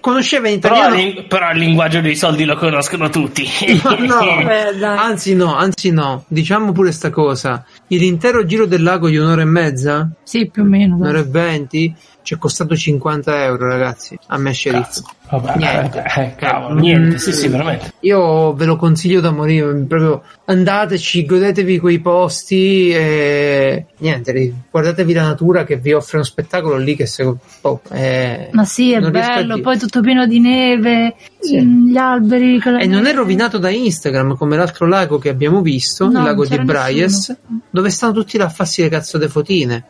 [SPEAKER 1] conosceva in
[SPEAKER 2] Però,
[SPEAKER 1] italiano.
[SPEAKER 2] il lin- però il linguaggio dei soldi lo conoscono tutti.
[SPEAKER 1] Ma no,
[SPEAKER 3] Beh, dai.
[SPEAKER 1] anzi no, anzi no, diciamo pure sta cosa. L'intero giro del lago di un'ora e mezza,
[SPEAKER 3] Sì, più o meno.
[SPEAKER 1] un'ora e venti, ci è costato 50 euro ragazzi, a me scerizzo.
[SPEAKER 2] Cazzo. Vabbè,
[SPEAKER 1] Niente.
[SPEAKER 2] eh, cavolo, niente, sì, sì, veramente.
[SPEAKER 1] Io ve lo consiglio da morire, proprio andateci, godetevi quei posti e niente, ri- guardatevi la natura che vi offre uno spettacolo lì che se... boh, è-
[SPEAKER 3] Ma sì, è
[SPEAKER 1] non riesco a
[SPEAKER 3] bello,
[SPEAKER 1] dire.
[SPEAKER 3] poi tutto pieno di neve,
[SPEAKER 1] Sì.
[SPEAKER 3] mm, gli alberi. con la
[SPEAKER 1] E non è
[SPEAKER 3] neve.
[SPEAKER 1] rovinato da Instagram come l'altro lago che abbiamo visto,
[SPEAKER 3] No,
[SPEAKER 1] il lago
[SPEAKER 3] non
[SPEAKER 1] di
[SPEAKER 3] c'era
[SPEAKER 1] Braies,
[SPEAKER 3] nessuno.
[SPEAKER 1] dove stanno tutti là a farsi le cazzo de fotine.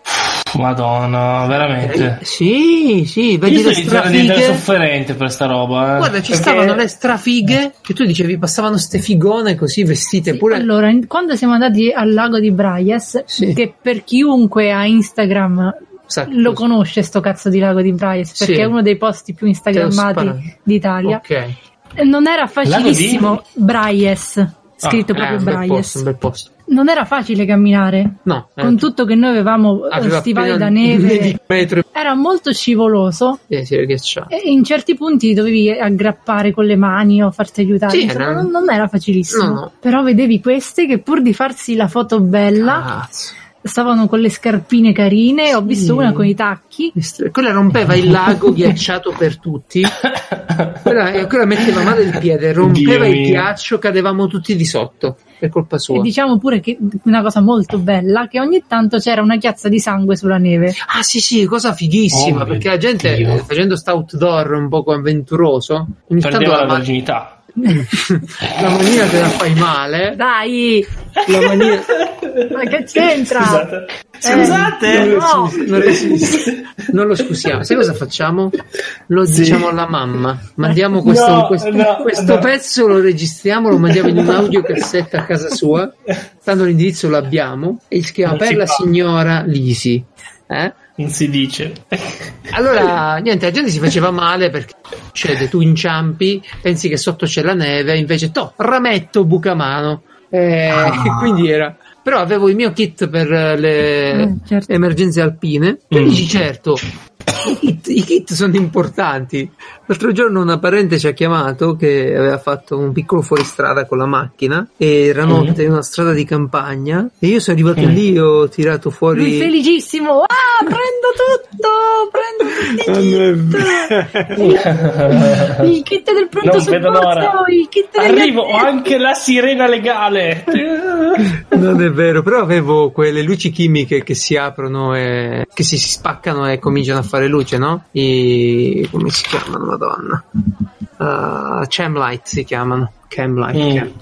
[SPEAKER 2] Madonna, veramente.
[SPEAKER 1] Eh, sì, sì, vedi
[SPEAKER 2] Io
[SPEAKER 1] le
[SPEAKER 2] sto iniziando a diventare
[SPEAKER 1] strafighe.
[SPEAKER 2] sofferente per sta roba. eh.
[SPEAKER 1] Guarda, ci
[SPEAKER 2] Perché-
[SPEAKER 1] stavano le strafighe che tu dicevi passavano ste figone così vestite
[SPEAKER 3] Eh. Sì,
[SPEAKER 1] pure.
[SPEAKER 3] Allora, in- quando siamo andati al lago di Braies,
[SPEAKER 1] Sì.
[SPEAKER 3] che per chiunque ha Instagram
[SPEAKER 1] Sa-
[SPEAKER 3] lo conosce sto cazzo di lago di Braies, perché
[SPEAKER 1] Sì.
[SPEAKER 3] è uno dei posti più
[SPEAKER 1] Te lo sparo.
[SPEAKER 3] instagrammati d'Italia.
[SPEAKER 1] Ok.
[SPEAKER 3] E Non era facilissimo,
[SPEAKER 2] Lago
[SPEAKER 3] Braies, scritto
[SPEAKER 2] Ah,
[SPEAKER 1] Eh,
[SPEAKER 3] proprio
[SPEAKER 1] un bel
[SPEAKER 3] Braies.
[SPEAKER 1] posto, un bel posto.
[SPEAKER 3] Non era facile camminare,
[SPEAKER 1] No, eh,
[SPEAKER 3] con tutto che noi avevamo eh,
[SPEAKER 1] aveva
[SPEAKER 3] stivali
[SPEAKER 1] appena
[SPEAKER 3] da neve,
[SPEAKER 1] 20 metri
[SPEAKER 3] era molto scivoloso
[SPEAKER 1] eh, si reghiacciava.
[SPEAKER 3] e in certi punti dovevi aggrappare con le mani o farti aiutare,
[SPEAKER 1] Sì,
[SPEAKER 3] insomma,
[SPEAKER 1] era-
[SPEAKER 3] non, non era facilissimo.
[SPEAKER 1] No, no.
[SPEAKER 3] Però vedevi queste che pur di farsi la foto bella,
[SPEAKER 1] Cazzo.
[SPEAKER 3] stavano con le scarpine carine, ho visto una con i tacchi.
[SPEAKER 1] Quella rompeva il lago ghiacciato per tutti. Quella, eh, quella metteva male il piede, rompeva
[SPEAKER 2] Dio
[SPEAKER 1] il
[SPEAKER 2] mio.
[SPEAKER 1] ghiaccio, cadevamo tutti di sotto per colpa
[SPEAKER 3] E
[SPEAKER 1] sua.
[SPEAKER 3] diciamo pure che una cosa molto bella, che ogni tanto c'era una chiazza di sangue sulla neve.
[SPEAKER 1] Ah sì sì, cosa fighissima,
[SPEAKER 2] Oh,
[SPEAKER 1] perché
[SPEAKER 2] mio
[SPEAKER 1] la gente
[SPEAKER 2] Dio.
[SPEAKER 1] eh, facendo sta outdoor un poco avventuroso, ogni tanto
[SPEAKER 2] Perdeva
[SPEAKER 1] la,
[SPEAKER 2] la
[SPEAKER 1] ma-
[SPEAKER 2] virginità.
[SPEAKER 1] la manina te la fai male,
[SPEAKER 3] Dai,
[SPEAKER 1] la manina...
[SPEAKER 3] ma che c'entra?
[SPEAKER 2] Scusate.
[SPEAKER 3] Eh, no.
[SPEAKER 1] Non, esiste. non lo scusiamo, sai cosa facciamo? Lo
[SPEAKER 2] Sì.
[SPEAKER 1] diciamo alla mamma, mandiamo questo,
[SPEAKER 2] No,
[SPEAKER 1] questo-
[SPEAKER 2] no,
[SPEAKER 1] questo
[SPEAKER 2] no.
[SPEAKER 1] pezzo, lo registriamo, lo mandiamo in un audiocassetta a casa sua, tanto l'indirizzo l'abbiamo, e si chiama
[SPEAKER 2] Non
[SPEAKER 1] per
[SPEAKER 2] si
[SPEAKER 1] la
[SPEAKER 2] fa.
[SPEAKER 1] signora Lisi. Eh?
[SPEAKER 2] Non si dice.
[SPEAKER 3] Eh.
[SPEAKER 1] Allora, niente, la gente si faceva male perché cioè, tu inciampi, pensi che sotto c'è la neve, invece to, rametto, bucamano. Eh,
[SPEAKER 3] Ah.
[SPEAKER 1] Quindi era. Però avevo il mio kit per eh, le
[SPEAKER 3] Eh, certo.
[SPEAKER 1] emergenze alpine. Tu
[SPEAKER 2] Mm.
[SPEAKER 1] dici, certo, i kit, i kit sono importanti. L'altro giorno una parente ci ha chiamato che aveva fatto un piccolo fuoristrada con la macchina. E
[SPEAKER 3] Mm.
[SPEAKER 1] era notte in una strada di campagna. E io sono arrivato
[SPEAKER 2] Mm.
[SPEAKER 1] lì, ho tirato fuori.
[SPEAKER 3] Lui felicissimo, ah, prendo
[SPEAKER 2] Ah,
[SPEAKER 3] tutto, prendo tutti i kit, il kit del pronto
[SPEAKER 2] Non vedo l'ora.
[SPEAKER 3] soccorso, il kit degli
[SPEAKER 2] Arrivo, ho
[SPEAKER 3] addetti.
[SPEAKER 2] anche la sirena legale.
[SPEAKER 1] Non è vero, però avevo quelle luci chimiche che si aprono e che si spaccano e cominciano a fare luce, no? I... come si chiamano, madonna? Uh, Chemlight si chiamano. Chemlight.
[SPEAKER 2] Mm.
[SPEAKER 1] chem.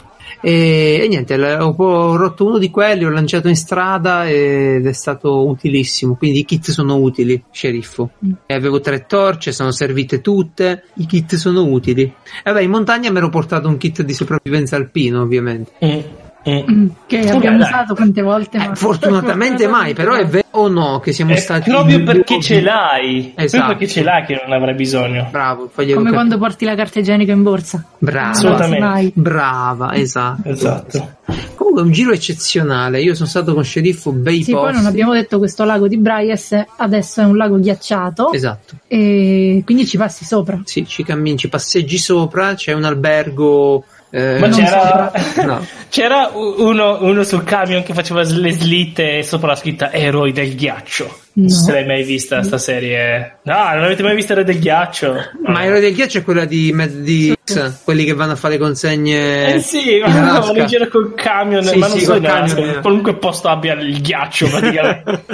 [SPEAKER 1] E, e niente, l- ho, ho rotto uno di quelli, ho lanciato in strada ed è stato utilissimo. Quindi i kit sono utili, sceriffo. E avevo tre torce, sono servite tutte. I kit sono utili. E vabbè, in montagna mi ero portato un kit di sopravvivenza alpino, ovviamente.
[SPEAKER 2] Mm, mm.
[SPEAKER 3] Mm, Che abbiamo
[SPEAKER 2] dai.
[SPEAKER 3] usato quante volte.
[SPEAKER 1] Eh,
[SPEAKER 3] ma-
[SPEAKER 1] fortunatamente mai, però è vero o no che siamo
[SPEAKER 2] Eh,
[SPEAKER 1] stati
[SPEAKER 2] proprio
[SPEAKER 1] in-
[SPEAKER 2] perché ce l'hai.
[SPEAKER 1] Esatto.
[SPEAKER 2] Proprio perché ce l'hai che non avrai bisogno.
[SPEAKER 1] Bravo, faglielo
[SPEAKER 3] Come
[SPEAKER 1] capire.
[SPEAKER 3] quando porti la carta igienica in borsa.
[SPEAKER 1] Brava,
[SPEAKER 2] Assolutamente.
[SPEAKER 3] Mai.
[SPEAKER 1] brava, esatto.
[SPEAKER 2] Esatto.
[SPEAKER 1] Comunque è un giro eccezionale. Io sono stato con sceriffo bei
[SPEAKER 3] Sì,
[SPEAKER 1] posti.
[SPEAKER 3] poi non abbiamo detto questo lago di Braies adesso è un lago ghiacciato
[SPEAKER 1] Esatto.
[SPEAKER 3] e quindi ci passi sopra.
[SPEAKER 1] Sì, ci cammini, ci passeggi sopra, c'è un albergo eh,
[SPEAKER 2] Ma
[SPEAKER 1] non
[SPEAKER 2] c'era,
[SPEAKER 1] so- no.
[SPEAKER 2] c'era u- uno, uno sul camion che faceva s- le slitte e sopra la scritta Eroi del ghiaccio. Non so
[SPEAKER 3] No.
[SPEAKER 2] se l'hai mai vista sta serie. No, non avete mai visto Eroi del ghiaccio?
[SPEAKER 1] Ma Ero del Ghiaccio è quella di, Mad- di X, quelli che vanno a fare consegne.
[SPEAKER 2] Eh sì,
[SPEAKER 1] in
[SPEAKER 2] ma
[SPEAKER 1] Alaska.
[SPEAKER 2] vanno in giro col camion,
[SPEAKER 1] Sì,
[SPEAKER 2] ma non
[SPEAKER 1] sì,
[SPEAKER 2] so
[SPEAKER 1] col
[SPEAKER 2] in Alaska,
[SPEAKER 1] camion, eh.
[SPEAKER 2] qualunque posto abbia il ghiaccio praticamente.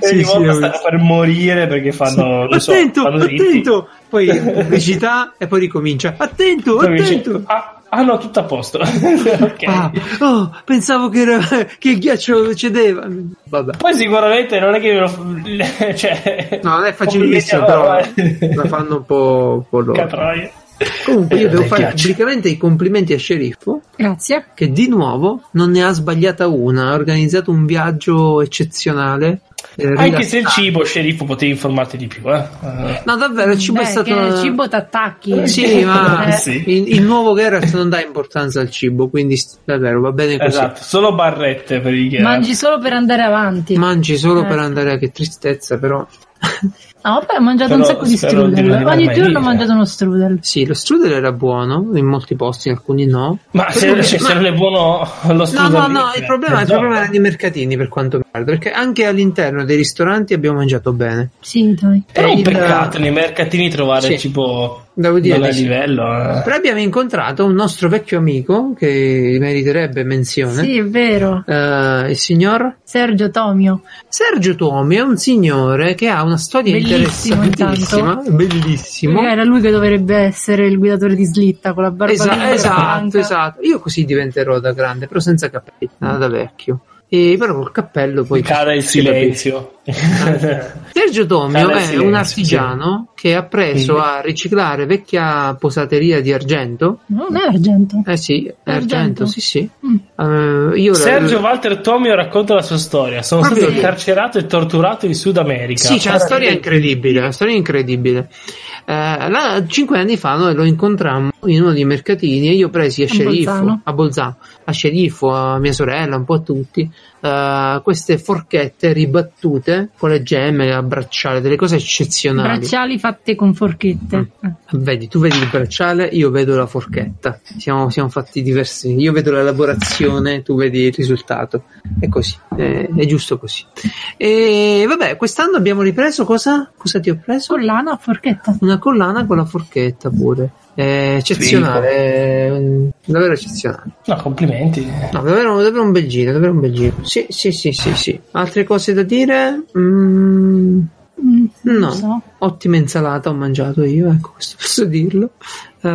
[SPEAKER 2] e
[SPEAKER 1] Sì, sì,
[SPEAKER 2] ogni volta
[SPEAKER 1] ho
[SPEAKER 2] stanno per morire perché fanno... non so,
[SPEAKER 1] attento,
[SPEAKER 2] fanno dritti.
[SPEAKER 1] attento. Poi pubblicità e poi ricomincia. Attento,
[SPEAKER 2] Poi mi dice,
[SPEAKER 1] attento.
[SPEAKER 2] ah, ah no, tutto a posto. Ok.
[SPEAKER 1] Ah, oh, pensavo che, era- che il ghiaccio cedeva. Vabbè.
[SPEAKER 2] Poi sicuramente non è che... lo- cioè,
[SPEAKER 1] No, non è facilissimo,
[SPEAKER 2] ovviamente,
[SPEAKER 1] però
[SPEAKER 2] eh.
[SPEAKER 1] la fanno un po', un po' loro.
[SPEAKER 2] Catroie.
[SPEAKER 1] Comunque, io
[SPEAKER 2] Eh,
[SPEAKER 1] devo
[SPEAKER 2] mi
[SPEAKER 1] fare
[SPEAKER 2] piace.
[SPEAKER 1] pubblicamente i complimenti a Sceriffo,
[SPEAKER 3] Grazie.
[SPEAKER 1] che di nuovo non ne ha sbagliata una. Ha organizzato un viaggio eccezionale. eh,
[SPEAKER 2] Anche se il
[SPEAKER 1] rilassante.
[SPEAKER 2] cibo, sceriffo, potevi informarti di più. eh. Eh.
[SPEAKER 1] No, davvero, il cibo
[SPEAKER 3] Beh,
[SPEAKER 1] è stato.
[SPEAKER 3] che il cibo t'attacchi.
[SPEAKER 1] Sì, ma
[SPEAKER 3] Eh,
[SPEAKER 2] Sì.
[SPEAKER 1] il, il nuovo Geralt non dà importanza al cibo, quindi st- davvero va bene così.
[SPEAKER 2] Esatto, solo barrette per il Geralt.
[SPEAKER 3] Mangi solo per andare avanti.
[SPEAKER 1] Mangi solo
[SPEAKER 3] Eh.
[SPEAKER 1] per andare, che tristezza, però.
[SPEAKER 3] Ah, vabbè, ho mangiato un
[SPEAKER 2] Però
[SPEAKER 3] sacco di
[SPEAKER 2] spero di non
[SPEAKER 3] strudel. Ogni
[SPEAKER 2] rimanere
[SPEAKER 3] giorno ho
[SPEAKER 2] lì,
[SPEAKER 3] mangiato
[SPEAKER 2] eh.
[SPEAKER 3] uno strudel.
[SPEAKER 1] Sì, lo strudel era buono in molti posti, in alcuni no.
[SPEAKER 2] Ma se, se- se non è buono lo
[SPEAKER 1] No,
[SPEAKER 2] studio.
[SPEAKER 1] no, no, il problema, il problema era nei mercatini per quanto mi riguarda, perché anche all'interno dei ristoranti abbiamo mangiato bene.
[SPEAKER 3] Sì, dai.
[SPEAKER 2] È un
[SPEAKER 1] il-
[SPEAKER 2] peccato nei mercatini trovare
[SPEAKER 1] Sì.
[SPEAKER 2] cibo
[SPEAKER 1] Devo dire
[SPEAKER 2] non a
[SPEAKER 1] di sì.
[SPEAKER 2] livello. eh.
[SPEAKER 1] Però abbiamo incontrato un nostro vecchio amico che meriterebbe menzione,
[SPEAKER 3] Sì, è vero.
[SPEAKER 1] eh, il signor
[SPEAKER 3] Sergio Tomio.
[SPEAKER 1] Sergio Tomi è un signore che ha una storia
[SPEAKER 3] Bellissimo,
[SPEAKER 1] interessantissima, bellissimo.
[SPEAKER 3] Era lui che dovrebbe essere il guidatore di slitta con la barba
[SPEAKER 1] Esa-
[SPEAKER 3] lunga e
[SPEAKER 1] esatto,
[SPEAKER 3] bianca.
[SPEAKER 1] esatto. Io così diventerò da grande, però senza capelli, da da vecchio. E però col cappello poi
[SPEAKER 2] Cade il
[SPEAKER 1] si capisce.
[SPEAKER 2] silenzio.
[SPEAKER 1] Sergio Tomio
[SPEAKER 2] Cade il
[SPEAKER 1] è
[SPEAKER 2] silenzio,
[SPEAKER 1] un artigiano che ha preso a riciclare vecchia posateria di argento.
[SPEAKER 3] Non è argento.
[SPEAKER 1] Eh sì, è argento,
[SPEAKER 3] Argento.
[SPEAKER 1] sì sì.
[SPEAKER 3] Mm.
[SPEAKER 1] Eh, io
[SPEAKER 2] Sergio Walter Tomio racconta la sua storia. Sono
[SPEAKER 1] Proprio
[SPEAKER 2] stato
[SPEAKER 1] lì.
[SPEAKER 2] carcerato e torturato in Sud America.
[SPEAKER 1] Ah, Sì, c'è una storia incredibile, una storia incredibile. Eh, la- cinque anni fa noi lo incontrammo in uno dei mercatini e io presi a,
[SPEAKER 3] A
[SPEAKER 1] sceriffo,
[SPEAKER 3] Bolzano.
[SPEAKER 1] a Bolzano, a sceriffo, a mia sorella, un po' a tutti, eh, queste forchette ribattute con le gemme, a bracciale, delle cose eccezionali.
[SPEAKER 3] Bracciali fatte con forchette.
[SPEAKER 1] Mm.
[SPEAKER 3] Eh.
[SPEAKER 1] Vedi, tu vedi il bracciale, io vedo la forchetta. Siamo, siamo fatti diversi. Io vedo l'elaborazione, tu vedi il risultato. È così, è, è giusto così. E vabbè, quest'anno abbiamo ripreso cosa? Cosa ti ho preso?
[SPEAKER 3] Collana a forchetta.
[SPEAKER 1] Una collana con la forchetta pure. È eccezionale, è un- davvero eccezionale.
[SPEAKER 2] No, complimenti.
[SPEAKER 1] No, davvero, davvero un bel giro, davvero un bel giro. Sì, sì, sì, sì, sì. Altre cose da dire? Mm.
[SPEAKER 3] Mm, non
[SPEAKER 1] No.
[SPEAKER 3] so.
[SPEAKER 1] Ottima insalata ho mangiato io, ecco, questo posso dirlo. Eh,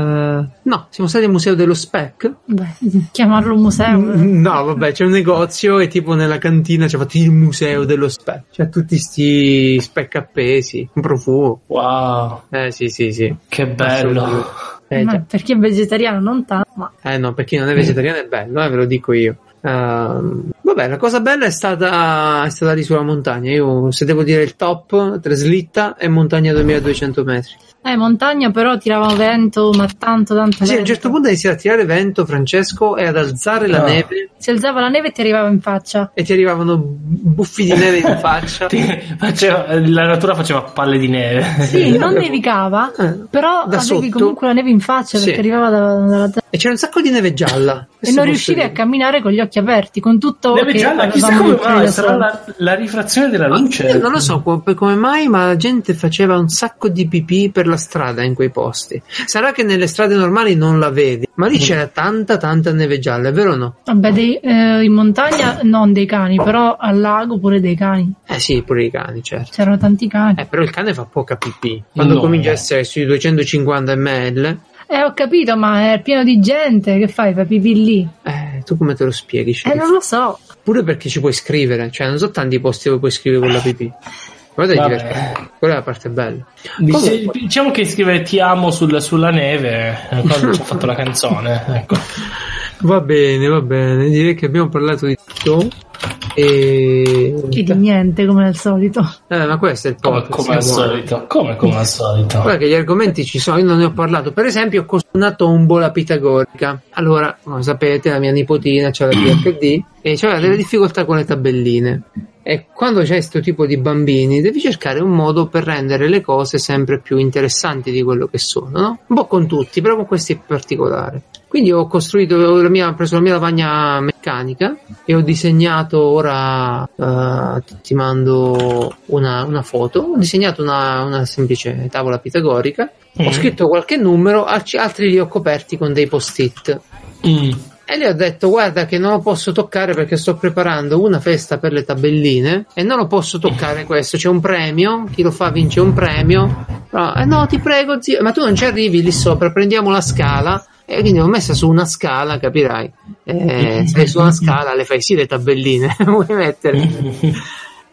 [SPEAKER 1] no, siamo stati al museo dello spec.
[SPEAKER 3] Beh, chiamarlo un museo.
[SPEAKER 1] Mm, No, vabbè, c'è un negozio e tipo nella cantina c'è fatto il museo dello spec. C'è tutti sti spec appesi, un profumo.
[SPEAKER 2] Wow,
[SPEAKER 1] Eh sì, sì, sì.
[SPEAKER 2] che bello.
[SPEAKER 1] Assolutamente. Eh,
[SPEAKER 3] Ma
[SPEAKER 1] già.
[SPEAKER 3] perché è vegetariano non tanto, ma
[SPEAKER 1] Eh, no, per chi non è vegetariano è bello, eh, ve lo dico io. Ehm, vabbè, la cosa bella è stata, è stata lì sulla montagna. Io, se devo dire il top, Treslitta e montagna a 2200 metri.
[SPEAKER 3] Eh, montagna però tirava vento, ma tanto, tanto.
[SPEAKER 1] Sì, a un
[SPEAKER 3] vento.
[SPEAKER 1] certo punto iniziava a tirare vento, Francesco, e ad alzare la
[SPEAKER 2] Ah.
[SPEAKER 1] neve
[SPEAKER 3] Si alzava la neve e ti arrivava in faccia.
[SPEAKER 1] e ti arrivavano buffi di neve in faccia.
[SPEAKER 2] Ti- faceva- la natura faceva palle di neve.
[SPEAKER 3] Sì, non
[SPEAKER 1] avevo-
[SPEAKER 3] nevicava,
[SPEAKER 1] Eh,
[SPEAKER 3] però
[SPEAKER 1] da
[SPEAKER 3] avevi
[SPEAKER 1] sotto.
[SPEAKER 3] comunque la neve in faccia
[SPEAKER 1] Sì.
[SPEAKER 3] perché arrivava da- dalla terra.
[SPEAKER 1] E c'era un sacco di neve gialla.
[SPEAKER 3] E non riuscivi a camminare con gli occhi aperti, con tutto
[SPEAKER 2] Neve
[SPEAKER 3] che
[SPEAKER 2] gialla, chissà
[SPEAKER 3] avevamo
[SPEAKER 2] come
[SPEAKER 3] fuori
[SPEAKER 2] mai,
[SPEAKER 3] da
[SPEAKER 2] sarà
[SPEAKER 3] solo.
[SPEAKER 2] la, la rifrazione della luce.
[SPEAKER 1] Ah, Io Eh, non lo so co- per- come mai, ma la gente faceva un sacco di pipì per la strada in quei posti. Sarà che nelle strade normali non la vedi, ma
[SPEAKER 2] Mm.
[SPEAKER 1] lì c'era tanta, tanta neve gialla, è vero o no?
[SPEAKER 3] Vabbè, dei- eh, in montagna non dei cani, però al lago pure dei cani.
[SPEAKER 1] Eh sì, pure i cani, certo.
[SPEAKER 3] C'erano tanti cani.
[SPEAKER 1] Eh, però il cane fa poca pipì. Quando
[SPEAKER 2] No.
[SPEAKER 1] comincia a essere sui 250 ml,
[SPEAKER 3] Eh, ho capito, ma è pieno di gente. Che fai? Fai pipì lì?
[SPEAKER 1] eh, tu come te lo spieghi?
[SPEAKER 3] Eh,
[SPEAKER 1] Sceriffo?
[SPEAKER 3] non lo so.
[SPEAKER 1] Pure perché ci puoi scrivere, cioè non so tanti posti dove puoi scrivere con la pipì. Guarda che
[SPEAKER 2] Vabbè.
[SPEAKER 1] divertente, quella è la parte bella.
[SPEAKER 2] Dice-
[SPEAKER 1] Comunque-
[SPEAKER 2] diciamo che scrive ti amo sul- sulla neve eh, quando ci ha fatto la canzone. Ecco.
[SPEAKER 1] Va bene, va bene, direi che abbiamo parlato di tutto e...
[SPEAKER 3] E di niente, come al solito.
[SPEAKER 1] Eh, ma questo è il
[SPEAKER 2] Come,
[SPEAKER 1] podcast.
[SPEAKER 2] come al
[SPEAKER 1] siamo-
[SPEAKER 2] solito, come, come al solito.
[SPEAKER 1] Guarda che gli argomenti ci sono, io non ne ho parlato. Per esempio, ho costruito una tombola pitagorica. Allora, come sapete, la mia nipotina c'ha la PhD e c'aveva delle difficoltà con le tabelline. E quando c'è questo tipo di bambini, devi cercare un modo per rendere le cose sempre più interessanti di quello che sono, no? Un po' con tutti, però con questi in particolare. Quindi ho costruito, la mia, ho preso la mia lavagna meccanica e ho disegnato ora, eh, ti- ti mando una, una foto, ho disegnato una, una semplice tavola pitagorica,
[SPEAKER 2] Mm.
[SPEAKER 1] ho scritto qualche numero, alci- altri li ho coperti con dei post-it.
[SPEAKER 2] Mm.
[SPEAKER 1] E le ho detto guarda che non lo posso toccare perché sto preparando una festa per le tabelline e non lo posso toccare questo, c'è un premio, chi lo fa vince un premio. Ah, "Eh no ti prego zio, ma tu non ci arrivi lì sopra, prendiamo la scala. E quindi l'ho messa su una scala,
[SPEAKER 2] Mm.
[SPEAKER 1] capirai. Eh, se su una scala le fai sì le tabelline, vuoi mettere.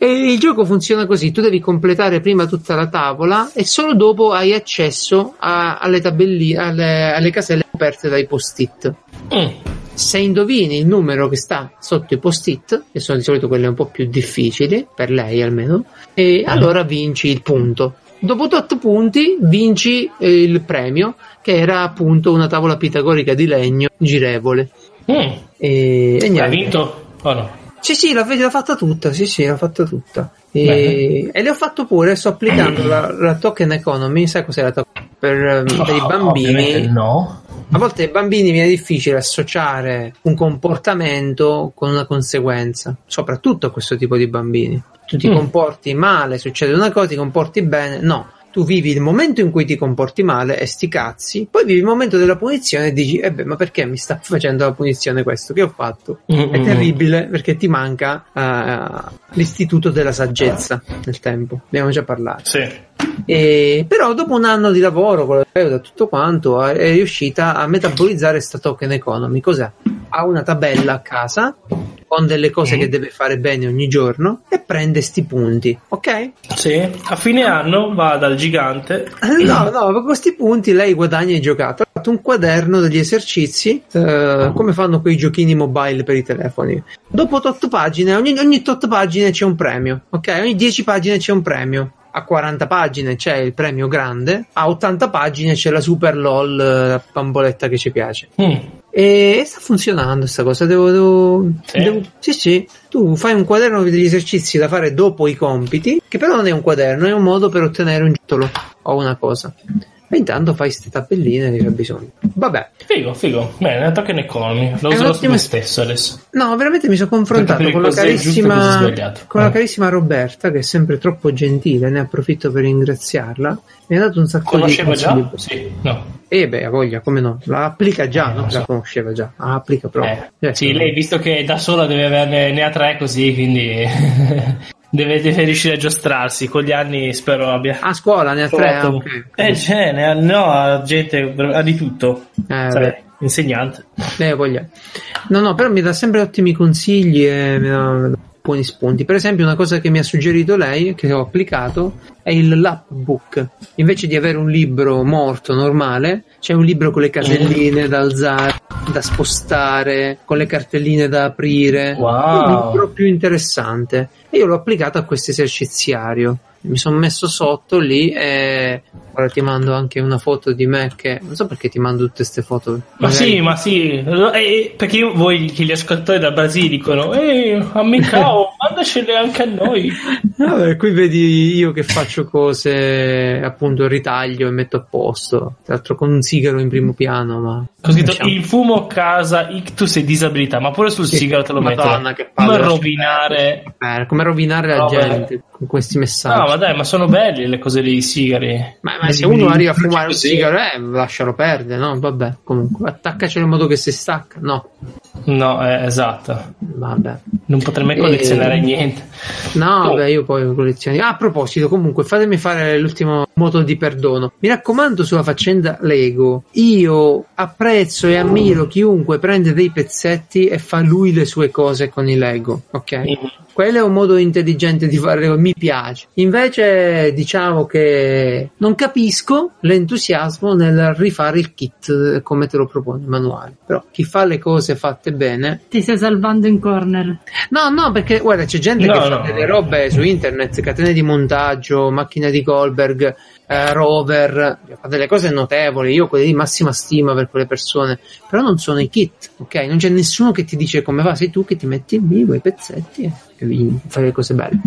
[SPEAKER 1] E il gioco funziona così: tu devi completare prima tutta la tavola e solo dopo hai accesso a- alle tabelline, alle, alle caselle aperte dai post-it.
[SPEAKER 2] Mm.
[SPEAKER 1] Se indovini il numero che sta sotto i post-it, che sono di solito quelle un po' più difficili, per lei almeno,
[SPEAKER 2] Eh.
[SPEAKER 1] e allora vinci il punto. Dopo 8 punti vinci eh, il premio, che era appunto una tavola pitagorica di legno girevole.
[SPEAKER 2] Mm.
[SPEAKER 1] E, e
[SPEAKER 2] Hai
[SPEAKER 1] niente.
[SPEAKER 2] vinto o no?
[SPEAKER 1] Sì, sì, l'ho, l'ho fatta tutta, sì, sì, l'ho fatta tutta. E,
[SPEAKER 2] Bene.
[SPEAKER 1] e le ho fatto pure, sto applicando la, la token economy, sai cos'è la token per, ehm, per i
[SPEAKER 2] Oh,
[SPEAKER 1] bambini?
[SPEAKER 2] ovviamente no.
[SPEAKER 1] A volte ai bambini viene difficile associare un comportamento con una conseguenza, soprattutto a questo tipo di bambini. Tu ti
[SPEAKER 2] Mm.
[SPEAKER 1] comporti male, succede una cosa, ti comporti bene, no. Tu vivi il momento in cui ti comporti male e sti cazzi, poi vivi il momento della punizione e dici, eh beh, ma perché mi sta facendo la punizione questo? Che ho fatto?
[SPEAKER 2] Mm,
[SPEAKER 1] È
[SPEAKER 2] mm,
[SPEAKER 1] terribile perché ti manca eh, l'istituto della saggezza nel tempo, abbiamo già parlato.
[SPEAKER 2] Sì.
[SPEAKER 1] E- però dopo un anno di lavoro con la terapeuta e tutto quanto è è riuscita a metabolizzare sta token economy. Cos'è? Ha una tabella a casa con delle cose
[SPEAKER 2] Mm.
[SPEAKER 1] che deve fare bene ogni giorno e prende sti punti, ok?
[SPEAKER 2] Sì. A fine anno va dal gigante.
[SPEAKER 1] No, no, con questi punti lei guadagna i giocattoli. Ha fatto un quaderno degli esercizi, eh, come fanno quei giochini mobile per i telefoni. Dopo 8 pagine, ogni, ogni 8 pagine c'è un premio, ok? Ogni 10 pagine c'è un premio. A 40 pagine c'è il premio grande, a 80 pagine c'è la super LOL, eh, la bamboletta che ci piace.
[SPEAKER 2] Mm.
[SPEAKER 1] E sta funzionando sta cosa, devo, devo,
[SPEAKER 2] Sì?
[SPEAKER 1] devo- Sì, sì, tu fai un quaderno degli esercizi da fare dopo i compiti, che però non è un quaderno, è un modo per ottenere un titolo o una cosa. E intanto fai queste tabelline che c'è bisogno. Vabbè,
[SPEAKER 2] Figo, figo. Bene, la token economy. Lo
[SPEAKER 1] È un
[SPEAKER 2] userò su
[SPEAKER 1] ottimo-
[SPEAKER 2] me stesso adesso.
[SPEAKER 1] no, veramente mi sono
[SPEAKER 2] Per
[SPEAKER 1] confrontato
[SPEAKER 2] capire
[SPEAKER 1] con la
[SPEAKER 2] cosa è giusto e cosa è
[SPEAKER 1] carissima
[SPEAKER 2] sbagliato.
[SPEAKER 1] con la
[SPEAKER 2] Eh.
[SPEAKER 1] carissima Roberta, che è sempre troppo gentile, ne approfitto per ringraziarla. Mi ha dato un sacco
[SPEAKER 2] Conoscevo
[SPEAKER 1] di consigli.
[SPEAKER 2] già? Sì, no.
[SPEAKER 1] E beh, ha voglia, come no? La applica già,
[SPEAKER 2] Eh,
[SPEAKER 1] no?
[SPEAKER 2] lo
[SPEAKER 1] La
[SPEAKER 2] so.
[SPEAKER 1] conosceva già, la applica proprio.
[SPEAKER 2] Eh,
[SPEAKER 1] Certo.
[SPEAKER 2] sì, lei visto che da sola deve averne ne ha tre così, quindi deve, deve riuscire a giostrarsi. Con gli anni spero abbia...
[SPEAKER 1] A scuola ne ha tre, ah,
[SPEAKER 2] trovato-
[SPEAKER 1] ok.
[SPEAKER 2] Eh, c'è, ne ha, no, ha gente, ha di tutto.
[SPEAKER 1] Eh,
[SPEAKER 2] Sai,
[SPEAKER 1] beh,
[SPEAKER 2] insegnante.
[SPEAKER 1] lei ha voglia. Eh, No, no, però mi dà sempre ottimi consigli e mi dà- mi dà buoni spunti. Per esempio, una cosa che mi ha suggerito lei, che ho applicato, è il lapbook. Invece di avere un libro morto normale, c'è un libro con le caselline da alzare, da spostare, con le cartelline da aprire.
[SPEAKER 2] Wow.
[SPEAKER 1] Un libro più interessante. E io l'ho applicato a questo eserciziario. Mi sono messo sotto lì e ora ti mando anche una foto di me che non so perché ti mando tutte queste foto.
[SPEAKER 2] Ma
[SPEAKER 1] Magari-
[SPEAKER 2] sì, ma sì, Lo- eh, perché io- voi che gli ascoltatori da Brasile dicono, eh, ammiccao, mandacele anche a noi.
[SPEAKER 1] Vabbè, qui vedi io che faccio cose appunto ritaglio e metto a posto. Tra l'altro con un sigaro in primo piano, ma
[SPEAKER 2] Ho scritto
[SPEAKER 1] Diciamo.
[SPEAKER 2] il fumo causa ictus e disabilità, ma pure sul
[SPEAKER 1] Sì.
[SPEAKER 2] sigaro te lo metto.
[SPEAKER 1] Madonna, che palle.
[SPEAKER 2] Ma rovinare.
[SPEAKER 1] Eh, come rovinare la
[SPEAKER 2] No,
[SPEAKER 1] gente con questi messaggi.
[SPEAKER 2] No, ma dai, ma sono belli le cose dei sigari.
[SPEAKER 1] Esatto. Ma, ma se uno arriva a fumare un
[SPEAKER 2] Così.
[SPEAKER 1] sigaro, eh, lascialo perdere, no? Vabbè, comunque, attaccacelo in modo che si stacca. No,
[SPEAKER 2] No, eh, esatto.
[SPEAKER 1] vabbè.
[SPEAKER 2] Non potrei mai collezionare
[SPEAKER 1] Eh.
[SPEAKER 2] niente.
[SPEAKER 1] No,
[SPEAKER 2] Oh.
[SPEAKER 1] beh, io poi colleziono. Ah, a proposito, comunque, fatemi fare l'ultimo moto di perdono. Mi raccomando sulla faccenda Lego. Io apprezzo e ammiro chiunque prende dei pezzetti e fa lui le sue cose con i Lego, ok? Quello è un modo intelligente di fare, Lego, mi piace. Invece, diciamo che non capisco l'entusiasmo nel rifare il kit eh, come te lo propone il manuale. Però chi fa le cose fatte bene
[SPEAKER 3] Ti stai salvando in corner.
[SPEAKER 1] No, no, perché guarda, c'è gente
[SPEAKER 2] No,
[SPEAKER 1] che fa
[SPEAKER 2] no.
[SPEAKER 1] delle robe su internet, catene di montaggio, macchina di Goldberg, eh, rover, fa delle cose notevoli. Io quelle di massima stima per quelle persone, però non sono i kit, ok? Non c'è nessuno che ti dice come va, sei tu che ti metti lì, quei pezzetti e- e vi- fai le cose belle.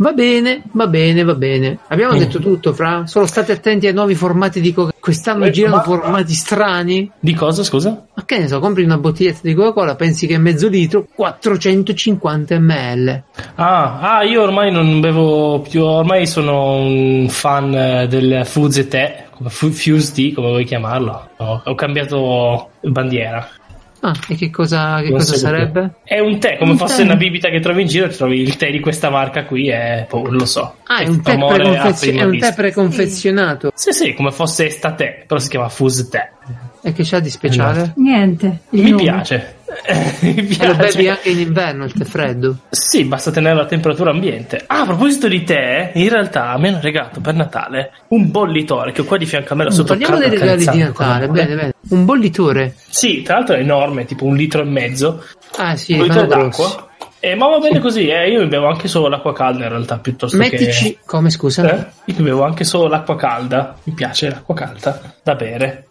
[SPEAKER 1] Va bene, va bene, va bene. Abbiamo
[SPEAKER 2] Mm.
[SPEAKER 1] detto tutto, Fra. Solo state attenti ai nuovi formati di Coca. Quest'anno
[SPEAKER 2] Eh,
[SPEAKER 1] girano
[SPEAKER 2] ma-
[SPEAKER 1] formati strani.
[SPEAKER 2] Di cosa, scusa?
[SPEAKER 1] Ma che ne so, compri una bottiglietta di Coca-Cola, pensi che è mezzo litro, 450 ml.
[SPEAKER 2] Ah, ah, io ormai non bevo più, ormai sono un fan eh, del Fuzze Tè, come fu- Fuse Tea, come vuoi chiamarlo. Ho, ho cambiato bandiera.
[SPEAKER 1] Ah, e che cosa, che
[SPEAKER 2] Non
[SPEAKER 1] cosa
[SPEAKER 2] so perché.
[SPEAKER 1] sarebbe?
[SPEAKER 2] È un tè, come
[SPEAKER 3] Un
[SPEAKER 2] fosse
[SPEAKER 3] tè.
[SPEAKER 2] una bibita che trovi in giro, trovi il tè di questa marca qui e boh, non lo so.
[SPEAKER 1] Ah, è un tè,
[SPEAKER 2] Amore a
[SPEAKER 1] preconfezio-
[SPEAKER 2] prima
[SPEAKER 1] è un tè
[SPEAKER 2] vista.
[SPEAKER 1] preconfezionato.
[SPEAKER 2] Sì, sì, come fosse sta tè, però si chiama Fuse Tè.
[SPEAKER 1] E che c'è di speciale?
[SPEAKER 3] Niente. il
[SPEAKER 2] Mi
[SPEAKER 3] nome.
[SPEAKER 2] piace. Mi
[SPEAKER 1] E lo bevi
[SPEAKER 2] piace.
[SPEAKER 1] anche in inverno il tè freddo.
[SPEAKER 2] Sì, basta tenerlo a temperatura ambiente. Ah, a proposito di tè, in realtà mi hanno regalato per Natale un bollitore che ho qua di fianco a me. Lo sto
[SPEAKER 1] Mm, Parliamo dei
[SPEAKER 2] toccando,
[SPEAKER 1] regali di
[SPEAKER 2] accarezzando con
[SPEAKER 1] Natale.
[SPEAKER 2] amore.
[SPEAKER 1] Bene, bene. Un bollitore.
[SPEAKER 2] Sì, tra l'altro è enorme, tipo un litro e mezzo.
[SPEAKER 1] Ah, sì,
[SPEAKER 2] un litro
[SPEAKER 1] fanno grossi.
[SPEAKER 2] d'acqua. Eh, ma va bene così, eh. Io bevo anche solo l'acqua calda in realtà, piuttosto
[SPEAKER 1] Mettici. Come
[SPEAKER 2] che.
[SPEAKER 1] scusa?
[SPEAKER 2] Eh? Io bevo anche solo l'acqua calda. Mi piace l'acqua calda da bere.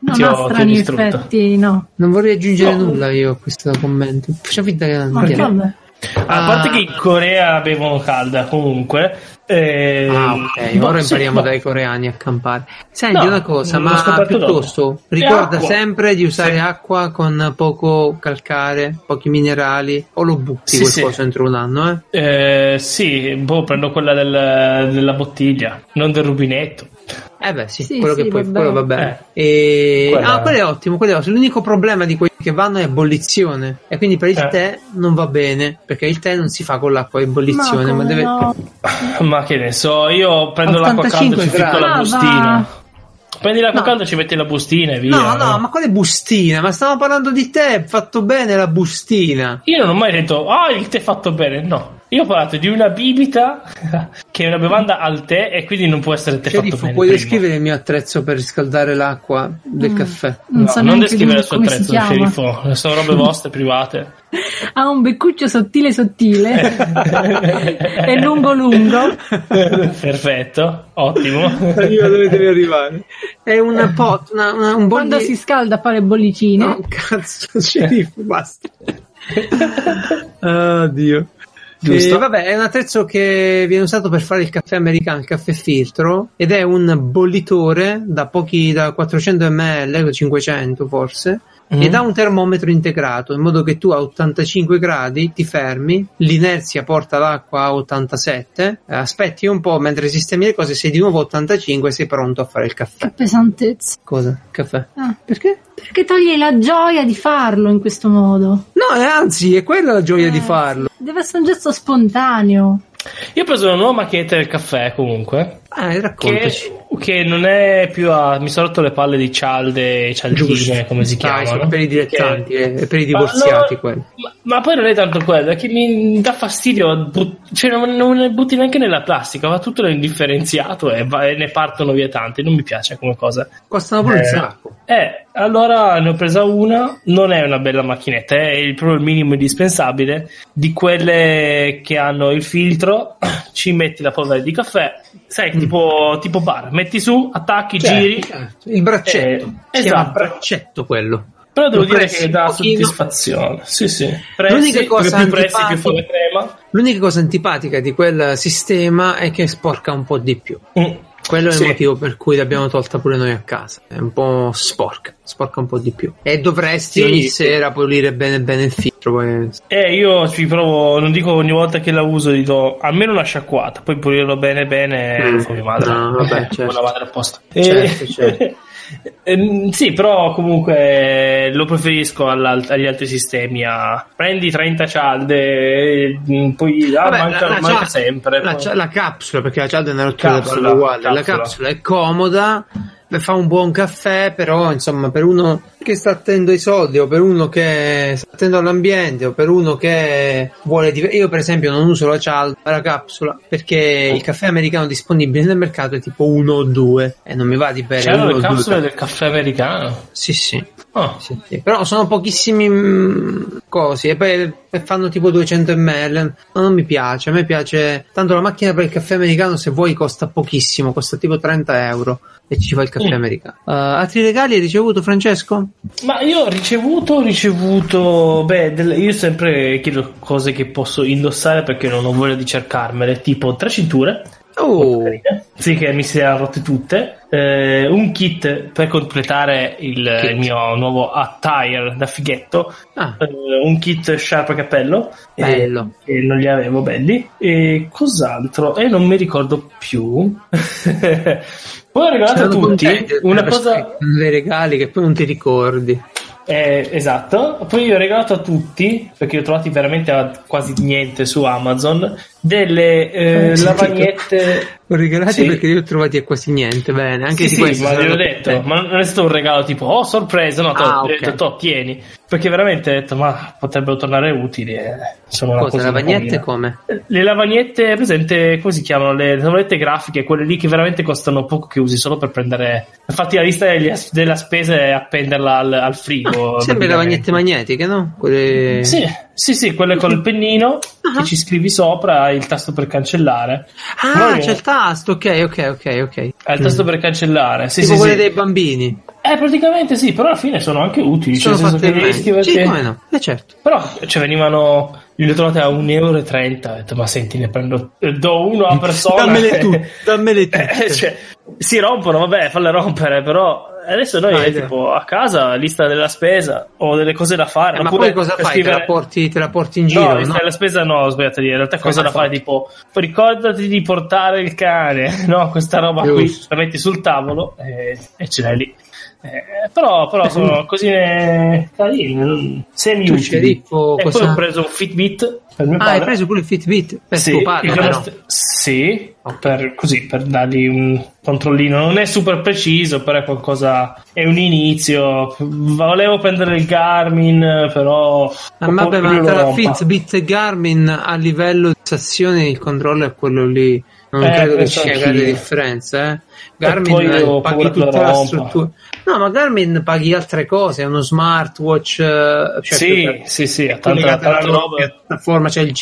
[SPEAKER 3] Non
[SPEAKER 2] Ti ho-
[SPEAKER 3] ha
[SPEAKER 2] ti ho
[SPEAKER 3] strani
[SPEAKER 2] distrutto.
[SPEAKER 3] effetti, no.
[SPEAKER 1] Non vorrei aggiungere
[SPEAKER 2] No.
[SPEAKER 1] nulla io a questo commento. Facciamo finta che non
[SPEAKER 3] Ma
[SPEAKER 1] niente.
[SPEAKER 3] vabbè.
[SPEAKER 2] A
[SPEAKER 1] Ah.
[SPEAKER 2] parte che in Corea bevono calda comunque. eh,
[SPEAKER 1] Ah, ok.
[SPEAKER 2] boh,
[SPEAKER 1] Ora
[SPEAKER 2] sì,
[SPEAKER 1] impariamo
[SPEAKER 2] boh.
[SPEAKER 1] dai coreani a campare. Senti
[SPEAKER 2] No,
[SPEAKER 1] una cosa,
[SPEAKER 2] l'ho
[SPEAKER 1] ma
[SPEAKER 2] scoperto
[SPEAKER 1] piuttosto
[SPEAKER 2] dopo. E
[SPEAKER 1] ricorda
[SPEAKER 2] acqua.
[SPEAKER 1] sempre di usare
[SPEAKER 2] Sì.
[SPEAKER 1] acqua con poco calcare, pochi minerali, o lo butti
[SPEAKER 2] Sì,
[SPEAKER 1] quel
[SPEAKER 2] sì.
[SPEAKER 1] coso entro un anno, eh?
[SPEAKER 2] Eh, sì, boh, prendo quella del- della bottiglia, non del rubinetto.
[SPEAKER 1] Eh beh, sì,
[SPEAKER 3] Sì,
[SPEAKER 1] quello
[SPEAKER 3] sì,
[SPEAKER 1] che poi
[SPEAKER 3] va
[SPEAKER 1] quello va
[SPEAKER 2] bene. Eh,
[SPEAKER 1] bene. E-
[SPEAKER 2] Quella-
[SPEAKER 1] Ah, quello è ottimo, quello è ottimo. L'unico problema di quelli che vanno è ebollizione. E quindi per il
[SPEAKER 2] Eh.
[SPEAKER 1] tè non va bene, perché il tè non si fa con l'acqua, è
[SPEAKER 3] Ma
[SPEAKER 1] ebollizione, ma,
[SPEAKER 3] come
[SPEAKER 1] deve.
[SPEAKER 3] no?
[SPEAKER 2] Ma che ne so, io prendo l'acqua calda e
[SPEAKER 1] 85
[SPEAKER 2] ci ficco la
[SPEAKER 1] gradi.
[SPEAKER 3] Ah,
[SPEAKER 2] bustina.
[SPEAKER 3] va.
[SPEAKER 2] Prendi l'acqua
[SPEAKER 1] No.
[SPEAKER 2] calda e ci metti la bustina e via. eh.
[SPEAKER 1] No, no, ma quale bustina? Ma stiamo parlando di tè, fatto bene la bustina.
[SPEAKER 2] Io non ho mai detto, ah, il tè è fatto bene. No, io ho parlato di una bibita che è una bevanda al tè e quindi non può essere tè
[SPEAKER 1] Sceriffo,
[SPEAKER 2] fatto bene.
[SPEAKER 1] puoi
[SPEAKER 2] primo.
[SPEAKER 1] descrivere il mio attrezzo per riscaldare l'acqua del
[SPEAKER 3] Mm.
[SPEAKER 1] caffè?
[SPEAKER 3] Non
[SPEAKER 2] No,
[SPEAKER 3] so
[SPEAKER 2] non
[SPEAKER 3] neanche
[SPEAKER 2] descrivere
[SPEAKER 3] come-
[SPEAKER 2] il suo
[SPEAKER 3] come si
[SPEAKER 2] attrezzo,
[SPEAKER 3] chiama.
[SPEAKER 2] sceriffo. Sono robe vostre, private.
[SPEAKER 3] Ha un beccuccio sottile sottile e lungo lungo.
[SPEAKER 2] Perfetto, ottimo.
[SPEAKER 1] Arriva dove deve arrivare. È una pot, una, una- un
[SPEAKER 3] Quando
[SPEAKER 1] bolli-
[SPEAKER 3] si scalda fa le bollicine.
[SPEAKER 1] No, Eh. cazzo, sceriffo, basta. Oddio.
[SPEAKER 2] Giusto.
[SPEAKER 1] Ah, E vabbè, è un attrezzo che viene usato per fare il caffè americano, il caffè filtro, ed è un bollitore da pochi, da 400 ml, 500 forse,
[SPEAKER 2] Mm.
[SPEAKER 1] ed ha un termometro integrato in modo che tu a 85 gradi ti fermi, l'inerzia porta l'acqua a 87, eh, aspetti un po' mentre sistemi le cose, sei di nuovo a 85 e sei pronto a fare il
[SPEAKER 3] Che
[SPEAKER 1] caffè.
[SPEAKER 3] pesantezza.
[SPEAKER 1] Cosa? Caffè?
[SPEAKER 3] Ah,
[SPEAKER 1] Perché?
[SPEAKER 3] perché toglie la gioia di farlo in questo modo?
[SPEAKER 1] No, e anzi, è quella la gioia
[SPEAKER 3] Eh,
[SPEAKER 1] di farlo.
[SPEAKER 3] Deve essere un gesto spontaneo.
[SPEAKER 2] Io ho preso una nuova macchinetta del caffè comunque.
[SPEAKER 1] Eh, raccontaci.
[SPEAKER 2] Che, che non è più a. Mi sono rotto le palle di cialde e cialdine, come si
[SPEAKER 1] Dai,
[SPEAKER 2] chiamano.
[SPEAKER 1] sono Ah, per i dilettanti,
[SPEAKER 2] Che-
[SPEAKER 1] eh, e per i
[SPEAKER 2] Ma
[SPEAKER 1] divorziati
[SPEAKER 2] no,
[SPEAKER 1] quello.
[SPEAKER 2] Ma, ma poi non è tanto quello, è che mi dà fastidio, but- cioè non, non ne butti neanche nella plastica, va tutto indifferenziato e, va- e ne partono via tanti, non mi piace come cosa.
[SPEAKER 1] Costano pure un
[SPEAKER 2] Eh.
[SPEAKER 1] sacco.
[SPEAKER 2] Eh, allora ne ho presa una, non è una bella macchinetta, è il, proprio il minimo indispensabile di quelle che hanno il filtro, ci metti la polvere di caffè, sai,
[SPEAKER 1] Mm.
[SPEAKER 2] tipo, tipo bar, metti su, attacchi, giri,
[SPEAKER 1] Certo, Il braccetto.
[SPEAKER 2] Eh,
[SPEAKER 1] si chiama
[SPEAKER 2] esatto.
[SPEAKER 1] braccetto quello.
[SPEAKER 2] però devo
[SPEAKER 1] Lo
[SPEAKER 2] dire
[SPEAKER 1] pressi
[SPEAKER 2] che
[SPEAKER 1] un
[SPEAKER 2] dà
[SPEAKER 1] pochino.
[SPEAKER 2] soddisfazione. Sì, sì. Pressi, perché
[SPEAKER 1] cosa
[SPEAKER 2] più pressi più
[SPEAKER 1] antipatica-
[SPEAKER 2] fa la crema.
[SPEAKER 1] L'unica cosa antipatica di quel sistema è che sporca un po' di più.
[SPEAKER 2] Mm.
[SPEAKER 1] Quello è
[SPEAKER 2] Sì.
[SPEAKER 1] il motivo per cui l'abbiamo tolta pure noi a casa. È un po' sporca, sporca un po' di più. E dovresti
[SPEAKER 2] Sì,
[SPEAKER 1] ogni
[SPEAKER 2] sì.
[SPEAKER 1] sera pulire bene bene il filtro. poi-
[SPEAKER 2] Eh, io ci provo, non dico ogni volta che la uso, gli do almeno una sciacquata, poi pulirlo bene bene,
[SPEAKER 1] Mm.
[SPEAKER 2] lo fa mia madre.
[SPEAKER 1] No, vabbè, certo.
[SPEAKER 2] Una madre apposta.
[SPEAKER 1] Certo,
[SPEAKER 2] Eh,
[SPEAKER 1] certo.
[SPEAKER 2] ehm, sì, però comunque lo preferisco all'al- agli altri sistemi. A... Prendi 30 cialde, eh, mm, poi ah,
[SPEAKER 1] Vabbè,
[SPEAKER 2] manca,
[SPEAKER 1] la- la
[SPEAKER 2] manca
[SPEAKER 1] cia-
[SPEAKER 2] sempre.
[SPEAKER 1] La,
[SPEAKER 2] poi-
[SPEAKER 1] cia- la capsula, perché la cialda è una rottura
[SPEAKER 2] Capsula,
[SPEAKER 1] capsula, uguale. La
[SPEAKER 2] capsula.
[SPEAKER 1] capsula è comoda, beh, fa un buon caffè, però insomma, per uno che sta attento ai soldi, o per uno che sta attento all'ambiente, o per uno che vuole. div- Io, per esempio, non uso la cialda, la capsula, perché il caffè americano disponibile nel mercato è tipo uno o due, e non mi va di bere
[SPEAKER 2] C'erano
[SPEAKER 1] uno o
[SPEAKER 2] le
[SPEAKER 1] due.
[SPEAKER 2] capsule
[SPEAKER 1] caffè.
[SPEAKER 2] del caffè americano.
[SPEAKER 1] Sì, sì.
[SPEAKER 2] Ah,
[SPEAKER 1] Sì, sì. Però sono pochissimi mm, cosi e poi e fanno tipo 200 ml. Ma non mi piace. A me piace. Tanto la macchina per il caffè americano, se vuoi, costa pochissimo. Costa tipo 30 euro e ci fa il caffè
[SPEAKER 2] Mm.
[SPEAKER 1] americano. Eh, altri regali hai ricevuto, Francesco?
[SPEAKER 2] Ma io ho ricevuto, ho ricevuto, beh, del- io sempre chiedo cose che posso indossare perché non ho voglia di cercarmele, tipo tre cinture,
[SPEAKER 1] Oh,
[SPEAKER 2] sì che mi si erano rotte tutte, eh, un kit per completare il,
[SPEAKER 1] Kit.
[SPEAKER 2] il mio nuovo attire da fighetto,
[SPEAKER 1] ah,
[SPEAKER 2] eh, un kit sciarpa e cappello, eh,
[SPEAKER 1] bello.
[SPEAKER 2] che non li avevo belli, e cos'altro? E non mi ricordo più. Poi ho regalato a
[SPEAKER 1] Saranno
[SPEAKER 2] tutti
[SPEAKER 1] contenti
[SPEAKER 2] una
[SPEAKER 1] per
[SPEAKER 2] cosa...
[SPEAKER 1] questi- dei regali che poi non ti ricordi.
[SPEAKER 2] Eh, esatto, poi io ho regalato a tutti, perché li ho trovati veramente a quasi niente su Amazon, delle eh,
[SPEAKER 1] Ho sentito.
[SPEAKER 2] lavagnette
[SPEAKER 1] regalati
[SPEAKER 2] Sì.
[SPEAKER 1] perché io li ho trovati a quasi niente. Bene, anche
[SPEAKER 2] Sì,
[SPEAKER 1] di
[SPEAKER 2] sì,
[SPEAKER 1] questo.
[SPEAKER 2] ma
[SPEAKER 1] sono Eh.
[SPEAKER 2] gliel'ho
[SPEAKER 1] contento.
[SPEAKER 2] detto, ma non è stato un regalo tipo oh sorpresa, no, t'ho-
[SPEAKER 1] Ah,
[SPEAKER 2] ho
[SPEAKER 1] ok.
[SPEAKER 2] detto "Toh, tieni, perché veramente ho detto ma potrebbero tornare utili, eh, sono una
[SPEAKER 1] Cosa,
[SPEAKER 2] cosa
[SPEAKER 1] la
[SPEAKER 2] carina.
[SPEAKER 1] bagnetta come?
[SPEAKER 2] Le lavagnette, presente, come si chiamano? Le tavolette grafiche, quelle lì che veramente costano poco, che usi solo per prendere. Infatti, la lista degli- della spesa è appenderla al, al frigo.
[SPEAKER 1] Sempre le
[SPEAKER 2] praticamente.
[SPEAKER 1] lavagnette magnetiche, no? Quelle...
[SPEAKER 2] Sì, sì, sì, quelle col pennino
[SPEAKER 1] Ah.
[SPEAKER 2] che ci scrivi sopra, il tasto per cancellare.
[SPEAKER 1] Ah,
[SPEAKER 2] Noi-
[SPEAKER 1] c'è il tasto, ok, ok, ok, ok.
[SPEAKER 2] È il
[SPEAKER 1] Mm.
[SPEAKER 2] tasto per cancellare. Sì,
[SPEAKER 1] tipo
[SPEAKER 2] sì,
[SPEAKER 1] quelle
[SPEAKER 2] sì.
[SPEAKER 1] dei bambini.
[SPEAKER 2] Eh, praticamente sì, però alla fine sono anche utili.
[SPEAKER 1] Sono
[SPEAKER 2] cioè, nel senso
[SPEAKER 1] fatte
[SPEAKER 2] che devi
[SPEAKER 1] bene. Sì,
[SPEAKER 2] scriverti-
[SPEAKER 1] come no? Eh certo.
[SPEAKER 2] Però cioè, venivano. Li ho trovate a 1,30 euro. Ho detto, ma senti, ne prendo. eh, Do uno a persona.
[SPEAKER 1] Dammele tu, dammele tu.
[SPEAKER 2] Eh, cioè, si rompono, vabbè, falle rompere, però adesso noi
[SPEAKER 1] Ah,
[SPEAKER 2] eh,
[SPEAKER 1] idea.
[SPEAKER 2] tipo a casa, lista della spesa o delle cose da fare.
[SPEAKER 1] Eh, ma
[SPEAKER 2] oppure
[SPEAKER 1] poi cosa fai? Te, la
[SPEAKER 2] scrivere-
[SPEAKER 1] porti, te la porti in
[SPEAKER 2] No,
[SPEAKER 1] giro,
[SPEAKER 2] lista
[SPEAKER 1] no?
[SPEAKER 2] della spesa no, ho sbagliato di dire. In realtà cosa
[SPEAKER 1] Ah,
[SPEAKER 2] da fare?
[SPEAKER 1] forte.
[SPEAKER 2] Tipo, ricordati di portare il cane, no? Questa roba qui,
[SPEAKER 1] Giusto.
[SPEAKER 2] la metti sul tavolo e, e ce l'hai lì. Eh, però, però sono eh, cosine carine, semi
[SPEAKER 1] Tu,
[SPEAKER 2] utili. E
[SPEAKER 1] sceriffo,
[SPEAKER 2] poi
[SPEAKER 1] cosa-
[SPEAKER 2] ho preso un Fitbit per mio
[SPEAKER 1] Ah, hai
[SPEAKER 2] padre
[SPEAKER 1] preso pure il Fitbit per tuo padre,
[SPEAKER 2] il
[SPEAKER 1] però.
[SPEAKER 2] nostro- sì, per, così per dargli un controllino. Non è super preciso, però è qualcosa. È un inizio. Volevo prendere il Garmin, però.
[SPEAKER 1] Ah, Ma vabbè, ma
[SPEAKER 2] quello
[SPEAKER 1] tra
[SPEAKER 2] rompa.
[SPEAKER 1] Fitbit e Garmin a livello di sensazione il controllo è quello lì. Non
[SPEAKER 2] Eh,
[SPEAKER 1] credo che
[SPEAKER 2] penso
[SPEAKER 1] ci sia
[SPEAKER 2] anch'io.
[SPEAKER 1] grande differenza, eh. Garmin
[SPEAKER 2] poi io
[SPEAKER 1] eh,
[SPEAKER 2] ho paura
[SPEAKER 1] paghi
[SPEAKER 2] che lo
[SPEAKER 1] tutta la
[SPEAKER 2] rompa.
[SPEAKER 1] struttura. No, ma Garmin paghi altre cose, è uno smartwatch, eh, cioè
[SPEAKER 2] sì,
[SPEAKER 1] per-
[SPEAKER 2] sì, sì,
[SPEAKER 1] è
[SPEAKER 2] ha tanta,
[SPEAKER 1] collegato alla
[SPEAKER 2] tanta
[SPEAKER 1] loro
[SPEAKER 2] roba.
[SPEAKER 1] piattaforma, c'è il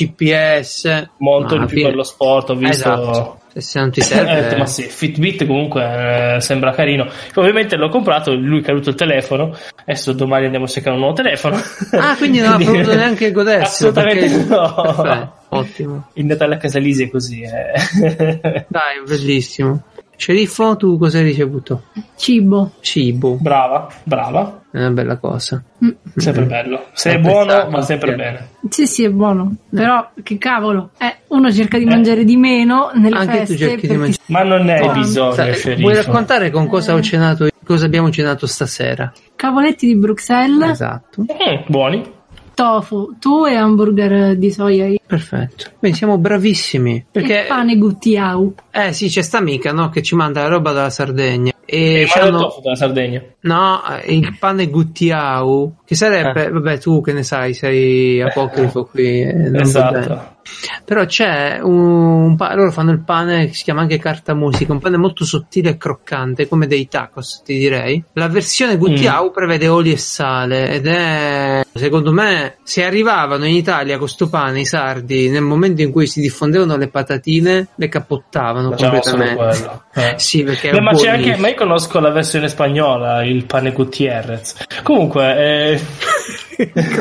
[SPEAKER 1] GPS.
[SPEAKER 2] Molto
[SPEAKER 1] Ma
[SPEAKER 2] di
[SPEAKER 1] alla
[SPEAKER 2] più
[SPEAKER 1] fine-
[SPEAKER 2] per lo sport, ho visto.
[SPEAKER 1] Esatto. Se- Se non ti
[SPEAKER 2] Eh,
[SPEAKER 1] serve,
[SPEAKER 2] ma sì, Fitbit comunque eh, sembra carino. Ovviamente l'ho comprato, lui è caduto il telefono. Adesso domani andiamo a cercare un nuovo telefono.
[SPEAKER 1] Ah, quindi non ha potuto neanche goderselo.
[SPEAKER 2] Assolutamente
[SPEAKER 1] perché-
[SPEAKER 2] no.
[SPEAKER 1] Perfetto, ottimo.
[SPEAKER 2] Il Natale a Casalisi è così. eh.
[SPEAKER 1] Dai, bellissimo. Sceriffo, tu cosa hai ricevuto?
[SPEAKER 3] Cibo.
[SPEAKER 1] Cibo,
[SPEAKER 2] brava, brava.
[SPEAKER 1] è una bella cosa.
[SPEAKER 3] Mm.
[SPEAKER 1] Mhm.
[SPEAKER 2] Sempre bello. Se è
[SPEAKER 1] Apprezzato,
[SPEAKER 2] buono, ma sempre
[SPEAKER 1] sì.
[SPEAKER 2] bene.
[SPEAKER 3] Sì, sì, è buono. Però che cavolo, eh, uno cerca di mangiare di meno nelle
[SPEAKER 1] Anche tu
[SPEAKER 3] feste
[SPEAKER 1] cerchi di
[SPEAKER 3] perché-
[SPEAKER 1] mangiare-
[SPEAKER 2] Ma non ne hai
[SPEAKER 3] Ah,
[SPEAKER 2] bisogno,
[SPEAKER 1] Oh, Sai,
[SPEAKER 2] sceriffo.
[SPEAKER 1] vuoi raccontare con cosa ho cenato, cosa abbiamo cenato stasera?
[SPEAKER 3] Cavoletti di Bruxelles,
[SPEAKER 1] Esatto,
[SPEAKER 2] Mm, buoni.
[SPEAKER 3] tofu, tu e hamburger di soia. io.
[SPEAKER 1] perfetto. Quindi siamo bravissimi. Perché,
[SPEAKER 3] E pane guttiau.
[SPEAKER 1] eh sì, c'è sta amica no, che ci manda la roba dalla Sardegna. E
[SPEAKER 2] E
[SPEAKER 1] ci hanno-
[SPEAKER 2] il tofu dalla Sardegna.
[SPEAKER 1] no, eh, il pane guttiau, che sarebbe,
[SPEAKER 2] Eh.
[SPEAKER 1] vabbè, tu che ne sai, sei apocrifo qui. eh, non va bene.
[SPEAKER 2] esatto.
[SPEAKER 1] Però c'è un, pane loro fanno il pane che si chiama anche carta musica, un pane molto sottile e croccante, come dei tacos, ti direi. La versione
[SPEAKER 2] Mm.
[SPEAKER 1] Gutiau prevede olio e sale ed è, secondo me, se arrivavano in Italia con sto pane i sardi nel momento in cui si diffondevano le patatine, le cappottavano
[SPEAKER 2] Facciamo solo
[SPEAKER 1] completamente.
[SPEAKER 2] quello. Eh.
[SPEAKER 1] Sì, perché
[SPEAKER 2] Beh, ma, c'è
[SPEAKER 1] buonissimo.
[SPEAKER 2] anche, ma io conosco la versione spagnola, il pane Gutierrez. Comunque, eh,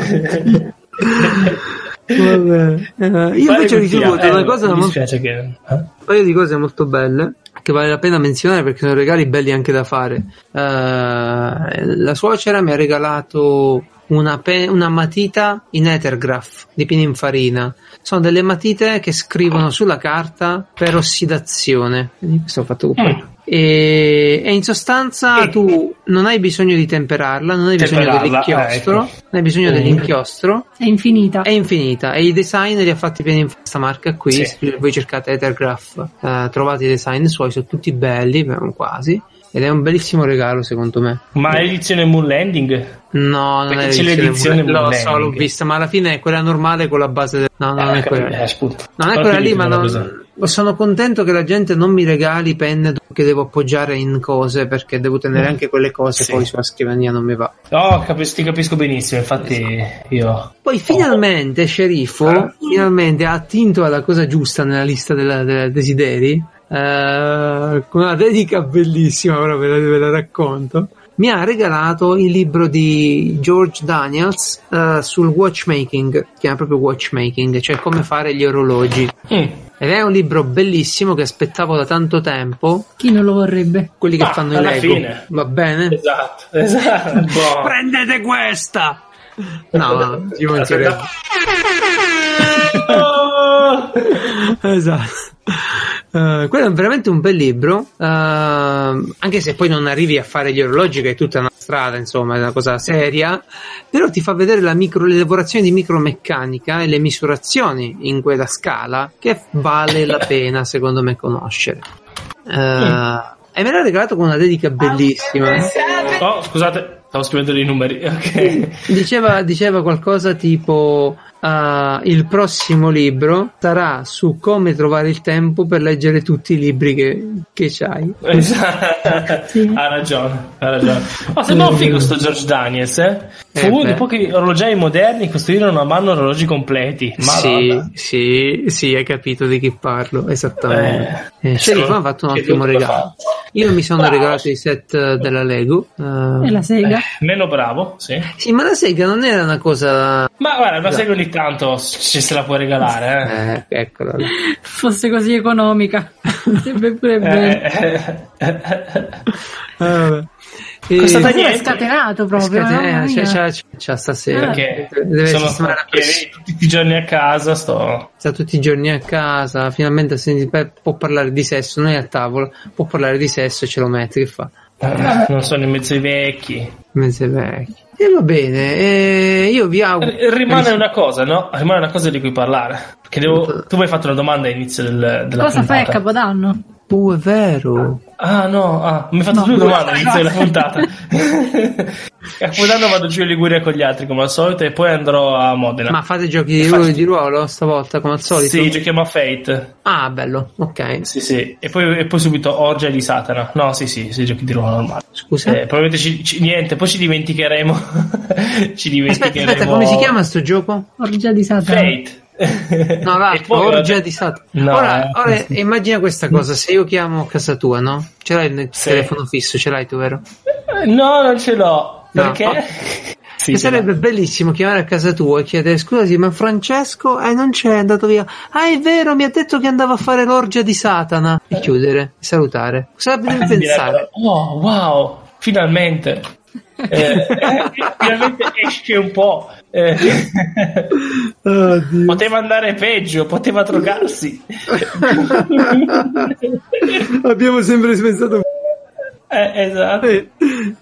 [SPEAKER 1] Vabbè. Eh, io invece ho ricevuto
[SPEAKER 2] Eh,
[SPEAKER 1] una cosa
[SPEAKER 2] Mi
[SPEAKER 1] molto
[SPEAKER 2] dispiace che. eh?
[SPEAKER 1] un paio di cose molto belle che vale la pena menzionare perché sono regali belli anche da fare. Eh, la suocera mi ha regalato una, pe- una matita in Ethergraph di Pininfarina. Sono delle matite che scrivono sulla carta per ossidazione. Quindi questo ho fatto comprare.
[SPEAKER 2] Mm.
[SPEAKER 1] E, e in sostanza
[SPEAKER 2] E-
[SPEAKER 1] tu non hai bisogno di temperarla, non hai bisogno
[SPEAKER 2] Temperarla,
[SPEAKER 1] dell'inchiostro,
[SPEAKER 2] ecco.
[SPEAKER 1] non hai bisogno
[SPEAKER 2] Mm.
[SPEAKER 1] dell'inchiostro,
[SPEAKER 3] È infinita.
[SPEAKER 1] è infinita e i design li ha fatti bene in questa marca qui
[SPEAKER 2] Sì.
[SPEAKER 1] Se voi cercate Ethergraph eh, trovate i design suoi sono tutti belli beh, non quasi ed è un bellissimo regalo secondo me
[SPEAKER 2] Ma è edizione Moon Landing?
[SPEAKER 1] no non è
[SPEAKER 2] Perché c'è l'edizione
[SPEAKER 1] lo so
[SPEAKER 2] Mullenberg.
[SPEAKER 1] l'ho vista ma alla fine è quella normale con la base del- no
[SPEAKER 2] Eh,
[SPEAKER 1] non
[SPEAKER 2] Ah,
[SPEAKER 1] è quella non è quella lì, ma non- sono contento che la gente non mi regali penne che devo appoggiare in cose perché devo tenere anche quelle cose
[SPEAKER 2] Mm. Sì.
[SPEAKER 1] poi sulla scrivania non mi va.
[SPEAKER 2] No, capis- ti capisco benissimo, infatti
[SPEAKER 1] Esatto.
[SPEAKER 2] io...
[SPEAKER 1] Poi finalmente, sceriffo,
[SPEAKER 2] Eh.
[SPEAKER 1] finalmente ha attinto alla cosa giusta nella lista della- dei desideri, eh, con una dedica bellissima, ora ve la, ve la racconto. Mi ha regalato il libro di George Daniels eh, sul watchmaking, si chiama proprio watchmaking, cioè come fare gli orologi.
[SPEAKER 2] Mm.
[SPEAKER 1] Ed è un libro bellissimo che aspettavo da tanto tempo,
[SPEAKER 3] Chi non lo vorrebbe?
[SPEAKER 1] quelli che
[SPEAKER 2] Ma,
[SPEAKER 1] fanno i
[SPEAKER 2] Ah, alla
[SPEAKER 1] Lego.
[SPEAKER 2] fine.
[SPEAKER 1] Va bene?
[SPEAKER 2] Esatto, esatto. Boh.
[SPEAKER 1] Prendete questa! No, no, ci mancherebbe.
[SPEAKER 2] Aspetta. Oh!
[SPEAKER 1] esatto. Eh, quello è veramente un bel libro, ehm, anche se poi non arrivi a fare gli orologi, che è tutta una strada, insomma, è una cosa seria, però ti fa vedere la micro, l'elaborazione di micromeccanica e le misurazioni in quella scala che vale la pena, secondo me, conoscere. Eh, E me l'ha regalato con una dedica bellissima.
[SPEAKER 2] Oh, scusate, stavo scrivendo dei numeri. Ok.
[SPEAKER 1] Diceva, diceva qualcosa tipo ah, il prossimo libro sarà su come trovare il tempo per leggere tutti i libri che, che c'hai.
[SPEAKER 2] Esatto.
[SPEAKER 3] Sì.
[SPEAKER 2] Ha ragione, ha ragione. Oh, sembra un figo sto George Daniels, eh? Fu
[SPEAKER 1] Eh,
[SPEAKER 2] uno
[SPEAKER 1] beh.
[SPEAKER 2] dei pochi orologiai moderni che costruirono a mano orologi completi. Ma
[SPEAKER 1] sì, sì, sì, hai capito di chi parlo, esattamente. Eh, Sceriffo ha fatto un ottimo regalo. Io mi sono
[SPEAKER 2] Bravo.
[SPEAKER 1] regalato i set eh, della Lego. eh,
[SPEAKER 3] E la sega.
[SPEAKER 2] Meno bravo, sì.
[SPEAKER 1] Sì, ma la sega non era una cosa...
[SPEAKER 2] Ma guarda, una serie ogni tanto ci se la può regalare,
[SPEAKER 1] Eh, eccola. là.
[SPEAKER 3] Fosse così economica. Sempre pure
[SPEAKER 2] eh.
[SPEAKER 3] bene.
[SPEAKER 2] Eh, eh,
[SPEAKER 1] Eh,
[SPEAKER 2] eh. Costata
[SPEAKER 1] eh,
[SPEAKER 3] Questo è
[SPEAKER 2] niente. eh,
[SPEAKER 3] scatenato proprio. mamma
[SPEAKER 1] Scatena,
[SPEAKER 3] mia.
[SPEAKER 1] c'ha, eh,
[SPEAKER 2] cioè,
[SPEAKER 1] c'ha, c'ha stasera.
[SPEAKER 2] Perché
[SPEAKER 1] Deve
[SPEAKER 2] sono
[SPEAKER 1] sistemare la
[SPEAKER 2] perché tutti i giorni a casa sto...
[SPEAKER 1] sta tutti i giorni a casa, finalmente senti- beh, può parlare di sesso, noi a tavola, può parlare di sesso e ce lo mette, che fa?
[SPEAKER 2] eh, Non sono in mezzo ai vecchi.
[SPEAKER 1] Mese vecchi. E va bene, eh, io vi auguro...
[SPEAKER 2] R- Rimane una cosa, no? Rimane una cosa di cui parlare. Che devo... Tu mi hai fatto una domanda all'inizio del, della
[SPEAKER 3] Cosa fai a
[SPEAKER 2] puntata.
[SPEAKER 3] Capodanno?
[SPEAKER 1] Uh, è vero.
[SPEAKER 2] Ah no, ah, mi hai fatto due domande all'inizio della puntata. a Capodanno vado giù in Liguria con gli altri come al solito e poi andrò a Modena.
[SPEAKER 1] Ma fate giochi di
[SPEAKER 2] Infatti-
[SPEAKER 1] ruolo, di ruolo stavolta, come al solito?
[SPEAKER 2] Sì, giochiamo a Fate.
[SPEAKER 1] Ah, bello, ok.
[SPEAKER 2] Sì, sì. E poi, e poi subito Orgia di Satana. No, sì, sì, sì, giochi di ruolo normale.
[SPEAKER 1] Scusa.
[SPEAKER 2] Eh, probabilmente ci, ci- niente, poi ci dimenticheremo. ci dimenticheremo.
[SPEAKER 1] aspetta, aspetta, come si chiama sto gioco?
[SPEAKER 3] Orgia di Satana.
[SPEAKER 2] Fate.
[SPEAKER 1] No,
[SPEAKER 2] E poi-
[SPEAKER 1] l'altro, orgia di Satana.
[SPEAKER 2] No,
[SPEAKER 1] ora,
[SPEAKER 2] eh,
[SPEAKER 1] ora
[SPEAKER 2] sì.
[SPEAKER 1] immagina questa cosa, se io chiamo a casa tua, no? Ce l'hai nel
[SPEAKER 2] Sì.
[SPEAKER 1] telefono fisso, ce l'hai tu, vero?
[SPEAKER 2] No, non ce l'ho.
[SPEAKER 1] No.
[SPEAKER 2] Perché?
[SPEAKER 1] Oh.
[SPEAKER 2] Sì,
[SPEAKER 1] che
[SPEAKER 2] ce l'ho.
[SPEAKER 1] sarebbe bellissimo chiamare a casa tua e chiedere scusi, ma Francesco eh, non c'è, è andato via. Ah, è vero, mi ha detto che andava a fare l'orgia di Satana. E chiudere, salutare. Cosa devi pensare?
[SPEAKER 2] Ah, Oh, wow, finalmente. Eh, eh, finalmente esce un po'. Eh, poteva andare peggio, poteva drogarsi.
[SPEAKER 1] Abbiamo sempre pensato.
[SPEAKER 2] Eh, esatto.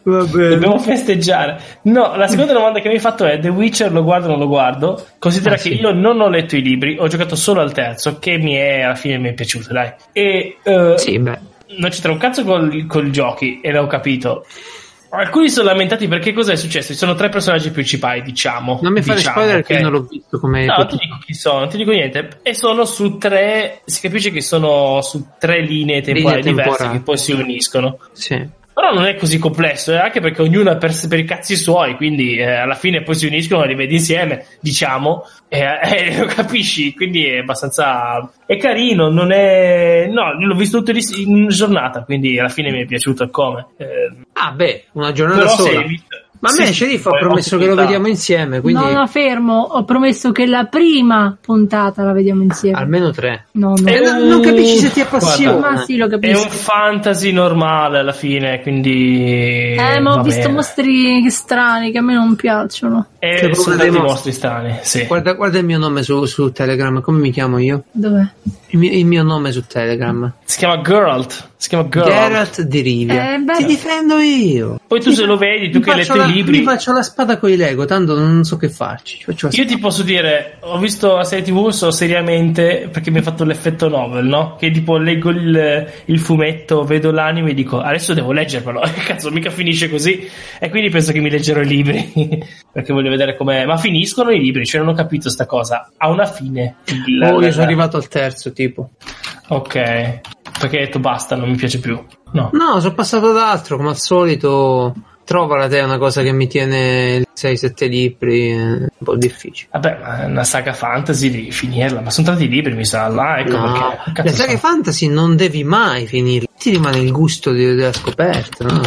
[SPEAKER 1] Va bene.
[SPEAKER 2] Dobbiamo festeggiare. No, la seconda domanda che mi hai fatto è: The Witcher lo guardo o non lo guardo? Considera
[SPEAKER 1] Ah,
[SPEAKER 2] che
[SPEAKER 1] sì.
[SPEAKER 2] io non ho letto i libri, ho giocato solo al terzo, che mi è alla fine mi è piaciuto, dai. E eh,
[SPEAKER 1] Sì, beh.
[SPEAKER 2] non c'entra un cazzo col, col giochi, e l'ho capito. Alcuni sono lamentati perché cosa è successo? Ci sono tre personaggi principali, diciamo.
[SPEAKER 1] Non mi fare
[SPEAKER 2] diciamo,
[SPEAKER 1] spoiler
[SPEAKER 2] ok?
[SPEAKER 1] che io non l'ho visto come.
[SPEAKER 2] No, non ti dico chi sono, non ti dico niente. E sono su tre. Si capisce che sono su tre linee temporali diverse
[SPEAKER 1] temporali.
[SPEAKER 2] che poi si uniscono.
[SPEAKER 1] Sì.
[SPEAKER 2] Però non è così complesso, eh, anche perché ognuno è per, per i cazzi suoi, quindi eh, alla fine poi si uniscono e li vedi insieme, diciamo, e, e lo capisci, quindi è abbastanza... è carino, non è... no, l'ho visto tutto di- in giornata, quindi alla fine mi è piaciuto come. Eh,
[SPEAKER 1] Ah, beh, una giornata
[SPEAKER 2] però
[SPEAKER 1] sola.
[SPEAKER 2] se hai visto-
[SPEAKER 1] Ma a me
[SPEAKER 2] sì,
[SPEAKER 1] il sceriffo ha
[SPEAKER 2] poi
[SPEAKER 1] promesso
[SPEAKER 2] ho
[SPEAKER 1] che lo
[SPEAKER 2] finita.
[SPEAKER 1] vediamo insieme, quindi
[SPEAKER 3] No, no, fermo. Ho promesso che la prima puntata la vediamo insieme.
[SPEAKER 1] almeno tre.
[SPEAKER 3] No, no.
[SPEAKER 1] Eh, non- non capisci se ti appassiona.
[SPEAKER 2] Guarda,
[SPEAKER 3] Ma sì, lo
[SPEAKER 2] È un
[SPEAKER 3] capisco.
[SPEAKER 2] fantasy normale alla fine, quindi...
[SPEAKER 3] Eh, ma ho
[SPEAKER 2] va
[SPEAKER 3] visto
[SPEAKER 2] bene.
[SPEAKER 3] mostri strani che a me non piacciono.
[SPEAKER 2] Eh,
[SPEAKER 1] Secondo
[SPEAKER 2] sono
[SPEAKER 1] dei
[SPEAKER 2] dei
[SPEAKER 1] mostri.
[SPEAKER 2] mostri strani, sì.
[SPEAKER 1] Guarda, guarda il mio nome su, su Telegram, come mi chiamo io?
[SPEAKER 3] Dov'è?
[SPEAKER 1] Il mio, il mio nome su Telegram.
[SPEAKER 2] Si chiama Geralt. Si chiama Geralt.
[SPEAKER 1] Geralt di Rivia.
[SPEAKER 3] Eh, beh.
[SPEAKER 1] Ti difendo io.
[SPEAKER 2] Poi tu se lo vedi, tu
[SPEAKER 1] Mi
[SPEAKER 2] che hai
[SPEAKER 1] faccio
[SPEAKER 2] letto
[SPEAKER 1] la-
[SPEAKER 2] i libri.
[SPEAKER 1] Mi faccio la spada con i Lego, tanto non so che farci. Ci faccio la
[SPEAKER 2] Io ti posso dire, ho visto la serie TV so seriamente perché mi ha fatto l'effetto novel, no? Che tipo leggo il, il fumetto, vedo l'anime e dico adesso devo leggermelo. Cazzo, mica finisce così. E quindi penso che mi leggerò i libri perché voglio vedere com'è. Ma finiscono i libri, cioè non ho capito sta cosa. Ha una fine.
[SPEAKER 1] spada.
[SPEAKER 2] Il-
[SPEAKER 1] Oh, io sono arrivato al terzo tipo.
[SPEAKER 2] Ok, perché hai detto basta, non mi piace più. No.
[SPEAKER 1] No, sono passato ad altro, come al solito. Trovala te una cosa che mi tiene 6-7 libri, eh, un po' difficile.
[SPEAKER 2] Vabbè, ma è una saga fantasy di finirla, ma sono tanti libri, mi sa. Là, ecco
[SPEAKER 1] No,
[SPEAKER 2] perché. Cazzo
[SPEAKER 1] le saghe
[SPEAKER 2] so.
[SPEAKER 1] fantasy non devi mai finirle, ti rimane il gusto di- della scoperta, no?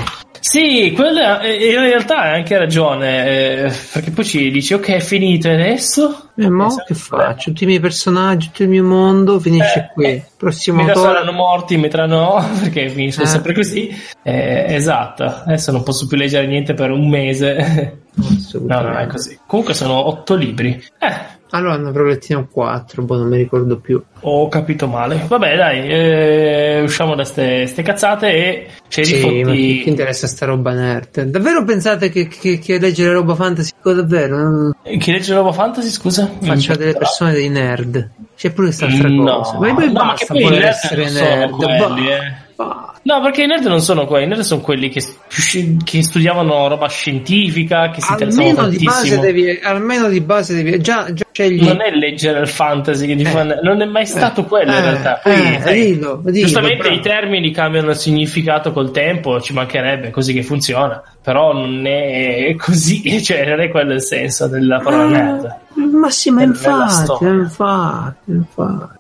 [SPEAKER 2] Sì, quella eh, in realtà hai anche ragione, eh, perché poi ci dici ok è finito e adesso?
[SPEAKER 1] E Eh, mo
[SPEAKER 2] Esatto.
[SPEAKER 1] che faccio? Tutti i miei personaggi, tutto il mio mondo finisce
[SPEAKER 2] Eh,
[SPEAKER 1] qui.
[SPEAKER 2] eh.
[SPEAKER 1] Prossimo
[SPEAKER 2] Metà
[SPEAKER 1] autore.
[SPEAKER 2] saranno morti, metà no, perché finiscono
[SPEAKER 1] Eh.
[SPEAKER 2] sempre così. Eh, esatto, adesso non posso più leggere niente per un mese. no, no, è così. Comunque sono otto libri. Eh,
[SPEAKER 1] Allora ne avrò letti un 4, boh, non mi ricordo più.
[SPEAKER 2] ho capito male. Vabbè dai, eh, usciamo da ste, ste cazzate e c'è
[SPEAKER 1] Sì,
[SPEAKER 2] rifotti-
[SPEAKER 1] ma chi, chi interessa sta roba nerd? Davvero pensate che, che, che leggere roba fantasy, cosa davvero? non-
[SPEAKER 2] Chi legge roba fantasy, scusa? Ah,
[SPEAKER 1] Faccia delle
[SPEAKER 2] persone
[SPEAKER 1] persone dei nerd. C'è pure quest'altra
[SPEAKER 2] No.
[SPEAKER 1] cosa. Ma poi
[SPEAKER 2] No, ma
[SPEAKER 1] basta
[SPEAKER 2] che poi i
[SPEAKER 1] voler
[SPEAKER 2] nerd
[SPEAKER 1] essere
[SPEAKER 2] non sono
[SPEAKER 1] nerd.
[SPEAKER 2] quelli,
[SPEAKER 1] boh.
[SPEAKER 2] eh.
[SPEAKER 1] fa?
[SPEAKER 2] No, perché i nerd non sono quelli, i nerd sono quelli che, sci- che studiavano roba scientifica, che si interessano
[SPEAKER 1] Almeno di, base
[SPEAKER 2] tantissimo.
[SPEAKER 1] devi, almeno di base devi già, già scegli
[SPEAKER 2] Non è leggere il fantasy che ti fa- non è mai stato quello in
[SPEAKER 1] eh,
[SPEAKER 2] realtà.
[SPEAKER 1] eh,
[SPEAKER 2] Quindi, sai,
[SPEAKER 1] dillo, dillo,
[SPEAKER 2] giustamente
[SPEAKER 1] bravo.
[SPEAKER 2] i termini cambiano significato col tempo, ci mancherebbe, è così che funziona. Però non è così, cioè non è quello il senso della parola nerd.
[SPEAKER 1] Eh, ma sì, ma
[SPEAKER 2] Nella
[SPEAKER 1] infatti,
[SPEAKER 2] storia.
[SPEAKER 1] infatti, infatti.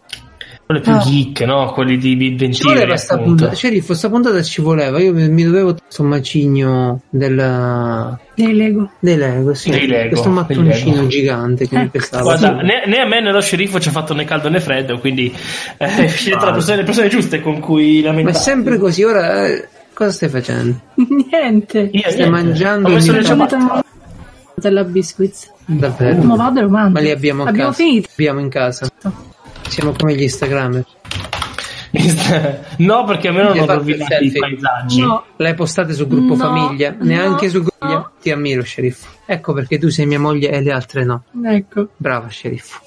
[SPEAKER 2] Quello più
[SPEAKER 3] Ah.
[SPEAKER 2] geek, no? Quelli di Big Ben
[SPEAKER 1] Ci voleva
[SPEAKER 2] Theory,
[SPEAKER 1] sta
[SPEAKER 2] appunto.
[SPEAKER 1] puntata, sceriffo, sta puntata ci voleva. Io mi, mi dovevo questo macigno del,
[SPEAKER 3] Dei Lego.
[SPEAKER 1] dei Lego, sì.
[SPEAKER 2] Dei Lego,
[SPEAKER 1] questo
[SPEAKER 2] dei
[SPEAKER 1] mattoncino
[SPEAKER 2] Lego.
[SPEAKER 1] gigante che mi
[SPEAKER 3] Ecco.
[SPEAKER 1] pesava.
[SPEAKER 2] Guarda,
[SPEAKER 1] Sì.
[SPEAKER 2] né, né a me né allo sceriffo ci ha fatto né caldo né freddo, quindi eh,
[SPEAKER 1] Ah.
[SPEAKER 2] scegliete la persona- le persone giuste con
[SPEAKER 1] ma
[SPEAKER 2] cui
[SPEAKER 1] è
[SPEAKER 2] lamentarsi.
[SPEAKER 1] sempre così. Ora, eh, cosa stai facendo?
[SPEAKER 3] Niente.
[SPEAKER 2] Io,
[SPEAKER 1] stai
[SPEAKER 2] niente.
[SPEAKER 1] mangiando
[SPEAKER 2] Ho messo
[SPEAKER 1] il
[SPEAKER 2] le
[SPEAKER 1] mio
[SPEAKER 2] ciabatte.
[SPEAKER 3] tabacco. Della biscuits.
[SPEAKER 1] Davvero?
[SPEAKER 3] Ma vado e lo mando.
[SPEAKER 1] Ma li abbiamo a
[SPEAKER 3] Abbiamo
[SPEAKER 1] casa.
[SPEAKER 3] finito. Certo.
[SPEAKER 1] Abbiamo in casa. Siamo come gli Instagrammer.
[SPEAKER 2] No, perché
[SPEAKER 1] Mi
[SPEAKER 2] almeno
[SPEAKER 1] hai
[SPEAKER 2] non ho
[SPEAKER 1] fatto
[SPEAKER 2] rovinato
[SPEAKER 1] il
[SPEAKER 2] i
[SPEAKER 1] selfie.
[SPEAKER 2] paesaggi.
[SPEAKER 3] No.
[SPEAKER 1] Le hai postate sul gruppo
[SPEAKER 3] No,
[SPEAKER 1] famiglia?
[SPEAKER 3] no,
[SPEAKER 1] Neanche su gruppo.
[SPEAKER 3] no.
[SPEAKER 1] Ti ammiro, sceriffo. Ecco perché tu sei mia moglie e le altre no.
[SPEAKER 3] Ecco.
[SPEAKER 1] Brava, sceriffo.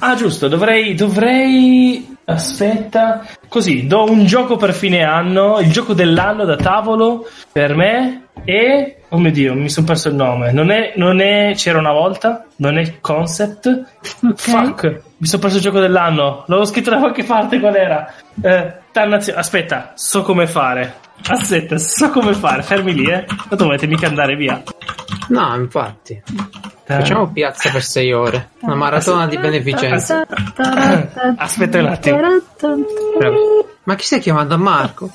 [SPEAKER 2] Ah, giusto, dovrei, dovrei. Aspetta. Così, do un gioco per fine anno. Il gioco dell'anno da tavolo per me e. Oh mio dio, mi sono perso il nome. Non è, non è C'era una volta? Non è Concept?
[SPEAKER 3] Ok.
[SPEAKER 2] Fuck, mi sono perso il gioco dell'anno. L'avevo scritto da qualche parte qual era. Eh, tannazio- Aspetta, so come fare. Aspetta, so come fare. Fermi lì, eh. Tanto volete mica andare via.
[SPEAKER 1] No, infatti. Facciamo piazza per sei ore. Una maratona di beneficenza.
[SPEAKER 2] Eh, Aspetta un attimo.
[SPEAKER 1] Bravo. Certo. Ma chi stai chiamando? Marco?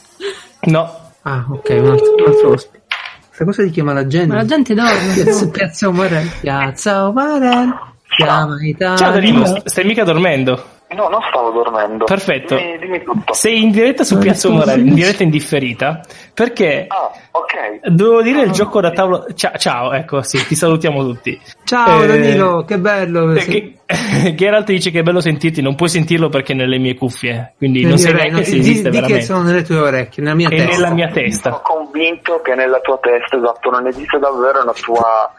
[SPEAKER 2] No,
[SPEAKER 1] Ah, ok, un altro, un altro ospite. Questa cosa ti chiama la gente.
[SPEAKER 3] Ma la gente
[SPEAKER 1] Piazza,
[SPEAKER 3] dorme.
[SPEAKER 1] piazza Umarell. Piazza Umarell. Chiama Italia.
[SPEAKER 2] Ciao Danilo, st- stai mica dormendo?
[SPEAKER 4] No, non stavo dormendo.
[SPEAKER 2] Perfetto.
[SPEAKER 4] Dimmi, dimmi tutto.
[SPEAKER 2] Sei in diretta su
[SPEAKER 3] Non
[SPEAKER 2] Piazza
[SPEAKER 3] rispondo.
[SPEAKER 2] Morelli, in diretta indifferita, perché
[SPEAKER 4] Ah, ok.
[SPEAKER 2] devo dire
[SPEAKER 1] Ah.
[SPEAKER 2] il gioco da tavolo... Ciao, ciao, ecco, sì, ti salutiamo tutti.
[SPEAKER 1] Ciao
[SPEAKER 2] Eh,
[SPEAKER 1] Danilo, che bello.
[SPEAKER 2] eh, Che... Geralt dice che è bello sentirti, non puoi sentirlo perché è nelle mie cuffie, quindi
[SPEAKER 1] Nelle
[SPEAKER 2] non
[SPEAKER 1] mie
[SPEAKER 2] sai
[SPEAKER 1] orecchie.
[SPEAKER 2] neanche se
[SPEAKER 1] Di-
[SPEAKER 2] esiste
[SPEAKER 1] di, che
[SPEAKER 2] veramente.
[SPEAKER 1] sono nelle tue orecchie, nella mia
[SPEAKER 2] È
[SPEAKER 1] testa.
[SPEAKER 2] nella mia
[SPEAKER 4] Sono
[SPEAKER 2] testa.
[SPEAKER 4] convinto che nella tua testa, esatto, non esiste davvero una tua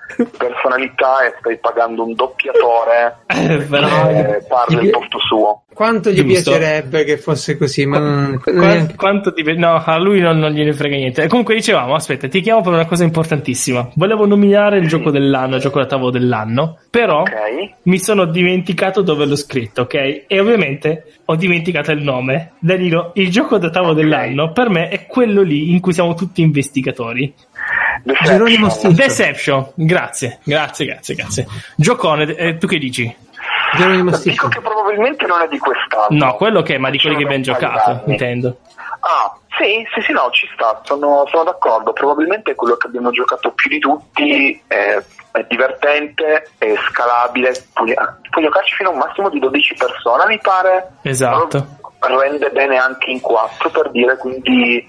[SPEAKER 4] personalità e stai pagando un doppiatore
[SPEAKER 2] Eh, però-
[SPEAKER 4] che parla il posto suo.
[SPEAKER 1] Quanto gli
[SPEAKER 2] Giusto.
[SPEAKER 1] piacerebbe che fosse così, ma non,
[SPEAKER 2] Qua-
[SPEAKER 1] eh, neanche-
[SPEAKER 2] quanto ti... No, a lui non, non gliene frega niente. Eh, Comunque dicevamo, aspetta, ti chiamo per una cosa importantissima. Volevo nominare il gioco dell'anno, il gioco da tavolo dell'anno, però
[SPEAKER 4] Ok?
[SPEAKER 2] mi sono dimenticato dove l'ho scritto, ok? E ovviamente ho dimenticato il nome. Danilo, il gioco da tavolo
[SPEAKER 4] Ok.
[SPEAKER 2] dell'anno per me è quello lì in cui siamo tutti investigatori.
[SPEAKER 4] Deception.
[SPEAKER 1] Geronimo Stilton.
[SPEAKER 2] Deception, grazie, grazie, grazie, grazie. Giocone, eh, tu che dici?
[SPEAKER 1] Geronimo
[SPEAKER 4] Dico
[SPEAKER 1] Stilton.
[SPEAKER 4] che probabilmente non è di quest'anno.
[SPEAKER 2] No, quello che, ma di quelli che abbiamo
[SPEAKER 4] Sono un paio
[SPEAKER 2] giocato,
[SPEAKER 4] d'anni.
[SPEAKER 2] intendo.
[SPEAKER 4] Ah, sì, sì, sì, no, ci sta, sono, sono d'accordo. Probabilmente è quello che abbiamo giocato più di tutti. eh, è divertente, è scalabile. Puoi, ah, puoi giocarci fino a un massimo di 12 persone, mi pare.
[SPEAKER 2] Esatto.
[SPEAKER 4] Però Rende bene anche in 4 per dire, quindi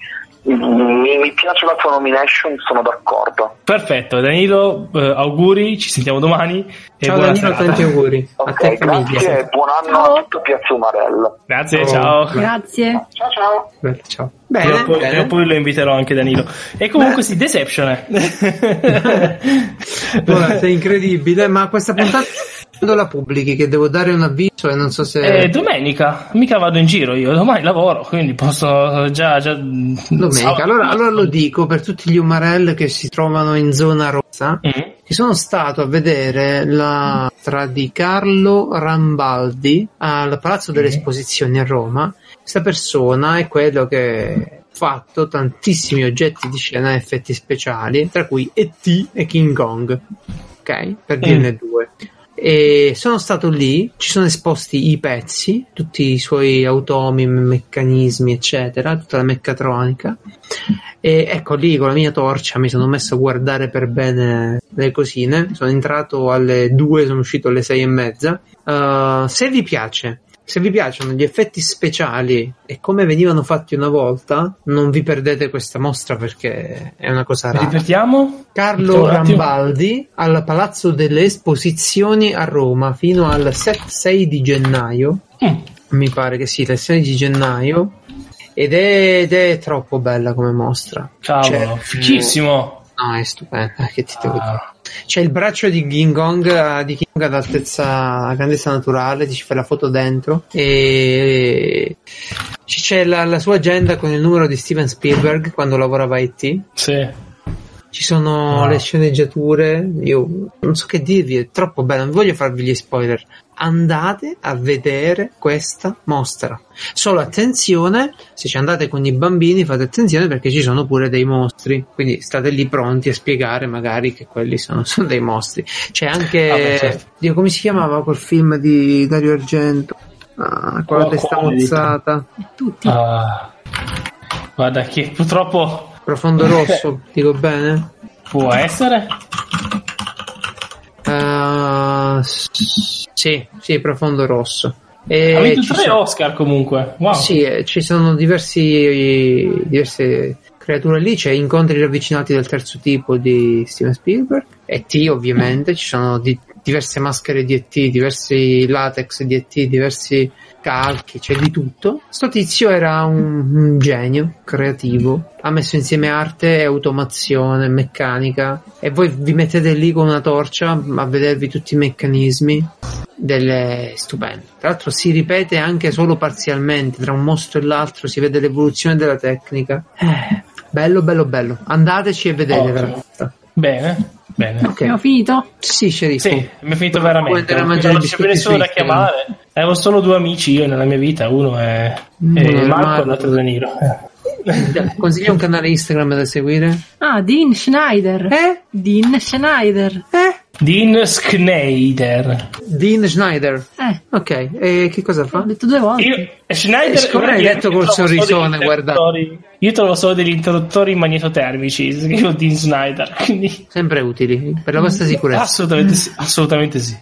[SPEAKER 4] mm, mi, mi piace la tua nomination, sono d'accordo.
[SPEAKER 2] Perfetto, Danilo, eh, auguri, ci sentiamo domani e
[SPEAKER 1] Ciao
[SPEAKER 2] buona
[SPEAKER 1] Danilo,
[SPEAKER 2] serata.
[SPEAKER 1] tanti auguri.
[SPEAKER 4] Ok,
[SPEAKER 1] a te famiglia.
[SPEAKER 4] grazie e buon anno
[SPEAKER 3] Ciao.
[SPEAKER 4] a tutto Piazza Umarella.
[SPEAKER 2] Grazie,
[SPEAKER 1] Oh.
[SPEAKER 2] ciao.
[SPEAKER 3] Grazie.
[SPEAKER 4] Ciao ciao.
[SPEAKER 1] Bello, ciao.
[SPEAKER 2] Prima
[SPEAKER 1] Bene,
[SPEAKER 2] o poi- prima o
[SPEAKER 1] bene.
[SPEAKER 2] poi lo inviterò anche Danilo. E comunque sì, Deception eh. è.
[SPEAKER 1] Guarda, sei incredibile, ma questa puntata quando la pubblichi che devo dare un avviso e non so se...
[SPEAKER 2] Eh, domenica, mica vado in giro io, domani lavoro, quindi posso già... già
[SPEAKER 1] Domenica, allora, allora lo dico per tutti gli umarell che si trovano in zona rossa,
[SPEAKER 2] Mm.
[SPEAKER 1] che sono stato a vedere la mostra di Carlo Rambaldi al Palazzo delle
[SPEAKER 2] Sì.
[SPEAKER 1] Esposizioni a Roma. Questa persona è quello che ha fatto tantissimi oggetti di scena e effetti speciali, tra cui E.T. e King Kong, ok? Per dirne due. E sono stato lì, ci sono esposti i pezzi, tutti i suoi automi, meccanismi, eccetera, tutta la meccatronica. E ecco lì con la mia torcia mi sono messo a guardare per bene le cosine. Sono entrato alle 2, sono uscito alle 6 e mezza. Uh, se vi piace. Se vi piacciono gli effetti speciali e come venivano fatti una volta, non vi perdete questa mostra perché è una cosa rara.
[SPEAKER 2] Ripetiamo?
[SPEAKER 1] Carlo
[SPEAKER 2] Un attimo.
[SPEAKER 1] Rambaldi al Palazzo delle Esposizioni a Roma fino al 7-6 di gennaio.
[SPEAKER 2] Mm.
[SPEAKER 1] Mi pare che sì, il 6 di gennaio. Ed è, ed è troppo bella come mostra.
[SPEAKER 2] Cavolo,
[SPEAKER 1] Cioè,
[SPEAKER 2] fichissimo.
[SPEAKER 1] No, è stupenda, che ti devo dire.
[SPEAKER 2] Ah.
[SPEAKER 1] C'è il braccio di King Kong, eh, di King Kong ad altezza, a grandezza naturale, ti ci fai la foto dentro e c- c'è la, la sua agenda con il numero di Steven Spielberg quando lavorava a IT.
[SPEAKER 2] Sì.
[SPEAKER 1] Ci sono
[SPEAKER 2] Wow.
[SPEAKER 1] le sceneggiature, io non so che dirvi, è troppo bello, non voglio farvi gli spoiler. Andate a vedere questa mostra. Solo attenzione, se ci andate con i bambini fate attenzione perché ci sono pure dei mostri, quindi state lì pronti a spiegare magari che quelli sono, sono dei mostri. C'è anche,
[SPEAKER 2] Ah, beh, certo.
[SPEAKER 1] Dio, come si chiamava quel film di Dario Argento? Ah, con la
[SPEAKER 2] Qua-
[SPEAKER 1] testa
[SPEAKER 2] quale?
[SPEAKER 1] mozzata,
[SPEAKER 3] Tutti.
[SPEAKER 2] Ah. Guarda che purtroppo
[SPEAKER 1] profondo rosso, dico bene?
[SPEAKER 2] può essere.
[SPEAKER 1] Uh, s- sì, sì, profondo rosso. E
[SPEAKER 2] ha vinto
[SPEAKER 1] Eh, ci
[SPEAKER 2] tre
[SPEAKER 1] sono-
[SPEAKER 2] Oscar comunque. Wow.
[SPEAKER 1] sì, eh, ci sono diversi, diverse creature lì. C'è incontri ravvicinati del terzo tipo di Steven Spielberg. E.T. ovviamente, ci sono di- diverse maschere di E.T., diversi latex di E.T., diversi calchi, c'è di tutto. Sto tizio era un, un genio creativo. Ha messo insieme arte e automazione, meccanica. E voi vi mettete lì con una torcia a vedervi tutti i meccanismi delle stupende. Tra l'altro si ripete anche solo parzialmente, tra un mostro e l'altro si vede l'evoluzione della tecnica. Eh, bello, bello, bello. Andateci e vedete.
[SPEAKER 2] Ottimo.
[SPEAKER 1] veramente.
[SPEAKER 2] Bene, bene.
[SPEAKER 1] Ok.
[SPEAKER 3] Abbiamo finito?
[SPEAKER 1] Sì, sceriffo.
[SPEAKER 2] Sì, mi è finito
[SPEAKER 1] Puoi
[SPEAKER 2] veramente.
[SPEAKER 1] andare a
[SPEAKER 2] Non
[SPEAKER 1] mangiare i
[SPEAKER 2] c'è più
[SPEAKER 1] biscotti
[SPEAKER 2] nessuno da
[SPEAKER 1] Twister.
[SPEAKER 2] chiamare. Avevo solo due amici io nella mia vita, uno è,
[SPEAKER 1] Uno
[SPEAKER 2] è
[SPEAKER 1] è
[SPEAKER 2] Marco e
[SPEAKER 1] Marco.
[SPEAKER 2] l'altro è Eh. Danilo.
[SPEAKER 1] Dai, Consiglio un canale Instagram da seguire.
[SPEAKER 3] Ah, Dean Schneider.
[SPEAKER 1] Eh?
[SPEAKER 3] Dean Schneider.
[SPEAKER 1] Eh?
[SPEAKER 2] Dean Schneider.
[SPEAKER 1] Dean Schneider.
[SPEAKER 3] Eh,
[SPEAKER 1] Ok, e che cosa fa?
[SPEAKER 3] l'ho detto due volte.
[SPEAKER 2] Io, Schneider
[SPEAKER 1] Siccome l'hai
[SPEAKER 2] guarda,
[SPEAKER 1] Ah, detto
[SPEAKER 2] io
[SPEAKER 1] col
[SPEAKER 2] trovo solo degli
[SPEAKER 1] sorrisone, guarda.
[SPEAKER 2] interruttori- Io trovo solo degli interruttori magnetotermici, scrivo Dean Schneider, quindi
[SPEAKER 1] Sempre utili, per la vostra sicurezza.
[SPEAKER 2] assolutamente Ah, sì, assolutamente sì.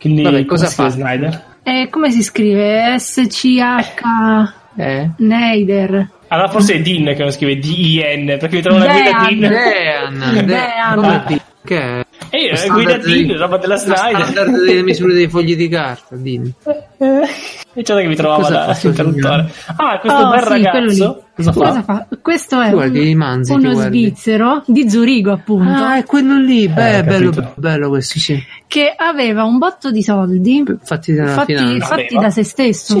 [SPEAKER 2] Quindi
[SPEAKER 1] Vabbè, cosa
[SPEAKER 2] come si
[SPEAKER 1] fa?
[SPEAKER 2] chiama Schneider?
[SPEAKER 3] Eh, come si scrive? S-C-H
[SPEAKER 1] Eh?
[SPEAKER 3] Neider.
[SPEAKER 2] Allora forse è Dean che non scrive D-I-N, perché mi trovo una guida
[SPEAKER 3] Dean.
[SPEAKER 2] Dean.
[SPEAKER 1] Dean,
[SPEAKER 3] Dean.
[SPEAKER 1] Dean. Come ti- Che è?
[SPEAKER 2] Ehi,
[SPEAKER 1] Lo
[SPEAKER 2] eh,
[SPEAKER 1] standard
[SPEAKER 2] guida
[SPEAKER 1] dei-
[SPEAKER 2] Dean, roba della
[SPEAKER 1] lo standard
[SPEAKER 2] Schneider.
[SPEAKER 1] delle misure dei fogli di carta, Dean.
[SPEAKER 2] E c'è che mi trovava
[SPEAKER 1] Cosa ha
[SPEAKER 2] la-
[SPEAKER 1] fatto il
[SPEAKER 2] l'interruttore. Ah, questo
[SPEAKER 3] Oh,
[SPEAKER 2] bel
[SPEAKER 3] sì, quello lì.
[SPEAKER 2] ragazzo. Cosa
[SPEAKER 3] Cosa
[SPEAKER 2] fa?
[SPEAKER 3] fa? Questo è
[SPEAKER 1] Guardi,
[SPEAKER 3] un-
[SPEAKER 1] i manzi, ti
[SPEAKER 3] uno
[SPEAKER 1] guardi.
[SPEAKER 3] svizzero di Zurigo, appunto,
[SPEAKER 1] Ah, è quello lì, beh,
[SPEAKER 2] Eh,
[SPEAKER 1] bello,
[SPEAKER 2] capito.
[SPEAKER 1] bello questo, sì.
[SPEAKER 3] che aveva un botto di soldi
[SPEAKER 1] Fatti dalla
[SPEAKER 3] fatti,
[SPEAKER 1] finanza.
[SPEAKER 3] fatti
[SPEAKER 2] Aveva?
[SPEAKER 3] da se stesso,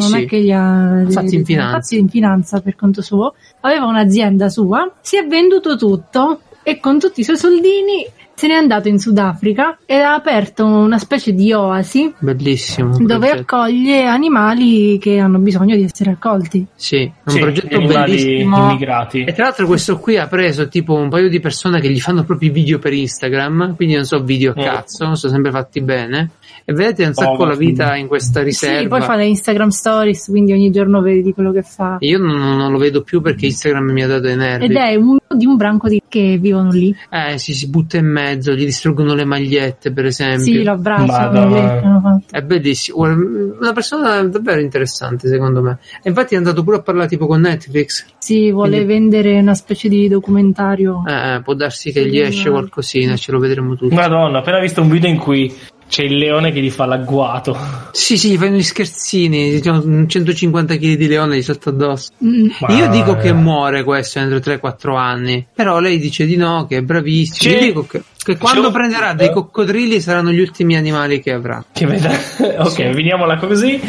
[SPEAKER 1] Sì,
[SPEAKER 3] non
[SPEAKER 1] sì.
[SPEAKER 3] è che li ha
[SPEAKER 1] Fatti in
[SPEAKER 3] li-
[SPEAKER 1] finanza.
[SPEAKER 3] fatti in finanza per conto suo. Aveva un'azienda sua, si è venduto tutto e con tutti i suoi soldini se n'è andato in Sudafrica ed ha aperto una specie di oasi
[SPEAKER 1] Bellissimo.
[SPEAKER 3] dove
[SPEAKER 1] progetto.
[SPEAKER 3] accoglie animali che hanno bisogno di essere accolti.
[SPEAKER 1] Sì, è un
[SPEAKER 2] Sì, gli
[SPEAKER 1] progetto
[SPEAKER 2] animali
[SPEAKER 1] bellissimo.
[SPEAKER 2] immigrati.
[SPEAKER 1] E tra l'altro questo qui ha preso tipo un paio di persone che gli fanno proprio i video per Instagram, quindi non so video a
[SPEAKER 2] Mm.
[SPEAKER 1] cazzo, non so sempre fatti bene. E vedete un sacco
[SPEAKER 2] Oh,
[SPEAKER 1] la vita in questa
[SPEAKER 3] Sì, poi
[SPEAKER 1] riserva.
[SPEAKER 3] fa le Instagram stories, quindi ogni giorno vedi quello che fa.
[SPEAKER 1] Io non, non lo vedo più perché Instagram mi ha dato i nervi.
[SPEAKER 3] Ed è uno di un branco di- che vivono lì.
[SPEAKER 1] Eh, si, si butta in mezzo, gli distruggono le magliette, per esempio.
[SPEAKER 3] Sì, lo abbracciano.
[SPEAKER 2] Madonna.
[SPEAKER 3] le beccano, fa-
[SPEAKER 1] È bellissimo, Guarda, una persona davvero interessante secondo me. E infatti è andato pure a parlare tipo con Netflix.
[SPEAKER 3] Sì, vuole
[SPEAKER 1] Quindi-
[SPEAKER 3] vendere una specie di documentario.
[SPEAKER 1] Eh, eh, può darsi che
[SPEAKER 3] Sì,
[SPEAKER 1] gli esce
[SPEAKER 3] no.
[SPEAKER 1] qualcosina, ce lo vedremo tutti.
[SPEAKER 2] Madonna, ho appena visto un video in cui c'è il leone che gli fa l'agguato.
[SPEAKER 1] Sì, sì, gli fanno gli scherzini, diciamo, un 150 kg di leone gli salta addosso.
[SPEAKER 3] Mm.
[SPEAKER 1] Io
[SPEAKER 2] Ma- eh.
[SPEAKER 1] dico che muore questo entro 3-4 anni, però lei dice di no, che è bravissimo.
[SPEAKER 2] C'è-
[SPEAKER 1] Io dico che, che
[SPEAKER 2] c'è
[SPEAKER 1] quando
[SPEAKER 2] un-
[SPEAKER 1] prenderà dei coccodrilli saranno gli ultimi animali che avrà.
[SPEAKER 2] Che bella. ok, finiamola così.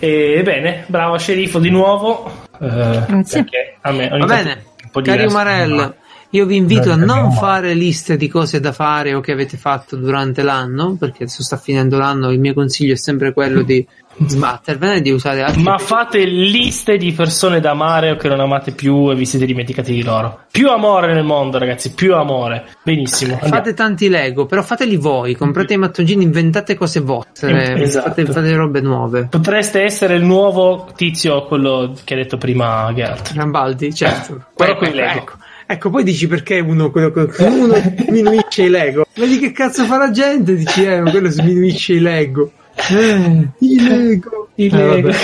[SPEAKER 2] E bene, bravo sceriffo di nuovo. Eh,
[SPEAKER 3] Grazie.
[SPEAKER 2] perché a me ogni
[SPEAKER 1] Va
[SPEAKER 2] tanto
[SPEAKER 1] bene,
[SPEAKER 2] un po' di
[SPEAKER 1] cari
[SPEAKER 2] resto-
[SPEAKER 1] Umarello, io vi invito a
[SPEAKER 2] Grazie,
[SPEAKER 1] non
[SPEAKER 2] no.
[SPEAKER 1] fare liste di cose da fare o che avete fatto durante l'anno, perché adesso sta finendo l'anno, il mio consiglio è sempre quello di sbattervene e di usare altri.
[SPEAKER 2] Ma fate liste di persone da amare o che non amate più e vi siete dimenticati di loro. Più amore nel mondo, ragazzi, più amore. Benissimo. andiamo.
[SPEAKER 1] Fate tanti Lego, però fateli voi, comprate i mattongini, inventate cose vostre,
[SPEAKER 2] Esatto.
[SPEAKER 1] fate, fate robe nuove.
[SPEAKER 2] Potreste essere il nuovo tizio, quello che ha detto prima Gert.
[SPEAKER 1] Rambaldi, certo.
[SPEAKER 2] Però coi Lego.
[SPEAKER 1] Ecco. Ecco, poi dici perché uno, quello, quello- uno sminuisce i Lego. Vedi che cazzo fa la gente? Dici, eh, ma quello sminuisce i Lego. Eh, I Lego, i
[SPEAKER 2] Eh,
[SPEAKER 1] Lego.
[SPEAKER 2] vabbè.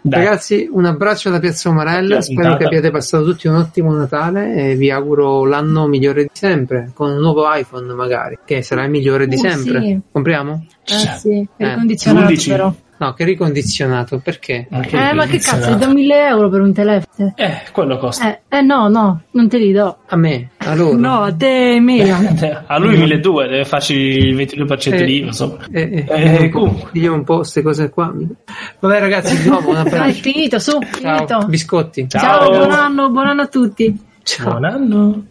[SPEAKER 2] Dai.
[SPEAKER 1] Ragazzi, un abbraccio da Piazza Umarella.
[SPEAKER 2] Buona
[SPEAKER 1] Spero
[SPEAKER 2] puntata.
[SPEAKER 1] che abbiate passato tutti un ottimo Natale e vi auguro l'anno migliore di sempre. Con un nuovo iPhone, magari, che sarà il migliore di
[SPEAKER 3] Uh,
[SPEAKER 1] sempre.
[SPEAKER 3] sì.
[SPEAKER 1] Compriamo?
[SPEAKER 3] Eh sì, è
[SPEAKER 1] Eh,
[SPEAKER 3] condizionato
[SPEAKER 2] 11.
[SPEAKER 3] però.
[SPEAKER 1] No, che ricondizionato, perché?
[SPEAKER 2] Ma che
[SPEAKER 3] Eh, ma che cazzo, ti
[SPEAKER 2] condizionato.
[SPEAKER 3] do 1000 euro per un telefono?
[SPEAKER 2] Eh, quello costa.
[SPEAKER 3] Eh, eh, no, no, non te li do.
[SPEAKER 1] A me, a loro.
[SPEAKER 3] No, a te, mela.
[SPEAKER 2] Eh, A lui 1200 deve farci il 22%
[SPEAKER 1] Eh,
[SPEAKER 2] di IVA, insomma.
[SPEAKER 1] Eh,
[SPEAKER 2] Eh,
[SPEAKER 1] eh, un po',
[SPEAKER 2] comunque.
[SPEAKER 1] Io un po' queste cose qua. Vabbè ragazzi, di nuovo un
[SPEAKER 3] Dai,
[SPEAKER 1] abbraccio.
[SPEAKER 3] finito, su,
[SPEAKER 1] Ciao,
[SPEAKER 3] finito.
[SPEAKER 1] biscotti.
[SPEAKER 3] Ciao,
[SPEAKER 2] Ciao.
[SPEAKER 3] buon anno, buon anno a tutti.
[SPEAKER 1] Ciao.
[SPEAKER 2] Buon anno.